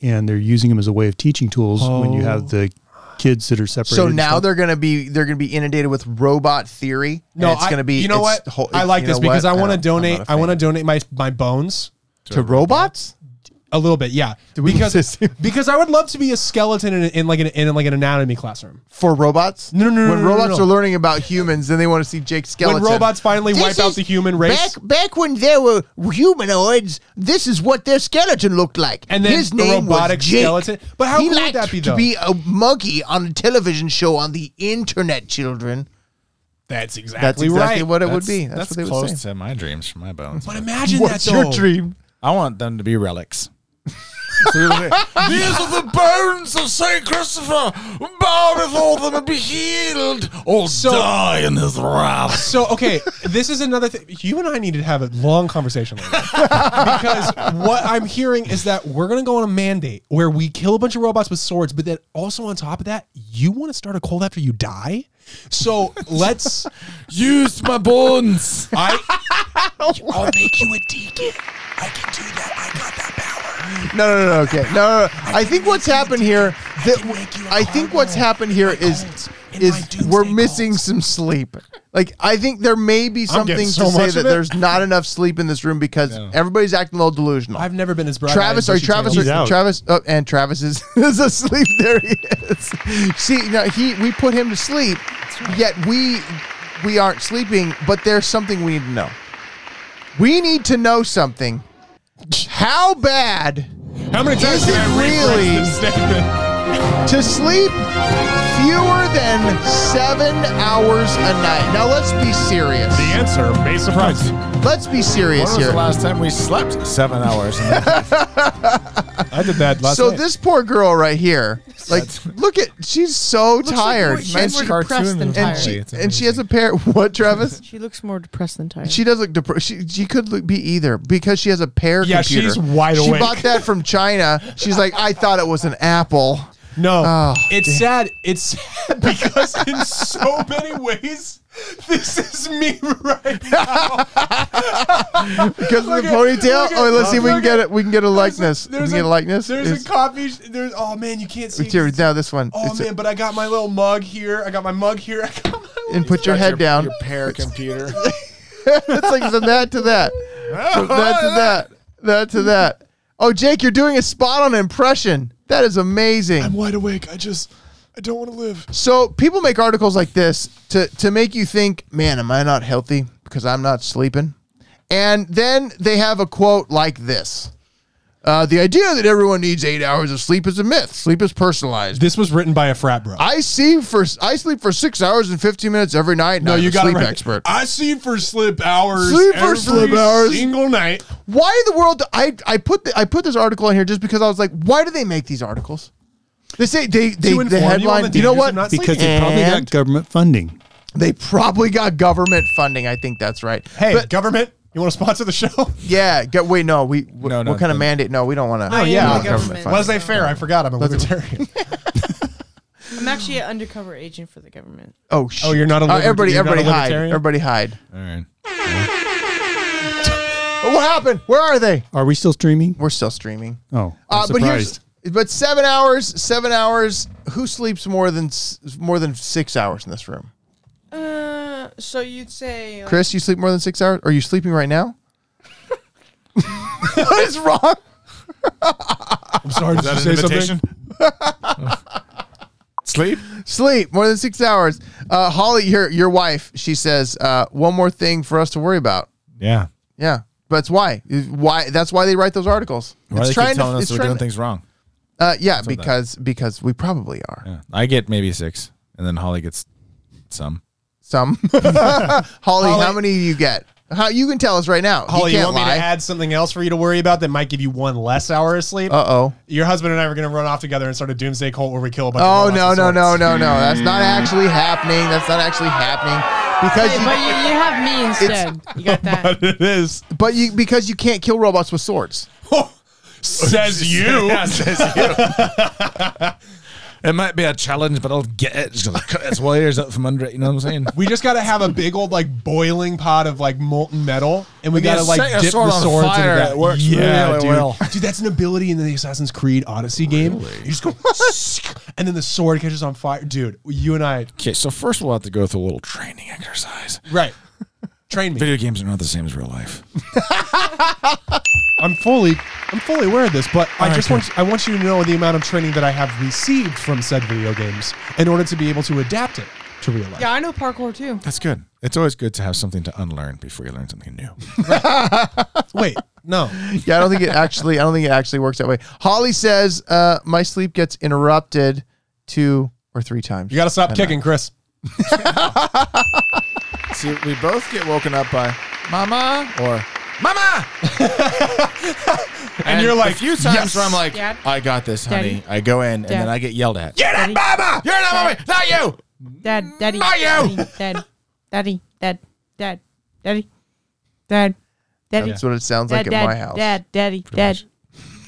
[SPEAKER 5] and they're using them as a way of teaching tools when you have the kids that are separated.
[SPEAKER 3] Oh. So
[SPEAKER 5] and
[SPEAKER 3] now
[SPEAKER 5] stuff.
[SPEAKER 3] they're gonna be they're gonna be inundated with robot theory. and
[SPEAKER 2] No,
[SPEAKER 3] it's
[SPEAKER 2] I-
[SPEAKER 3] gonna be.
[SPEAKER 2] You know
[SPEAKER 3] it's
[SPEAKER 2] what?
[SPEAKER 3] whole-
[SPEAKER 2] I like
[SPEAKER 3] you
[SPEAKER 2] this
[SPEAKER 3] know
[SPEAKER 2] because
[SPEAKER 3] what?
[SPEAKER 2] I want to
[SPEAKER 3] don't- I'm
[SPEAKER 2] donate.
[SPEAKER 3] not a
[SPEAKER 2] I want to
[SPEAKER 3] fan.
[SPEAKER 2] donate my my bones
[SPEAKER 3] to robots.
[SPEAKER 2] a little bit. Yeah,
[SPEAKER 3] we
[SPEAKER 2] because
[SPEAKER 3] exist?
[SPEAKER 2] because I would love to be a skeleton in, in like an in like an anatomy classroom.
[SPEAKER 3] For robots?
[SPEAKER 2] No, no, no,
[SPEAKER 3] When
[SPEAKER 2] no, no,
[SPEAKER 3] robots
[SPEAKER 2] no.
[SPEAKER 3] are learning about humans, then they want to see Jake Skeleton.
[SPEAKER 2] When robots finally
[SPEAKER 3] This
[SPEAKER 2] wipe out
[SPEAKER 3] is
[SPEAKER 2] the human race,
[SPEAKER 3] Back back when there were humanoids, this is what their skeleton looked like.
[SPEAKER 2] And then
[SPEAKER 3] his
[SPEAKER 2] a
[SPEAKER 3] name
[SPEAKER 2] robotic
[SPEAKER 3] was Jake.
[SPEAKER 2] skeleton. But how
[SPEAKER 3] he
[SPEAKER 2] cool would
[SPEAKER 3] liked
[SPEAKER 2] that be, though?
[SPEAKER 3] to be a monkey on a television show on the internet, children.
[SPEAKER 2] that's exactly,
[SPEAKER 3] That's exactly
[SPEAKER 2] right.
[SPEAKER 3] what it would be. That's, what they would
[SPEAKER 4] close
[SPEAKER 3] say.
[SPEAKER 4] to my dreams for my bones.
[SPEAKER 2] But imagine
[SPEAKER 3] What's
[SPEAKER 2] that
[SPEAKER 3] your
[SPEAKER 2] though.
[SPEAKER 3] dream?
[SPEAKER 4] I want them to be relics. So we were like, These are the bones of Saint Christopher. Bow before them and be healed, or die in his wrath.
[SPEAKER 2] So okay, this is another thing. You and I need to have a long conversation later. because what I'm hearing is that we're gonna go on a mandate where we kill a bunch of robots with swords, but then also on top of that, you want to start a cult after you die. So let's.
[SPEAKER 4] Use my bones.
[SPEAKER 2] I. I'll make you a deacon. I can do that. I got that power.
[SPEAKER 3] No, no, no, no, okay. No, no, no. I think what's happened here. That, I think what's happened here is is we're missing some sleep. Like I think there may be something
[SPEAKER 2] getting so
[SPEAKER 3] to say
[SPEAKER 2] much
[SPEAKER 3] that
[SPEAKER 2] of it.
[SPEAKER 3] there's not enough sleep in this room because everybody's acting a little delusional.
[SPEAKER 2] I've never been as bright.
[SPEAKER 3] Travis, are Travis,
[SPEAKER 5] He's
[SPEAKER 3] are,
[SPEAKER 5] out.
[SPEAKER 3] Travis, oh, and Travis is, is asleep. There he is. See, now he we put him to sleep, yet we we aren't sleeping. But there's something we need to know. We need to know something. How bad
[SPEAKER 2] How many times
[SPEAKER 3] Is
[SPEAKER 2] can
[SPEAKER 3] it
[SPEAKER 2] I rephrase
[SPEAKER 3] really-
[SPEAKER 2] this statement?
[SPEAKER 3] to sleep fewer than seven hours a night. Now let's be serious.
[SPEAKER 2] The answer may surprise you.
[SPEAKER 3] Let's be serious
[SPEAKER 4] When was
[SPEAKER 3] here.
[SPEAKER 4] the last time we slept seven hours?
[SPEAKER 2] I did that last
[SPEAKER 3] So
[SPEAKER 2] night.
[SPEAKER 3] this poor girl right here, like, look at she's so tired,
[SPEAKER 6] she's
[SPEAKER 3] and
[SPEAKER 6] more
[SPEAKER 3] she,
[SPEAKER 6] depressed than
[SPEAKER 3] and
[SPEAKER 6] tired.
[SPEAKER 3] she
[SPEAKER 6] She,
[SPEAKER 4] It's
[SPEAKER 3] and she has a pair. What, Travis?
[SPEAKER 6] looks more depressed than tired.
[SPEAKER 3] She does look depressed. She, she could look, be either because she has a pear
[SPEAKER 2] Yeah,
[SPEAKER 3] computer.
[SPEAKER 2] she's wide
[SPEAKER 3] She
[SPEAKER 2] awake.
[SPEAKER 3] bought that from China. She's like, I thought it was an apple.
[SPEAKER 2] No,
[SPEAKER 3] Oh,
[SPEAKER 2] it's sad. It's sad because in so many ways, this is me right now.
[SPEAKER 3] Because of the
[SPEAKER 2] at-
[SPEAKER 3] ponytail.
[SPEAKER 2] look at-
[SPEAKER 3] Oh, let's see if we can
[SPEAKER 2] look
[SPEAKER 3] get
[SPEAKER 2] at-
[SPEAKER 3] it. We can get a
[SPEAKER 2] There's
[SPEAKER 3] likeness. we
[SPEAKER 2] there's
[SPEAKER 3] can get a likeness.
[SPEAKER 2] There's
[SPEAKER 3] It's-
[SPEAKER 2] a coffee. sh- There's oh man, you can't see. it 'cause
[SPEAKER 3] here,
[SPEAKER 2] it's-
[SPEAKER 3] now this one.
[SPEAKER 2] oh
[SPEAKER 3] It's a-
[SPEAKER 2] man, but I got my little mug here. I got my mug here. I got my little-
[SPEAKER 3] and put your head down.
[SPEAKER 4] Your pair computer.
[SPEAKER 3] it's like from that to that, from that to that, that to that. Oh, Jake, you're doing a spot on impression. That is amazing.
[SPEAKER 2] I'm wide awake. I just I don't want to live.
[SPEAKER 3] So people make articles like this to to make you think, man, am I not healthy because I'm not sleeping? And then they have a quote like this. Uh, the idea that everyone needs eight hours of sleep is a myth. Sleep is personalized.
[SPEAKER 2] This was written by a frat bro.
[SPEAKER 3] I see for I sleep for six hours and fifteen minutes every night. No, you got
[SPEAKER 2] it
[SPEAKER 3] sleep
[SPEAKER 2] right.
[SPEAKER 3] expert.
[SPEAKER 2] I see for slip hours.
[SPEAKER 3] Sleep for
[SPEAKER 2] every
[SPEAKER 3] slip hours.
[SPEAKER 2] Single night.
[SPEAKER 3] why in the world do I I put the, I put this article in here just because I was like, why do they make these articles? They say they they
[SPEAKER 2] inform you
[SPEAKER 3] the
[SPEAKER 2] on
[SPEAKER 3] headline.
[SPEAKER 2] the
[SPEAKER 3] you know
[SPEAKER 2] dangers
[SPEAKER 3] what?
[SPEAKER 2] of not
[SPEAKER 5] because
[SPEAKER 2] sleeping.
[SPEAKER 5] they probably
[SPEAKER 3] And-
[SPEAKER 5] got government funding.
[SPEAKER 3] They probably got government funding. I think that's right.
[SPEAKER 2] Hey,
[SPEAKER 3] But-
[SPEAKER 2] government, you want to sponsor the show?
[SPEAKER 3] yeah. Go, wait, no. We w-
[SPEAKER 4] No, no,
[SPEAKER 3] what kind of
[SPEAKER 4] no.
[SPEAKER 3] mandate? No, we don't want to.
[SPEAKER 6] I am
[SPEAKER 2] Oh, yeah.
[SPEAKER 6] the
[SPEAKER 2] Government
[SPEAKER 6] government.
[SPEAKER 3] funding.
[SPEAKER 2] Laissez fair. I forgot I'm a libertarian.
[SPEAKER 6] I'm actually an undercover agent for the government.
[SPEAKER 3] Oh, shit.
[SPEAKER 2] you're not a liber-
[SPEAKER 3] everybody,
[SPEAKER 2] you're not a
[SPEAKER 3] everybody
[SPEAKER 2] libertarian?
[SPEAKER 3] hide. Everybody hide.
[SPEAKER 4] All right.
[SPEAKER 3] Oh, what happened? Where are they?
[SPEAKER 5] Are we still streaming?
[SPEAKER 3] We're still streaming.
[SPEAKER 5] Oh, I'm
[SPEAKER 3] Uh, but here's
[SPEAKER 5] surprised.
[SPEAKER 3] but seven hours. Seven hours. Who sleeps more than s- more than six hours in this room?
[SPEAKER 6] Uh, so you'd say like,
[SPEAKER 3] Chris, you sleep more than six hours? Are you sleeping right now? what is wrong?
[SPEAKER 2] I'm sorry. Did you
[SPEAKER 4] Is
[SPEAKER 2] say
[SPEAKER 4] that an
[SPEAKER 2] something?
[SPEAKER 4] invitation? Sleep?
[SPEAKER 3] Sleep more than six hours. Uh, Holly, your your wife, she says uh, one more thing for us to worry about.
[SPEAKER 4] Yeah.
[SPEAKER 3] Yeah, but it's why why that's why they write those articles.
[SPEAKER 4] Why
[SPEAKER 3] it's
[SPEAKER 4] do they keep telling us
[SPEAKER 3] it's
[SPEAKER 4] we're
[SPEAKER 3] trying
[SPEAKER 4] doing
[SPEAKER 3] to-
[SPEAKER 4] things wrong?
[SPEAKER 3] Uh, yeah, because because we probably are
[SPEAKER 4] Yeah. I get maybe six, and then Holly gets some.
[SPEAKER 3] some. Holly, how many do you get? How you can tell us right now?
[SPEAKER 2] Holly, you,
[SPEAKER 3] can't
[SPEAKER 2] want me to add something else for you to worry about that might give you one less hour of sleep?
[SPEAKER 3] Uh oh.
[SPEAKER 2] Your husband and I were going to run off together and start a doomsday cult where we kill a bunch
[SPEAKER 3] Oh
[SPEAKER 2] of
[SPEAKER 3] no
[SPEAKER 2] robots
[SPEAKER 3] no
[SPEAKER 2] and
[SPEAKER 3] no
[SPEAKER 2] swords.
[SPEAKER 3] no no! That's not actually happening. That's not actually happening because
[SPEAKER 6] Hey,
[SPEAKER 3] you-
[SPEAKER 6] but you, you have me instead. You got that.
[SPEAKER 2] It is.
[SPEAKER 3] But you because you can't kill robots with swords.
[SPEAKER 2] Says you.
[SPEAKER 4] It might be a challenge, but I'll get it. Just gonna cut its wires up from under it. You know what I'm saying?
[SPEAKER 2] We just got to have a big old like boiling pot of like molten metal, and we
[SPEAKER 4] Yeah,
[SPEAKER 2] got to like
[SPEAKER 4] set your
[SPEAKER 2] dip
[SPEAKER 4] sword
[SPEAKER 2] the
[SPEAKER 4] on
[SPEAKER 2] swords
[SPEAKER 4] fire,
[SPEAKER 2] into that.
[SPEAKER 4] it works
[SPEAKER 2] yeah,
[SPEAKER 4] really
[SPEAKER 2] dude.
[SPEAKER 4] well.
[SPEAKER 2] Dude, that's an ability in the Assassin's Creed Odyssey game. You just go, and then the sword catches on fire. Dude, you and I,
[SPEAKER 4] Okay, so first we'll have to go through a little training exercise.
[SPEAKER 2] right? Train me.
[SPEAKER 4] Video games are not the same as real life.
[SPEAKER 2] I'm fully, I'm fully aware of this, but I just want, I want you to know the amount of training that I have received from said video games in order to be able to adapt it to real life.
[SPEAKER 6] Yeah, I know parkour too.
[SPEAKER 4] That's good. It's always good to have something to unlearn before you learn something new.
[SPEAKER 2] Wait, no.
[SPEAKER 3] Yeah, I don't think it actually. I don't think it actually works that way. Holly says, uh, "My sleep gets interrupted two or three times."
[SPEAKER 2] You got to stop kicking, Chris.
[SPEAKER 4] See, we both get woken up by mama or mama. and,
[SPEAKER 2] you're like,
[SPEAKER 4] a few times where I'm like,
[SPEAKER 6] Dad?
[SPEAKER 4] I got this, honey.
[SPEAKER 6] Daddy?
[SPEAKER 4] I go in and
[SPEAKER 6] Dad?
[SPEAKER 4] then I get yelled at. You're
[SPEAKER 6] Daddy?
[SPEAKER 4] not mama. You're not mama. Not you.
[SPEAKER 6] Dad, daddy,
[SPEAKER 4] Are you?
[SPEAKER 6] daddy, daddy, dad, dad, daddy, dad, daddy,
[SPEAKER 3] That's what it sounds
[SPEAKER 6] dad,
[SPEAKER 3] like at
[SPEAKER 6] dad,
[SPEAKER 3] my house.
[SPEAKER 6] dad, daddy, dad,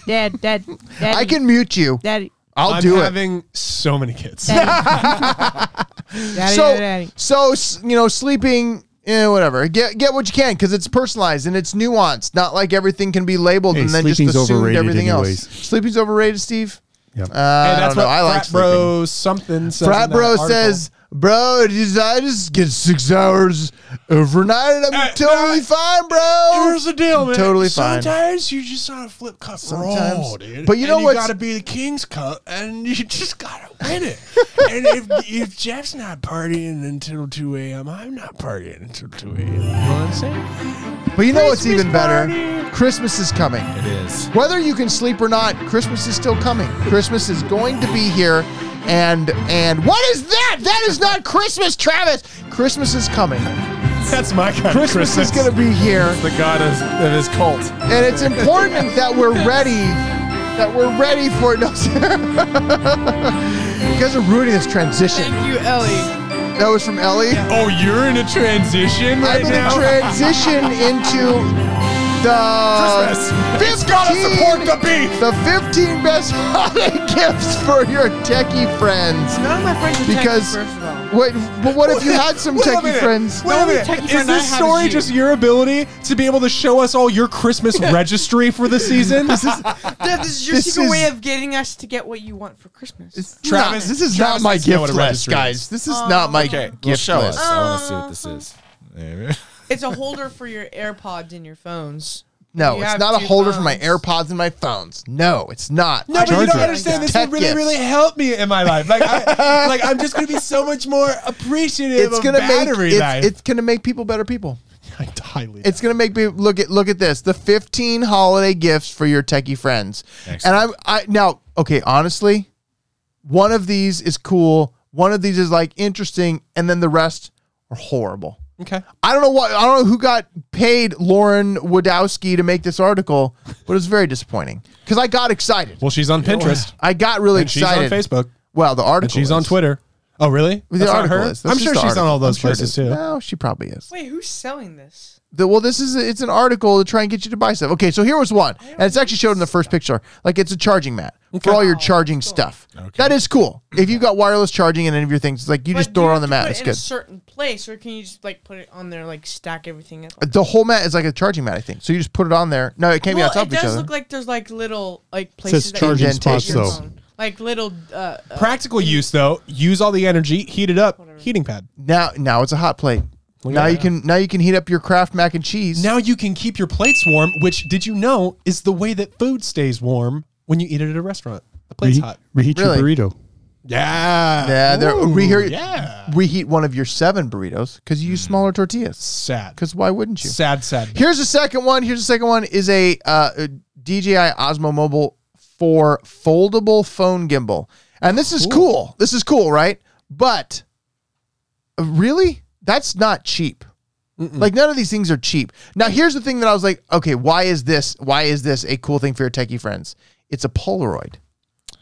[SPEAKER 6] dad, dad, daddy.
[SPEAKER 3] I can mute you.
[SPEAKER 6] daddy,
[SPEAKER 3] I'll
[SPEAKER 2] I'm
[SPEAKER 3] do it.
[SPEAKER 2] having so many kids.
[SPEAKER 6] daddy, daddy,
[SPEAKER 3] So,
[SPEAKER 6] daddy.
[SPEAKER 3] so s- you know, sleeping, eh, whatever. Get get what you can because it's personalized and it's nuanced. Not like everything can be labeled
[SPEAKER 5] Hey,
[SPEAKER 3] and then just
[SPEAKER 5] sleeping's
[SPEAKER 3] assumed
[SPEAKER 5] overrated
[SPEAKER 3] everything
[SPEAKER 5] anyways.
[SPEAKER 3] else. Sleeping's overrated, Steve.
[SPEAKER 5] Yep.
[SPEAKER 3] Uh, I
[SPEAKER 2] Hey,
[SPEAKER 3] don't know. I like
[SPEAKER 2] frat bro
[SPEAKER 3] sleeping.
[SPEAKER 2] something. Says in
[SPEAKER 3] Frat
[SPEAKER 2] that
[SPEAKER 3] bro
[SPEAKER 2] article.
[SPEAKER 3] says bro, I just, I just get six hours overnight and I'm
[SPEAKER 2] Uh,
[SPEAKER 3] totally
[SPEAKER 2] no,
[SPEAKER 3] fine, bro.
[SPEAKER 2] Here's the deal, man.
[SPEAKER 3] Totally fine.
[SPEAKER 2] Sometimes Sometimes you just on a flip cup
[SPEAKER 3] Sometimes.
[SPEAKER 2] roll, dude.
[SPEAKER 3] But you know
[SPEAKER 2] and
[SPEAKER 3] what's-
[SPEAKER 2] You gotta be the king's cup, and you just gotta win it. and if if Jeff's not partying until two a.m., I'm not partying until two a.m. You know what I'm saying?
[SPEAKER 3] But you know what's
[SPEAKER 2] Christmas
[SPEAKER 3] even better?
[SPEAKER 2] party.
[SPEAKER 3] Christmas is coming.
[SPEAKER 4] It is.
[SPEAKER 3] Whether you can sleep or not, Christmas is still coming. Christmas is going to be here. And and what is that? That is not Christmas, Travis. Christmas is coming.
[SPEAKER 2] That's my kind
[SPEAKER 3] Christmas, is going to be here,
[SPEAKER 4] The god of, of his cult.
[SPEAKER 3] and it's important that we're ready. That we're ready for it. No, you guys are ruining this transition.
[SPEAKER 6] Thank you, Ellie.
[SPEAKER 3] That was from Ellie.
[SPEAKER 2] Oh, you're in a transition
[SPEAKER 3] I'm
[SPEAKER 2] right
[SPEAKER 3] going to
[SPEAKER 2] now.
[SPEAKER 3] transition into the
[SPEAKER 2] It's gotta
[SPEAKER 3] 15
[SPEAKER 2] support the beef.
[SPEAKER 3] the 15 best holiday gifts for your techie friends.
[SPEAKER 6] None of my friends are
[SPEAKER 3] Because-
[SPEAKER 6] because first of all.
[SPEAKER 3] Wait, but what if you had some
[SPEAKER 2] Wait a
[SPEAKER 3] techie
[SPEAKER 2] minute.
[SPEAKER 3] friends?
[SPEAKER 2] Wait a
[SPEAKER 6] Well,
[SPEAKER 2] minute.
[SPEAKER 6] techie
[SPEAKER 2] Is
[SPEAKER 6] friend I
[SPEAKER 2] this
[SPEAKER 6] have
[SPEAKER 2] story
[SPEAKER 6] is you.
[SPEAKER 2] just your ability to be able to show us all your Christmas registry for the season?
[SPEAKER 6] Dev, this is your
[SPEAKER 3] This
[SPEAKER 6] secret
[SPEAKER 3] is-
[SPEAKER 6] way of getting us to get what you want for Christmas.
[SPEAKER 2] Travis-
[SPEAKER 3] Nah, this is
[SPEAKER 2] Travis
[SPEAKER 3] not my
[SPEAKER 2] needs to know
[SPEAKER 3] gift
[SPEAKER 2] what a
[SPEAKER 3] list,
[SPEAKER 2] registry
[SPEAKER 3] guys. This is not my
[SPEAKER 4] Okay, well,
[SPEAKER 3] gift
[SPEAKER 4] show
[SPEAKER 3] list.
[SPEAKER 4] us. I want to see what this is. Maybe.
[SPEAKER 6] it's a holder for your AirPods and your phones.
[SPEAKER 3] No,
[SPEAKER 6] You
[SPEAKER 3] it's
[SPEAKER 6] have
[SPEAKER 3] not a
[SPEAKER 6] two
[SPEAKER 3] holder for my
[SPEAKER 6] phones.
[SPEAKER 3] AirPods and my phones. No, it's not.
[SPEAKER 2] No, but you don't
[SPEAKER 5] Charger.
[SPEAKER 2] understand. This
[SPEAKER 3] Tech
[SPEAKER 2] would really,
[SPEAKER 3] gifts.
[SPEAKER 2] really help me in my life. Like, I, like I'm just gonna be so much more appreciative
[SPEAKER 3] it's
[SPEAKER 2] of
[SPEAKER 3] gonna make
[SPEAKER 2] battery life.
[SPEAKER 3] it's, it's gonna make people better people.
[SPEAKER 2] I highly.
[SPEAKER 3] It's gonna make me look at look at this. The 15 holiday gifts for your techie friends. And I'm I now okay. Honestly, one of these is cool. One of these is like interesting, and then the rest are horrible.
[SPEAKER 2] okay.
[SPEAKER 3] I don't know what I don't know who got paid Lauren Wadowski to make this article, but it's very disappointing because I got excited.
[SPEAKER 2] Well, she's on Pinterest.
[SPEAKER 3] I got really
[SPEAKER 2] And she's on
[SPEAKER 3] excited.
[SPEAKER 2] Facebook.
[SPEAKER 3] Well, the article.
[SPEAKER 2] And she's on
[SPEAKER 3] is.
[SPEAKER 2] Twitter. Oh, really?
[SPEAKER 3] The
[SPEAKER 2] That's not
[SPEAKER 3] article
[SPEAKER 2] her?
[SPEAKER 3] is. That's
[SPEAKER 2] I'm
[SPEAKER 3] just
[SPEAKER 2] sure
[SPEAKER 3] the
[SPEAKER 2] she's on
[SPEAKER 3] article.
[SPEAKER 2] all those
[SPEAKER 3] I'm sure it
[SPEAKER 2] places
[SPEAKER 3] is.
[SPEAKER 2] too.
[SPEAKER 3] No, she probably is.
[SPEAKER 6] Wait, who's selling this?
[SPEAKER 3] The- well, this is it's an article to try and get you to buy stuff. Okay, so here was one, and it's actually showed in the first picture. Like it's a charging mat for all your charging stuff. That is cool. If you got wireless charging and any of your things, it's like you just
[SPEAKER 6] But do
[SPEAKER 3] throw
[SPEAKER 6] you
[SPEAKER 3] it
[SPEAKER 6] have
[SPEAKER 3] on the
[SPEAKER 6] to
[SPEAKER 3] mat.
[SPEAKER 6] Put
[SPEAKER 3] It's
[SPEAKER 6] it in
[SPEAKER 3] good.
[SPEAKER 6] a certain place, or can you just like put it on there, like stack everything up?
[SPEAKER 3] the whole mat is like a charging mat, I think. So you just put it on there. No, it can't
[SPEAKER 6] well,
[SPEAKER 3] be on top
[SPEAKER 6] it
[SPEAKER 3] of each
[SPEAKER 6] does
[SPEAKER 3] other.
[SPEAKER 6] look like there's like little like places
[SPEAKER 5] says
[SPEAKER 6] that you
[SPEAKER 5] charging
[SPEAKER 6] can put
[SPEAKER 5] spots
[SPEAKER 6] your
[SPEAKER 5] though.
[SPEAKER 6] phone. like little. Uh, uh,
[SPEAKER 2] Practical use though. Use all the energy. Heat it up. Heating pad.
[SPEAKER 3] now, now it's a hot plate. now you can now you can heat up your Kraft mac and cheese.
[SPEAKER 2] Now you can keep your plates warm, which did you know is the way that food stays warm when you eat it at a restaurant. The plate's
[SPEAKER 5] Reheat,
[SPEAKER 2] hot.
[SPEAKER 5] reheat
[SPEAKER 3] Really?
[SPEAKER 5] your burrito.
[SPEAKER 2] Yeah.
[SPEAKER 3] yeah, there, we hear
[SPEAKER 2] Yeah.
[SPEAKER 3] reheat one of your seven burritos because you use smaller tortillas.
[SPEAKER 2] Sad.
[SPEAKER 3] Because why wouldn't you?
[SPEAKER 2] Sad. Sad.
[SPEAKER 3] Here's the second one. Here's the second one is a, uh, a DJI Osmo Mobile for foldable phone gimbal, and this is cool. This is cool, right? But uh, really, that's not cheap. Like none of these things are cheap. Now, here's the thing that I was like, okay, why is this? Why is this a cool thing for your techie friends? It's a Polaroid.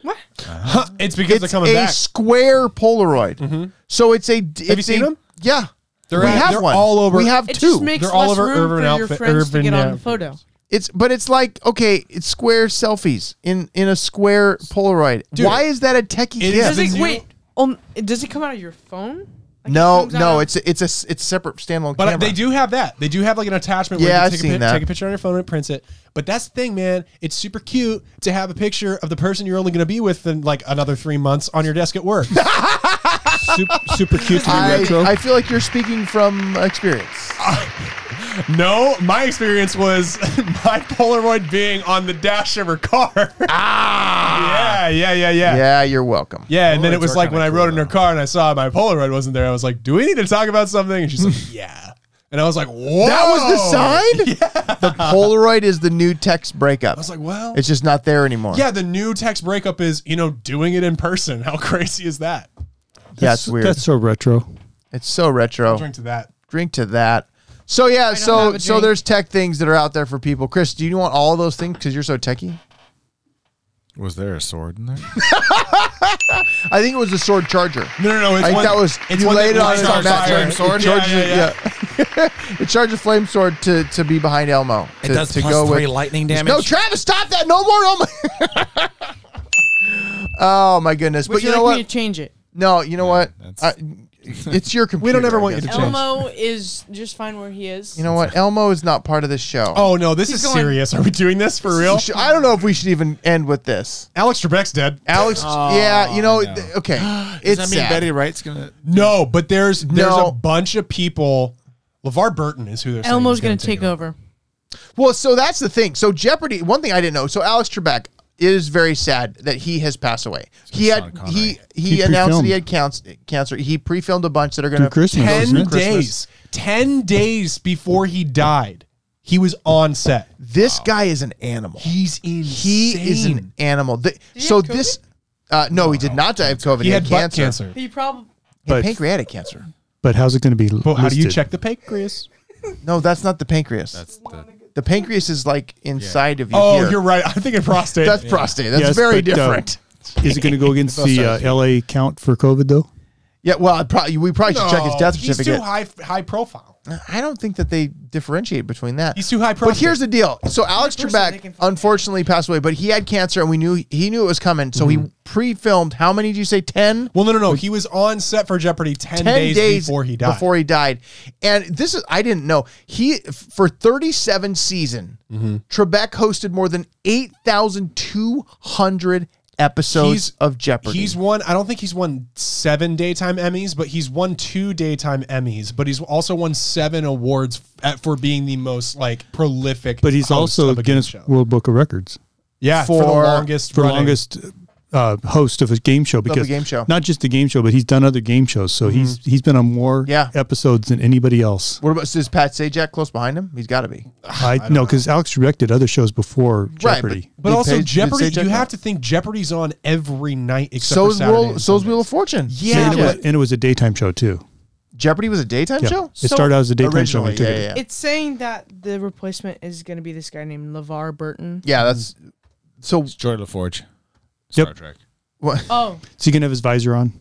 [SPEAKER 6] what?
[SPEAKER 2] Huh, It's because they're
[SPEAKER 3] It's
[SPEAKER 2] coming
[SPEAKER 3] a
[SPEAKER 2] back. Mm-hmm.
[SPEAKER 3] square Polaroid. So it's a. It's
[SPEAKER 2] Have you
[SPEAKER 3] a-
[SPEAKER 2] seen 'em?
[SPEAKER 3] Yeah,
[SPEAKER 2] They're,
[SPEAKER 3] we
[SPEAKER 2] at-
[SPEAKER 3] have
[SPEAKER 2] they're
[SPEAKER 3] one.
[SPEAKER 2] all over.
[SPEAKER 3] We have
[SPEAKER 6] It
[SPEAKER 3] two.
[SPEAKER 6] just makes
[SPEAKER 2] They're all
[SPEAKER 6] less
[SPEAKER 2] over
[SPEAKER 6] room
[SPEAKER 2] urban
[SPEAKER 6] for
[SPEAKER 2] outfit-
[SPEAKER 6] your friends
[SPEAKER 2] urban
[SPEAKER 6] to get on the
[SPEAKER 2] outfits.
[SPEAKER 6] photo.
[SPEAKER 3] It's but it's like okay, it's square selfies in in a square Polaroid. Why is that a techie
[SPEAKER 2] It
[SPEAKER 3] gift?
[SPEAKER 2] is
[SPEAKER 6] Does
[SPEAKER 2] The
[SPEAKER 6] it
[SPEAKER 2] new-
[SPEAKER 6] wait? Um, does it come out of your phone? Like, it
[SPEAKER 3] no,
[SPEAKER 6] comes out
[SPEAKER 3] no,
[SPEAKER 6] of-
[SPEAKER 3] it's a, it's a s- it's separate standalone
[SPEAKER 2] But
[SPEAKER 3] camera.
[SPEAKER 2] they do have that. They do have like an attachment
[SPEAKER 3] Yeah,
[SPEAKER 2] where you
[SPEAKER 3] I've
[SPEAKER 2] can
[SPEAKER 3] seen
[SPEAKER 2] take a, pic-
[SPEAKER 3] that.
[SPEAKER 2] take a picture on your phone and it prints it. But that's the thing, man. It's super cute to have a picture of the person you're only going to be with in like another three months on your desk at work.
[SPEAKER 5] Super, super cute. to be
[SPEAKER 3] I,
[SPEAKER 5] retro.
[SPEAKER 3] I feel like you're speaking from experience.
[SPEAKER 2] no, my experience was my Polaroid being on the dash of her car. Ah. Yeah, yeah, yeah, yeah. Yeah.
[SPEAKER 3] yeah, you're welcome.
[SPEAKER 2] and then it
[SPEAKER 4] Polaroids
[SPEAKER 2] was
[SPEAKER 4] are
[SPEAKER 2] like when I
[SPEAKER 4] kinda
[SPEAKER 2] rode
[SPEAKER 4] cool,
[SPEAKER 2] in her
[SPEAKER 4] though.
[SPEAKER 2] car and I saw my Polaroid wasn't there, I was like, "Do we need to talk about something?" And she's like, "Yeah." And I was like, "Whoa!"
[SPEAKER 3] That was the sign. The Polaroid is the new text breakup.
[SPEAKER 2] I was like, "Well,
[SPEAKER 3] it's just not there anymore.
[SPEAKER 2] Yeah, the new text breakup is, you know, doing it in person. How crazy is that?
[SPEAKER 3] yeah, it's weird.
[SPEAKER 5] That's so retro.
[SPEAKER 3] it's so retro.
[SPEAKER 2] Drink to that.
[SPEAKER 3] drink to that. So yeah,
[SPEAKER 6] have
[SPEAKER 3] so
[SPEAKER 6] a
[SPEAKER 3] so
[SPEAKER 6] drink.
[SPEAKER 3] there's tech things that are out there for people. Chris, do you want all of those things because you're so techie?
[SPEAKER 4] Was there a sword in there?
[SPEAKER 3] I think it was the sword charger.
[SPEAKER 2] No, no, no. It's
[SPEAKER 3] I think
[SPEAKER 2] one-
[SPEAKER 3] that was
[SPEAKER 2] it's
[SPEAKER 3] you
[SPEAKER 2] one
[SPEAKER 3] laid it
[SPEAKER 2] that
[SPEAKER 3] on
[SPEAKER 2] lights
[SPEAKER 3] his
[SPEAKER 2] on
[SPEAKER 3] back.
[SPEAKER 2] fire.
[SPEAKER 3] It
[SPEAKER 2] Sword?
[SPEAKER 3] charged
[SPEAKER 2] Yeah,
[SPEAKER 3] it-
[SPEAKER 2] yeah,
[SPEAKER 3] yeah. It charged a flame sword to to be behind Elmo. To, to go with.
[SPEAKER 4] lightning
[SPEAKER 3] No, Travis, stop that! No more Elmo. oh my goodness!
[SPEAKER 6] Would
[SPEAKER 3] but you,
[SPEAKER 6] you
[SPEAKER 3] know
[SPEAKER 6] like
[SPEAKER 3] what?
[SPEAKER 6] me to change it?
[SPEAKER 3] no, you know what?
[SPEAKER 4] that's-
[SPEAKER 3] I, It's your computer.
[SPEAKER 2] We don't ever
[SPEAKER 3] I
[SPEAKER 2] want you to
[SPEAKER 3] guess.
[SPEAKER 2] change.
[SPEAKER 6] Elmo is just fine where he is.
[SPEAKER 3] You know what? Elmo is not part of this show.
[SPEAKER 2] Oh no, this
[SPEAKER 6] He's
[SPEAKER 2] is
[SPEAKER 6] going-
[SPEAKER 2] serious. Are we doing this for real?
[SPEAKER 3] We should- I don't know if we should even end with this.
[SPEAKER 2] Alex Trebek's dead.
[SPEAKER 3] Alex, yeah, you know, th- okay.
[SPEAKER 4] Does
[SPEAKER 3] it's
[SPEAKER 4] that mean
[SPEAKER 3] sad.
[SPEAKER 4] Betty Wright's gonna?
[SPEAKER 2] No, but there's there's
[SPEAKER 3] No.
[SPEAKER 2] a bunch of people. LeVar Burton is who they're saying
[SPEAKER 6] Elmo's
[SPEAKER 2] is
[SPEAKER 6] gonna take over.
[SPEAKER 3] Well, so that's the thing. So Jeopardy. One thing I didn't know. So Alex Trebek is very sad that he has passed away. He
[SPEAKER 4] Sean
[SPEAKER 3] had
[SPEAKER 4] Connery.
[SPEAKER 3] he he,
[SPEAKER 5] He
[SPEAKER 3] announced that he
[SPEAKER 5] pre-filmed.
[SPEAKER 3] had counts- cancer. He pre-filmed a bunch that are going to
[SPEAKER 5] Through Christmas.
[SPEAKER 2] Ten
[SPEAKER 5] Isn't it?
[SPEAKER 2] days, ten days before he died, he was on set.
[SPEAKER 3] This guy is an animal.
[SPEAKER 2] He's insane.
[SPEAKER 3] He is an animal. The-
[SPEAKER 6] he
[SPEAKER 3] so
[SPEAKER 6] have
[SPEAKER 3] this, uh, no, he did not die of COVID.
[SPEAKER 2] He, had, butt
[SPEAKER 3] cancer.
[SPEAKER 2] cancer.
[SPEAKER 6] He probably
[SPEAKER 3] He had
[SPEAKER 5] But-
[SPEAKER 3] pancreatic cancer.
[SPEAKER 5] But how's it going to be?
[SPEAKER 2] But how do you
[SPEAKER 5] listed?
[SPEAKER 2] check the pancreas?
[SPEAKER 3] No, that's not the pancreas.
[SPEAKER 4] That's the,
[SPEAKER 3] the pancreas is like inside of you.
[SPEAKER 2] Oh,
[SPEAKER 3] here.
[SPEAKER 2] you're right. I'm thinking prostate.
[SPEAKER 3] That's prostate. That's
[SPEAKER 5] Yes,
[SPEAKER 3] very
[SPEAKER 5] but, uh,
[SPEAKER 3] different.
[SPEAKER 5] Is it going to go against the
[SPEAKER 4] sides, yeah.
[SPEAKER 5] uh, LA count for COVID though?
[SPEAKER 3] yeah, well, I'd probably, we probably should check his
[SPEAKER 2] No,
[SPEAKER 3] death
[SPEAKER 2] he's
[SPEAKER 3] certificate.
[SPEAKER 2] too high high profile.
[SPEAKER 3] I don't think that they differentiate between that.
[SPEAKER 2] He's too high
[SPEAKER 3] But
[SPEAKER 2] prostate.
[SPEAKER 3] here's the deal. So Alex
[SPEAKER 6] person they
[SPEAKER 3] Trebek
[SPEAKER 6] can-
[SPEAKER 3] unfortunately passed away, but he had cancer, and we knew he knew it was coming. So
[SPEAKER 2] Mm-hmm.
[SPEAKER 3] he pre-filmed. How many did you say? Ten.
[SPEAKER 2] Well, no, no, no. He was on set for Jeopardy ten,
[SPEAKER 3] 10
[SPEAKER 2] days, before he died.
[SPEAKER 3] Before he died. And this is I didn't know. He for 37 season,
[SPEAKER 2] Mm-hmm.
[SPEAKER 3] Trebek hosted more than 8,200 episodes of Jeopardy.
[SPEAKER 2] He's won. I don't think he's won seven daytime Emmys, but he's won two daytime Emmys. But he's also won seven awards at, for being the most like prolific.
[SPEAKER 5] But he's
[SPEAKER 2] host
[SPEAKER 5] also
[SPEAKER 2] of a game
[SPEAKER 5] Guinness
[SPEAKER 2] show.
[SPEAKER 5] World Book of Records
[SPEAKER 2] yeah, for, the
[SPEAKER 3] for-
[SPEAKER 2] longest
[SPEAKER 5] for
[SPEAKER 2] running.
[SPEAKER 5] longest uh, host of a game show because
[SPEAKER 3] game show.
[SPEAKER 5] not just the game show, but he's done other game shows. So he's he's been on more
[SPEAKER 3] Yeah.
[SPEAKER 5] episodes than anybody else.
[SPEAKER 3] what about is Pat Sajak close behind him? He's got to be.
[SPEAKER 5] I, no, because Alex Trebek did other shows before
[SPEAKER 3] Right,
[SPEAKER 5] Jeopardy.
[SPEAKER 2] But
[SPEAKER 3] Did
[SPEAKER 2] also
[SPEAKER 3] Paige- did
[SPEAKER 2] Jeopardy.
[SPEAKER 3] Sajak
[SPEAKER 2] You
[SPEAKER 3] know?
[SPEAKER 2] have to think Jeopardy's on every night except
[SPEAKER 3] So
[SPEAKER 2] for
[SPEAKER 3] is
[SPEAKER 2] Saturday.
[SPEAKER 3] World,
[SPEAKER 2] and
[SPEAKER 3] so is
[SPEAKER 2] Sunday.
[SPEAKER 3] Wheel of Fortune.
[SPEAKER 2] Yeah,
[SPEAKER 5] and, it was, and it was a daytime show too.
[SPEAKER 3] Jeopardy was a daytime
[SPEAKER 5] Yeah.
[SPEAKER 3] show?
[SPEAKER 5] It started out as a daytime show. and
[SPEAKER 3] Originally.
[SPEAKER 5] they
[SPEAKER 3] Yeah,
[SPEAKER 5] took
[SPEAKER 3] yeah,
[SPEAKER 5] it-
[SPEAKER 3] yeah.
[SPEAKER 6] It's saying that the replacement is gonna be this guy named LeVar Burton.
[SPEAKER 3] Yeah, that's so
[SPEAKER 4] it's George LaForge.
[SPEAKER 5] Yep.
[SPEAKER 4] Star Trek.
[SPEAKER 3] what
[SPEAKER 6] Oh,
[SPEAKER 5] Is he going to have his visor on?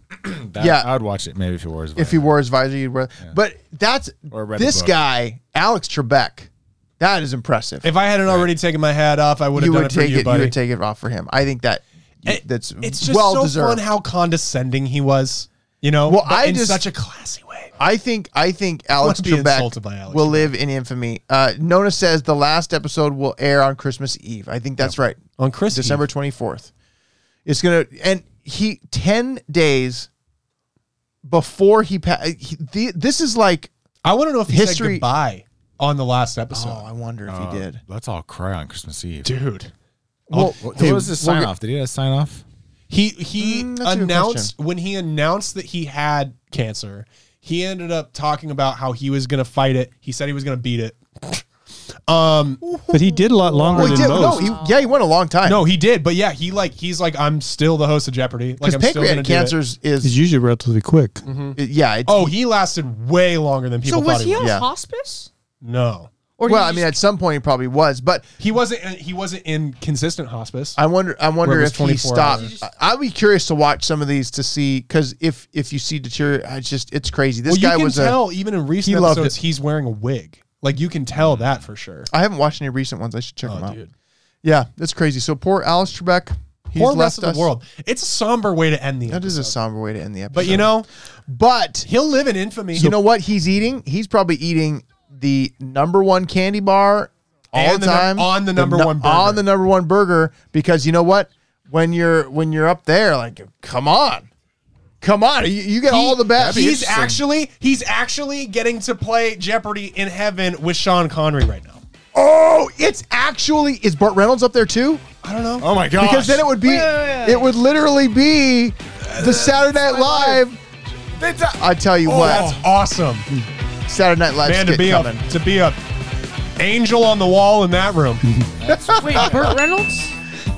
[SPEAKER 4] That,
[SPEAKER 3] Yeah.
[SPEAKER 4] I would watch it maybe if he wore his.
[SPEAKER 3] if he
[SPEAKER 4] visor.
[SPEAKER 3] wore his visor, you'd wear. But that's
[SPEAKER 4] Or read the
[SPEAKER 3] this
[SPEAKER 4] book.
[SPEAKER 3] guy, Alex Trebek. That is impressive.
[SPEAKER 2] If I hadn't already taken my hat off, I would have
[SPEAKER 3] you
[SPEAKER 2] done
[SPEAKER 3] would
[SPEAKER 2] it for
[SPEAKER 3] take
[SPEAKER 2] you,
[SPEAKER 3] it.
[SPEAKER 2] buddy.
[SPEAKER 3] You would take it off for him. I think that
[SPEAKER 2] It-
[SPEAKER 3] that's
[SPEAKER 2] it's just
[SPEAKER 3] well
[SPEAKER 2] so fun
[SPEAKER 3] deserved.
[SPEAKER 2] how condescending he was. You know,
[SPEAKER 3] Well,
[SPEAKER 2] but
[SPEAKER 3] I
[SPEAKER 2] in
[SPEAKER 3] just-
[SPEAKER 2] such a classy way.
[SPEAKER 3] I think I think Alex
[SPEAKER 2] wanna be
[SPEAKER 3] Trebek
[SPEAKER 2] insulted by Alex
[SPEAKER 3] will live in infamy. Uh, Nona says the last episode will air on Christmas Eve. I think that's right.
[SPEAKER 2] On Christmas Eve.
[SPEAKER 3] December twenty fourth. It's gonna and he ten days before he passed. This is like
[SPEAKER 2] I want to know if he
[SPEAKER 3] History-
[SPEAKER 2] said goodbye on the last episode.
[SPEAKER 3] oh, I wonder if he did.
[SPEAKER 4] Let's all cry on Christmas Eve.
[SPEAKER 2] dude.
[SPEAKER 3] Well,
[SPEAKER 4] What, what was his sign off? Did he have a sign off?
[SPEAKER 2] He he
[SPEAKER 3] Mm, that's a good
[SPEAKER 2] announced when he announced that he had cancer. He ended up talking about how he was going to fight it. He said he was going to beat it.
[SPEAKER 5] But he did a lot longer
[SPEAKER 3] well, he
[SPEAKER 5] than
[SPEAKER 3] did. No,
[SPEAKER 5] most.
[SPEAKER 3] he, yeah, he went a long time.
[SPEAKER 2] No, he did, but yeah, he like he's like I'm still the host of Jeopardy. Like
[SPEAKER 3] because
[SPEAKER 2] I'm still going to
[SPEAKER 3] pancreatic
[SPEAKER 2] do it.
[SPEAKER 3] cancer is,
[SPEAKER 5] He's usually relatively quick.
[SPEAKER 6] Mm-hmm.
[SPEAKER 3] yeah. It's,
[SPEAKER 2] Oh, he lasted way longer than people
[SPEAKER 6] so
[SPEAKER 2] thought
[SPEAKER 6] was
[SPEAKER 2] he,
[SPEAKER 6] he
[SPEAKER 2] would.
[SPEAKER 6] on
[SPEAKER 3] Yeah.
[SPEAKER 6] hospice?
[SPEAKER 2] No.
[SPEAKER 6] Or
[SPEAKER 3] well,
[SPEAKER 6] did
[SPEAKER 3] I
[SPEAKER 6] he
[SPEAKER 3] mean,
[SPEAKER 6] just-
[SPEAKER 3] at some point he probably was, but
[SPEAKER 2] He wasn't he wasn't in consistent hospice.
[SPEAKER 3] I wonder. I wonder
[SPEAKER 2] Where it was
[SPEAKER 3] if he
[SPEAKER 2] 24
[SPEAKER 3] stopped.
[SPEAKER 2] hours.
[SPEAKER 3] I- I'd be curious to watch some of these to see because if if you see deteriorate, I just it's crazy. This
[SPEAKER 2] well,
[SPEAKER 3] guy
[SPEAKER 2] you can
[SPEAKER 3] was
[SPEAKER 2] tell even in recent
[SPEAKER 3] he loved
[SPEAKER 2] episodes
[SPEAKER 3] it.
[SPEAKER 2] he's wearing a wig. Like you can tell that for sure.
[SPEAKER 3] a. I haven't watched any recent ones. I should check them out.
[SPEAKER 2] Oh, dude.
[SPEAKER 3] Yeah, that's crazy. So poor Alice Trebek. He's
[SPEAKER 2] Poor
[SPEAKER 3] left
[SPEAKER 2] rest of
[SPEAKER 3] us.
[SPEAKER 2] the world. It's a somber way to end the
[SPEAKER 3] That
[SPEAKER 2] episode.
[SPEAKER 3] is a somber way to end the episode.
[SPEAKER 2] But you know,
[SPEAKER 3] but
[SPEAKER 2] he'll live in infamy.
[SPEAKER 3] you know what he's eating? He's probably eating the number one candy bar all
[SPEAKER 2] And the
[SPEAKER 3] the
[SPEAKER 2] num-
[SPEAKER 3] time
[SPEAKER 2] on the number
[SPEAKER 3] nu-
[SPEAKER 2] one burger.
[SPEAKER 3] on the number one burger because you know what? When you're when you're up there, like come on, come on, you, you get all the best.
[SPEAKER 2] He's actually he's actually getting to play Jeopardy in heaven with Sean Connery right now.
[SPEAKER 3] Oh, it's actually is Burt Reynolds up there too?
[SPEAKER 2] I don't know.
[SPEAKER 4] Oh my gosh!
[SPEAKER 3] Because then it would be it would literally be the Saturday Night Live. I tell you
[SPEAKER 2] Oh, that's
[SPEAKER 3] what,
[SPEAKER 2] awesome,
[SPEAKER 3] Saturday Night Live
[SPEAKER 2] man! To
[SPEAKER 3] skit
[SPEAKER 2] be
[SPEAKER 3] coming.
[SPEAKER 2] a to be a angel on the wall in that room.
[SPEAKER 6] wait, Burt Reynolds?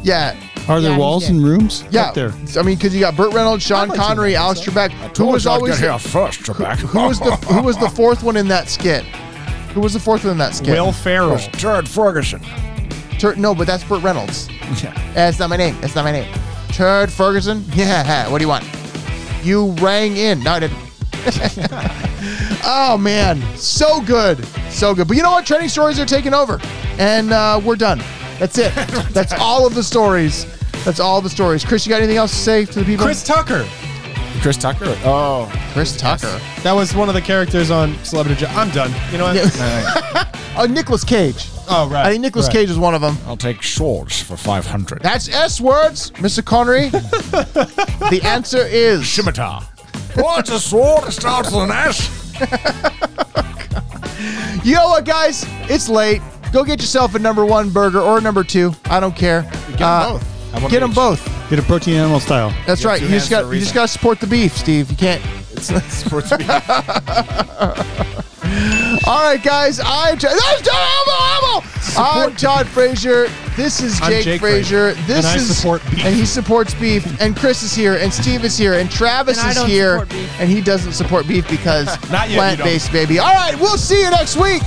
[SPEAKER 3] Yeah,
[SPEAKER 5] Are
[SPEAKER 6] Yeah,
[SPEAKER 5] there
[SPEAKER 6] he
[SPEAKER 5] walls
[SPEAKER 6] did.
[SPEAKER 5] and rooms?
[SPEAKER 3] yeah.
[SPEAKER 5] Up there.
[SPEAKER 3] I mean, because you got Burt Reynolds, Sean Connery, Alex Trebek. Who was always the,
[SPEAKER 4] first, Trebek?
[SPEAKER 3] who was the who was the fourth one in that skit? Who was the fourth one in that skit?
[SPEAKER 2] Will Ferrell.
[SPEAKER 4] Jared Ferguson?
[SPEAKER 3] Tur- no, but that's Burt Reynolds. That's not my name. That's not my name. Turd Ferguson. Yeah. What do you want? You rang in. No, I didn't. oh man, so good, so good. But you know what? Trending stories are taking over, and uh, we're done. That's it. That's all of the stories. That's all the stories. Chris, you got anything else to say to the people?
[SPEAKER 2] Chris Tucker.
[SPEAKER 4] Chris Tucker? Oh,
[SPEAKER 3] Chris Tucker.
[SPEAKER 2] That was one of the characters on Celebrity Jeopardy. I'm done. You know what?
[SPEAKER 3] Oh, Nicolas Cage.
[SPEAKER 2] Oh, right.
[SPEAKER 3] I think Nicolas
[SPEAKER 2] right.
[SPEAKER 3] Cage was one of them.
[SPEAKER 4] I'll take Schwartz for 500.
[SPEAKER 3] That's S words, Mr. Connery. the answer is
[SPEAKER 4] Scimitar. What's a sword that starts with an S?
[SPEAKER 3] You know what, guys? It's late. Go get yourself a number one burger or a number two. I don't care. Get
[SPEAKER 4] 'em both. I want
[SPEAKER 3] Get them
[SPEAKER 4] each.
[SPEAKER 3] both.
[SPEAKER 5] Get a protein animal style.
[SPEAKER 3] That's
[SPEAKER 4] You have
[SPEAKER 3] right.
[SPEAKER 4] two
[SPEAKER 3] You just
[SPEAKER 4] hands
[SPEAKER 3] got
[SPEAKER 4] for a
[SPEAKER 3] you just
[SPEAKER 4] reason.
[SPEAKER 3] got to support the beef, Steve. You can't.
[SPEAKER 4] It's not supposed to be.
[SPEAKER 3] All right, guys. I'm John. That's John Elmo, Elmo! I'm John Frazier. This is
[SPEAKER 2] I'm
[SPEAKER 3] Jake,
[SPEAKER 2] Jake
[SPEAKER 3] Frazier. This
[SPEAKER 2] and I
[SPEAKER 3] is
[SPEAKER 2] support beef.
[SPEAKER 3] and he supports beef. And Chris is here. And Steve is here. And Travis
[SPEAKER 6] And I
[SPEAKER 3] is
[SPEAKER 6] don't
[SPEAKER 3] here.
[SPEAKER 6] support beef.
[SPEAKER 3] And he doesn't support beef because
[SPEAKER 2] Not yet, you
[SPEAKER 3] plant based, baby. All right. We'll see you next week.